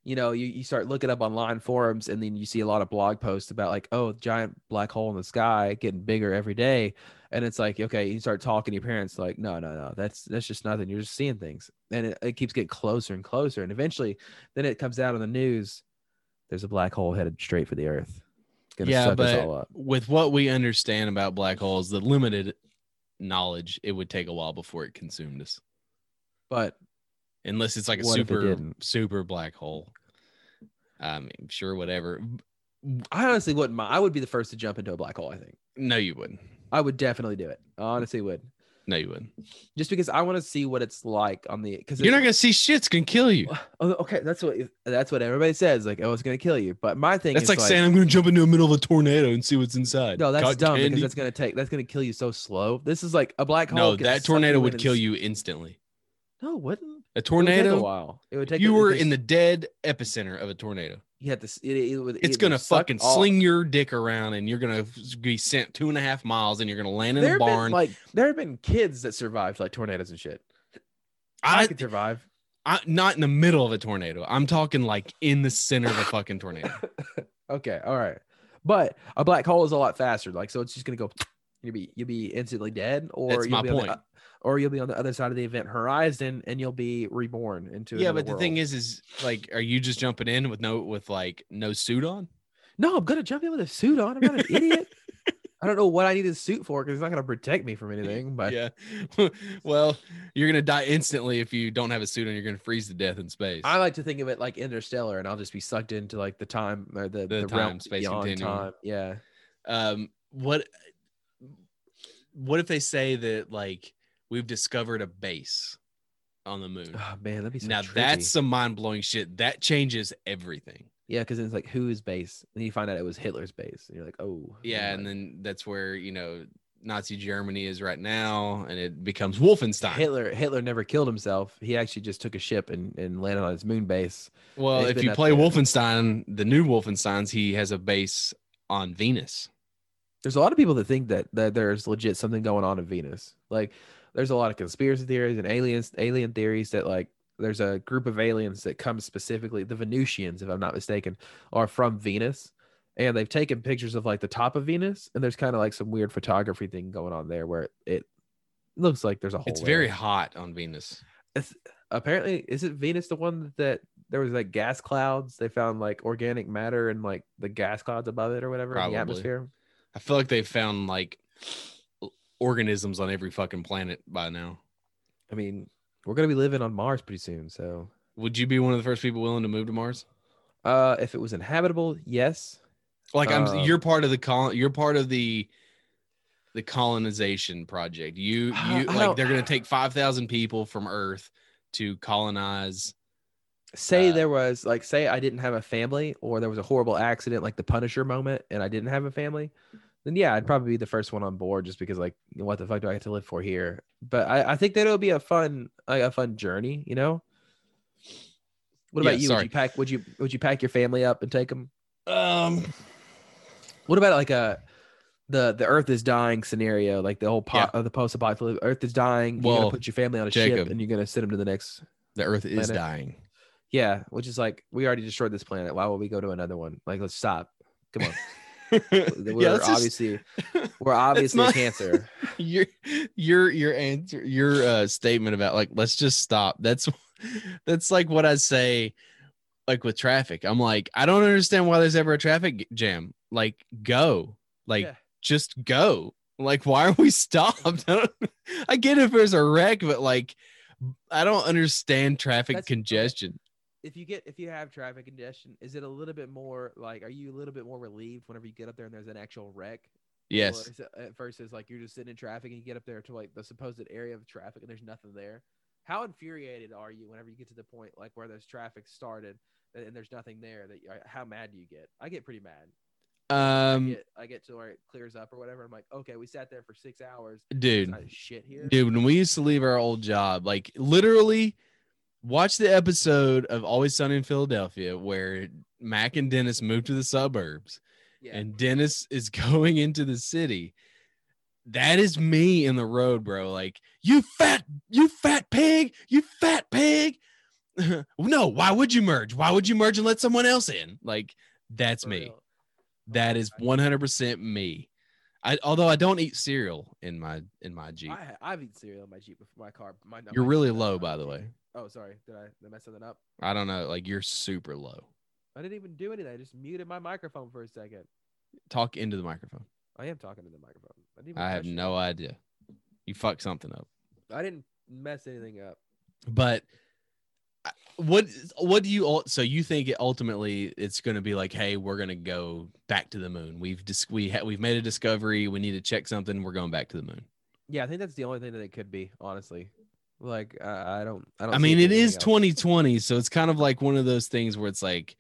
[SPEAKER 3] you know, you you start looking up online forums, and then you see a lot of blog posts about like, oh, giant black hole in the sky getting bigger every day, and it's like, okay, you start talking to your parents, like, no, no, no, that's that's just nothing. You're just seeing things, and it, it keeps getting closer and closer, and eventually, then it comes out on the news. There's a black hole headed straight for the Earth. It's gonna
[SPEAKER 2] Yeah,
[SPEAKER 3] suck us
[SPEAKER 2] but-
[SPEAKER 3] all up.
[SPEAKER 2] With what we understand about black holes, the limited knowledge, it would take a while before it consumed us.
[SPEAKER 3] But
[SPEAKER 2] Unless it's like a
[SPEAKER 3] What if it
[SPEAKER 2] super,
[SPEAKER 3] didn't?
[SPEAKER 2] super black hole. I mean, sure, whatever.
[SPEAKER 3] I honestly wouldn't mind. I would be the first to jump into a black hole. I think
[SPEAKER 2] No, you wouldn't.
[SPEAKER 3] I would definitely do it. I honestly would,
[SPEAKER 2] No, you wouldn't.
[SPEAKER 3] just because I want to see what it's like on the. Because
[SPEAKER 2] You're not gonna see shits can kill you.
[SPEAKER 3] <laughs> Oh, okay, that's what that's what everybody says. Like, oh, it's gonna kill you. But my thing
[SPEAKER 2] That's
[SPEAKER 3] is
[SPEAKER 2] like, saying I'm gonna jump into the middle of a tornado and see what's inside.
[SPEAKER 3] no, that's
[SPEAKER 2] Cotton
[SPEAKER 3] dumb
[SPEAKER 2] candy?
[SPEAKER 3] because that's gonna take that's gonna kill you so slow. This is like a black hole.
[SPEAKER 2] no,
[SPEAKER 3] can
[SPEAKER 2] that
[SPEAKER 3] suck
[SPEAKER 2] tornado
[SPEAKER 3] in
[SPEAKER 2] would
[SPEAKER 3] and
[SPEAKER 2] kill
[SPEAKER 3] s-
[SPEAKER 2] you instantly.
[SPEAKER 3] No, it wouldn't.
[SPEAKER 2] A
[SPEAKER 3] It would take a
[SPEAKER 2] tornado.
[SPEAKER 3] while. It would take.
[SPEAKER 2] You
[SPEAKER 3] it
[SPEAKER 2] were
[SPEAKER 3] just-
[SPEAKER 2] in the dead epicenter of a tornado.
[SPEAKER 3] You have to. s- It, it would,
[SPEAKER 2] It's
[SPEAKER 3] it
[SPEAKER 2] gonna
[SPEAKER 3] would suck
[SPEAKER 2] fucking
[SPEAKER 3] all-
[SPEAKER 2] sling your dick around, and you're gonna f- be sent two and a half miles, and you're gonna land in
[SPEAKER 3] There
[SPEAKER 2] a
[SPEAKER 3] have been,
[SPEAKER 2] barn.
[SPEAKER 3] like there have been kids that survived like tornadoes and shit. I,
[SPEAKER 2] I,
[SPEAKER 3] could survive.
[SPEAKER 2] I, not in the middle of a tornado. I'm talking like in the center of a fucking
[SPEAKER 3] <sighs>
[SPEAKER 2] tornado.
[SPEAKER 3] Okay, all right. But a black hole is a lot faster. Like, so it's just gonna go. You'll be you'll be instantly dead, or
[SPEAKER 2] That's
[SPEAKER 3] you'll
[SPEAKER 2] my
[SPEAKER 3] be on the-
[SPEAKER 2] point.
[SPEAKER 3] or you'll be on the other side of the event horizon, and you'll be reborn into.
[SPEAKER 2] yeah,
[SPEAKER 3] another
[SPEAKER 2] but the thing
[SPEAKER 3] world.
[SPEAKER 2] is, is like, are you just jumping in with no, with like no suit on?
[SPEAKER 3] no, I'm gonna jump in with a suit on. I'm not
[SPEAKER 2] <laughs>
[SPEAKER 3] an idiot. I don't know what I need a suit for because it's not gonna protect me
[SPEAKER 2] <laughs>
[SPEAKER 3] from anything. But
[SPEAKER 2] yeah. well, you're gonna die instantly if you don't have a suit on. You're gonna freeze to death in space.
[SPEAKER 3] I like to think of it like Interstellar, and I'll just be sucked into like the time or the
[SPEAKER 2] The
[SPEAKER 3] realm
[SPEAKER 2] time, space
[SPEAKER 3] beyond
[SPEAKER 2] continuum.
[SPEAKER 3] time. Yeah,
[SPEAKER 2] um, what? What if they say that like we've discovered a base on the moon?
[SPEAKER 3] oh man, that'd be so
[SPEAKER 2] now
[SPEAKER 3] trippy.
[SPEAKER 2] that's some mind blowing shit. That changes everything.
[SPEAKER 3] yeah, because it's like who is base, and then you find out it was Hitler's base, and you're like, oh
[SPEAKER 2] Yeah,
[SPEAKER 3] never
[SPEAKER 2] and
[SPEAKER 3] mind.
[SPEAKER 2] then that's where you know Nazi Germany is right now, and it becomes Wolfenstein.
[SPEAKER 3] Hitler Hitler never killed himself. He actually just took a ship and, and landed on his moon base.
[SPEAKER 2] well,
[SPEAKER 3] They've
[SPEAKER 2] if
[SPEAKER 3] been
[SPEAKER 2] you
[SPEAKER 3] up
[SPEAKER 2] play
[SPEAKER 3] there.
[SPEAKER 2] Wolfenstein, the new Wolfenstein's, he has a base on Venus.
[SPEAKER 3] There's a lot of people that think that that there's legit something going on in Venus. Like there's a lot of conspiracy theories and aliens alien theories that like there's a group of aliens that come specifically the Venusians, if I'm not mistaken, are from Venus. And they've taken pictures of like the top of Venus, and there's kind of like some weird photography thing going on there where it looks like there's a hole.
[SPEAKER 2] It's
[SPEAKER 3] there.
[SPEAKER 2] very hot on Venus.
[SPEAKER 3] apparently isn't Venus the one that there was like gas clouds? They found like organic matter and like the gas clouds above it or whatever in
[SPEAKER 2] Probably.
[SPEAKER 3] the atmosphere.
[SPEAKER 2] I feel like they've found like organisms on every fucking planet by now.
[SPEAKER 3] I mean, we're gonna be living on Mars pretty soon, so
[SPEAKER 2] Would you be one of the first people willing to move to Mars?
[SPEAKER 3] uh, if it was inhabitable, yes.
[SPEAKER 2] Like I'm,
[SPEAKER 3] Uh,
[SPEAKER 2] you're part of the colon, you're part of the the colonization project. You
[SPEAKER 3] I-
[SPEAKER 2] you
[SPEAKER 3] I
[SPEAKER 2] like
[SPEAKER 3] don't-
[SPEAKER 2] they're gonna take five thousand people from Earth to colonize.
[SPEAKER 3] Say
[SPEAKER 2] Uh,
[SPEAKER 3] there was like, say I didn't have a family, or there was a horrible accident like the Punisher moment, and I didn't have a family. Then yeah, I'd probably be the first one on board just because like, what the fuck do I get to live for here? But I, I think that it'll be a fun, like, a fun journey, you know. What
[SPEAKER 2] Yeah,
[SPEAKER 3] about you? Would
[SPEAKER 2] sorry.
[SPEAKER 3] you pack? Would you would you pack your family up and take them?
[SPEAKER 2] Um,
[SPEAKER 3] What about like a the the Earth is dying scenario, like the whole pot of the post apocalypse Earth is dying. you're
[SPEAKER 2] Well,
[SPEAKER 3] gonna put your family on a ship
[SPEAKER 2] Jacob.
[SPEAKER 3] and you're gonna send them to the next.
[SPEAKER 2] the Earth is <laughs>
[SPEAKER 3] Planet.
[SPEAKER 2] dying.
[SPEAKER 3] Yeah, which is like we already destroyed this planet. Why would we go to another one? Like let's stop.
[SPEAKER 2] <laughs>
[SPEAKER 3] Come on. we're
[SPEAKER 2] yeah, that's just, <laughs>
[SPEAKER 3] obviously we're obviously
[SPEAKER 2] not- <laughs>
[SPEAKER 3] a cancer.
[SPEAKER 2] your your your answer your uh, statement about like let's just stop. That's that's like what I say, like with traffic. I'm like I don't understand why there's ever a traffic g- jam. Like go, like
[SPEAKER 3] Yeah.
[SPEAKER 2] just go. Like why are we <laughs> stopped? I, don't- I get if there's a wreck, but like I don't understand traffic
[SPEAKER 3] That's- okay.
[SPEAKER 2] congestion.
[SPEAKER 3] If you get if you have traffic congestion, is it a little bit more like are you a little bit more relieved whenever you get up there and there's an actual wreck
[SPEAKER 2] Yes.
[SPEAKER 3] Or is it- uh, versus like you're just sitting in traffic and you get up there to like the supposed area of traffic and there's nothing there. How infuriated are you whenever you get to the point like where there's traffic started and, and there's nothing there? That you, how mad do you get? I get pretty mad. I,
[SPEAKER 2] Um,
[SPEAKER 3] get, I get to where it clears up or whatever. I'm like, okay, we sat there for six hours. There's
[SPEAKER 2] dude,
[SPEAKER 3] not shit here.
[SPEAKER 2] dude, when we used to leave our old job, like literally, watch the episode of Always Sunny in Philadelphia where Mac and Dennis move to the suburbs,
[SPEAKER 3] yeah.
[SPEAKER 2] and Dennis is <laughs> going into the city. That is me in the road, bro. Like you fat, you fat pig, you fat pig. <laughs> no, why would you merge? Why would you merge and let someone else in? Like that's
[SPEAKER 3] for
[SPEAKER 2] me.
[SPEAKER 3] real.
[SPEAKER 2] That is 100% me. I although I don't eat cereal in my in my Jeep.
[SPEAKER 3] I, I've eaten cereal in my Jeep before my car. My,
[SPEAKER 2] You're
[SPEAKER 3] my-
[SPEAKER 2] really
[SPEAKER 3] that's
[SPEAKER 2] low
[SPEAKER 3] not
[SPEAKER 2] by
[SPEAKER 3] a
[SPEAKER 2] the
[SPEAKER 3] Jeep.
[SPEAKER 2] way.
[SPEAKER 3] Oh, sorry. Did I, did I mess something up?
[SPEAKER 2] I don't know, like you're super low.
[SPEAKER 3] I didn't even do anything. I just muted my microphone for a second.
[SPEAKER 2] Talk into the microphone.
[SPEAKER 3] I am talking to the microphone. I, didn't even
[SPEAKER 2] I have
[SPEAKER 3] touch it.
[SPEAKER 2] no idea. You fucked something up.
[SPEAKER 3] I didn't mess anything up.
[SPEAKER 2] But I- what what do you ul- so you think it ultimately it's going to be like hey we're going to go back to the moon we've dis- we ha- we've made a discovery we need to check something we're going back to the moon
[SPEAKER 3] Yeah, I think that's the only thing that it could be, honestly. Like uh, I don't, I don't.
[SPEAKER 2] I
[SPEAKER 3] see
[SPEAKER 2] mean, it
[SPEAKER 3] being
[SPEAKER 2] is
[SPEAKER 3] anything else.
[SPEAKER 2] 2020, so it's kind of like one of those things where it's like,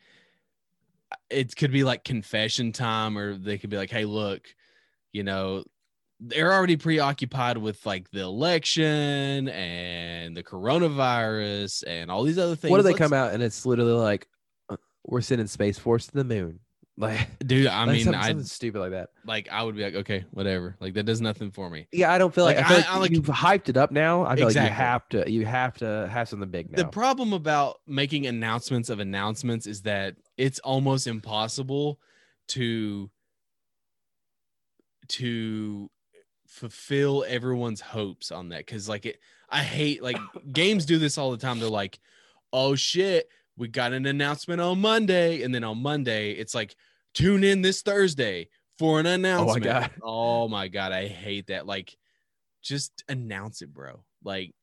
[SPEAKER 2] it could be like confession time, or they could be like, hey, look, you know, they're already preoccupied with like the election and the coronavirus and all these other things.
[SPEAKER 3] What do they
[SPEAKER 2] Let's-
[SPEAKER 3] come out and it's literally like, uh, we're sending Space Force to the moon. Like,
[SPEAKER 2] Dude, I
[SPEAKER 3] like
[SPEAKER 2] mean,
[SPEAKER 3] something,
[SPEAKER 2] I
[SPEAKER 3] something stupid like that.
[SPEAKER 2] like, I would be like, okay, whatever. Like, that does nothing for me.
[SPEAKER 3] Yeah, I don't feel like,
[SPEAKER 2] Like,
[SPEAKER 3] I feel
[SPEAKER 2] I-
[SPEAKER 3] like,
[SPEAKER 2] I like-
[SPEAKER 3] you've hyped it up now. I feel like
[SPEAKER 2] Exactly.
[SPEAKER 3] you have to, you have to have something big now.
[SPEAKER 2] The problem about making announcements of announcements is that it's almost impossible to to fulfill everyone's hopes on that cuz like it I hate like games do this all the time they're like oh shit we got an announcement on Monday and then on Monday it's like tune in this Thursday for an announcement.
[SPEAKER 3] God.
[SPEAKER 2] Oh my god, I hate that. Like just announce it, bro. Like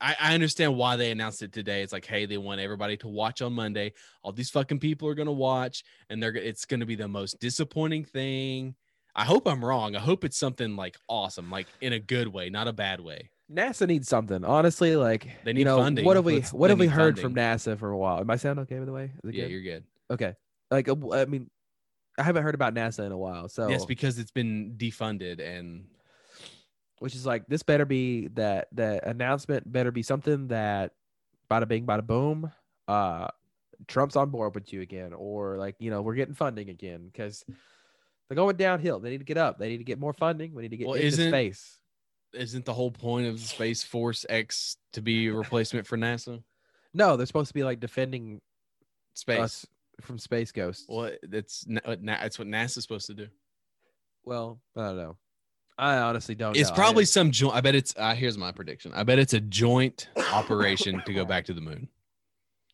[SPEAKER 2] I, I understand why they announced it today. It's like, hey, they want everybody to watch on Monday. All these fucking people are gonna watch, and they're go- it's gonna be the most disappointing thing. I hope I'm wrong. I hope it's something like awesome, like in a good way, not a bad way.
[SPEAKER 3] NASA needs something, honestly. Like
[SPEAKER 2] They
[SPEAKER 3] you
[SPEAKER 2] need
[SPEAKER 3] know,
[SPEAKER 2] funding.
[SPEAKER 3] What have we
[SPEAKER 2] Let's-
[SPEAKER 3] What
[SPEAKER 2] they
[SPEAKER 3] have we
[SPEAKER 2] need
[SPEAKER 3] heard from NASA for a while? Am I sound okay by the way? Is it
[SPEAKER 2] yeah,
[SPEAKER 3] good?
[SPEAKER 2] you're good.
[SPEAKER 3] okay. Like uh, w- I mean, I haven't heard about NASA in a while, so
[SPEAKER 2] Yes, because it's been defunded and
[SPEAKER 3] which is like this better be that that announcement better be something that bada bing bada boom uh trump's on board with you again or like you know we're getting funding again because they're going downhill they need to get up they need to get more funding we need to get
[SPEAKER 2] Well,
[SPEAKER 3] into
[SPEAKER 2] isn't-
[SPEAKER 3] space
[SPEAKER 2] isn't the whole point of Space Force X to be a replacement for NASA?
[SPEAKER 3] no they're supposed to be like defending
[SPEAKER 2] Space.
[SPEAKER 3] us from space ghosts
[SPEAKER 2] Well, that's na- what na- that's what NASA's supposed to do.
[SPEAKER 3] well i don't know i honestly don't
[SPEAKER 2] It's
[SPEAKER 3] know. I
[SPEAKER 2] probably
[SPEAKER 3] didn't-
[SPEAKER 2] some joint. I bet it's. Uh, here's my prediction. I bet it's a joint operation to go back to the
[SPEAKER 3] <laughs>
[SPEAKER 2] moon.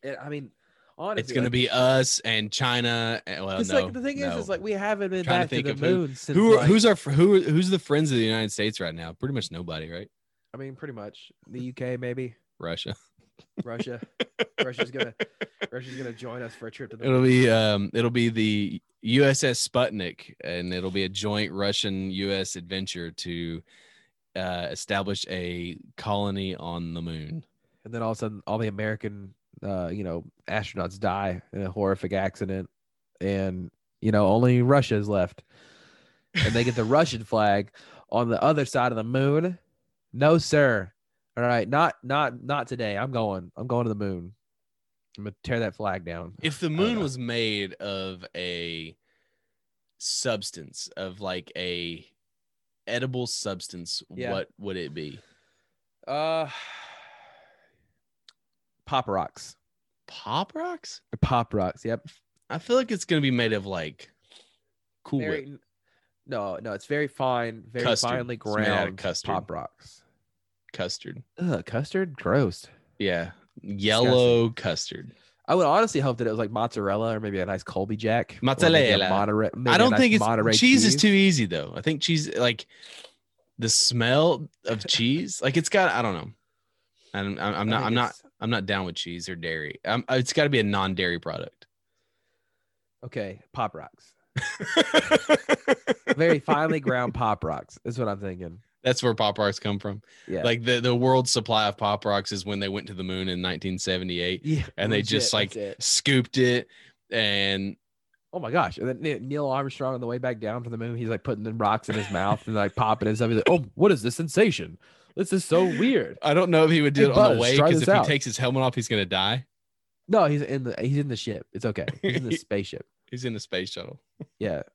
[SPEAKER 3] it- i mean honestly
[SPEAKER 2] It's gonna
[SPEAKER 3] like-
[SPEAKER 2] be us and China. And, well,
[SPEAKER 3] it's
[SPEAKER 2] no,
[SPEAKER 3] like the thing is
[SPEAKER 2] no.
[SPEAKER 3] is like we haven't been
[SPEAKER 2] Trying to
[SPEAKER 3] back to,
[SPEAKER 2] think
[SPEAKER 3] the
[SPEAKER 2] of who-
[SPEAKER 3] moon since
[SPEAKER 2] who are,
[SPEAKER 3] like-
[SPEAKER 2] who's our fr- who who's the friends of the United States right now? Pretty much nobody, right?
[SPEAKER 3] i mean pretty much the uk maybe
[SPEAKER 2] Russia.
[SPEAKER 3] Russia. Russia's gonna Russia's gonna join us for a trip to the
[SPEAKER 2] It'll be um. It'll be the USS Sputnik, and it'll be a joint Russian-U.S. adventure to uh, establish a colony on the moon.
[SPEAKER 3] and then all of a sudden all the American uh, you know, astronauts die in a horrific accident and you know, only Russia is left. And they get the Russian flag on the other side of the moon. No, sir. All right, not not not today. I'm going. I'm going to the moon. I'm gonna tear that flag down.
[SPEAKER 2] if the
[SPEAKER 3] don't
[SPEAKER 2] moon
[SPEAKER 3] know.
[SPEAKER 2] was made of a substance of like a edible substance
[SPEAKER 3] Yeah.
[SPEAKER 2] what would it be
[SPEAKER 3] Uh <sighs> Pop rocks.
[SPEAKER 2] pop rocks
[SPEAKER 3] Pop rocks, yep.
[SPEAKER 2] i feel like it's gonna be made of like cool
[SPEAKER 3] very,
[SPEAKER 2] Whip.
[SPEAKER 3] n- No, no, it's very fine, very
[SPEAKER 2] Custard.
[SPEAKER 3] finely
[SPEAKER 2] It's made out of
[SPEAKER 3] ground
[SPEAKER 2] custard.
[SPEAKER 3] pop rocks.
[SPEAKER 2] custard
[SPEAKER 3] Ugh, custard, gross.
[SPEAKER 2] yeah yellow custard
[SPEAKER 3] I would honestly hope that it was like mozzarella or maybe a nice Colby Jack. or maybe a
[SPEAKER 2] Mozzarella.
[SPEAKER 3] moderate- maybe
[SPEAKER 2] i
[SPEAKER 3] a
[SPEAKER 2] don't
[SPEAKER 3] nice
[SPEAKER 2] think it's
[SPEAKER 3] Monterey
[SPEAKER 2] cheese, is too easy though i think cheese like the smell of
[SPEAKER 3] <laughs>
[SPEAKER 2] cheese like it's got i don't know i'm, I'm, I'm
[SPEAKER 3] I
[SPEAKER 2] not
[SPEAKER 3] think
[SPEAKER 2] i'm not
[SPEAKER 3] it's-
[SPEAKER 2] i'm not down with Um, uh, cheese or dairy i it's got to be a non-dairy product <laughs>
[SPEAKER 3] okay. Pop rocks. Very finely ground pop rocks is what I'm thinking.
[SPEAKER 2] That's where pop rocks come from.
[SPEAKER 3] Yeah.
[SPEAKER 2] Like the the world supply of pop rocks is when they went to the moon in 1978,
[SPEAKER 3] yeah,
[SPEAKER 2] and they
[SPEAKER 3] legit,
[SPEAKER 2] just, like,
[SPEAKER 3] that's it.
[SPEAKER 2] scooped it, and
[SPEAKER 3] oh my gosh. And then Ne- Neil Armstrong on the way back down from the moon, he's like putting the rocks in his mouth and like popping and stuff. He's like, oh, what is this sensation? This is so weird.
[SPEAKER 2] I don't know if he would do
[SPEAKER 3] Hey,
[SPEAKER 2] it on
[SPEAKER 3] Buzz,
[SPEAKER 2] the way
[SPEAKER 3] try
[SPEAKER 2] because
[SPEAKER 3] this
[SPEAKER 2] if
[SPEAKER 3] out.
[SPEAKER 2] he takes his helmet off, he's gonna die.
[SPEAKER 3] No, he's in the he's in the ship. It's okay. He's in the spaceship.
[SPEAKER 2] He's in a space shuttle.
[SPEAKER 3] Yeah,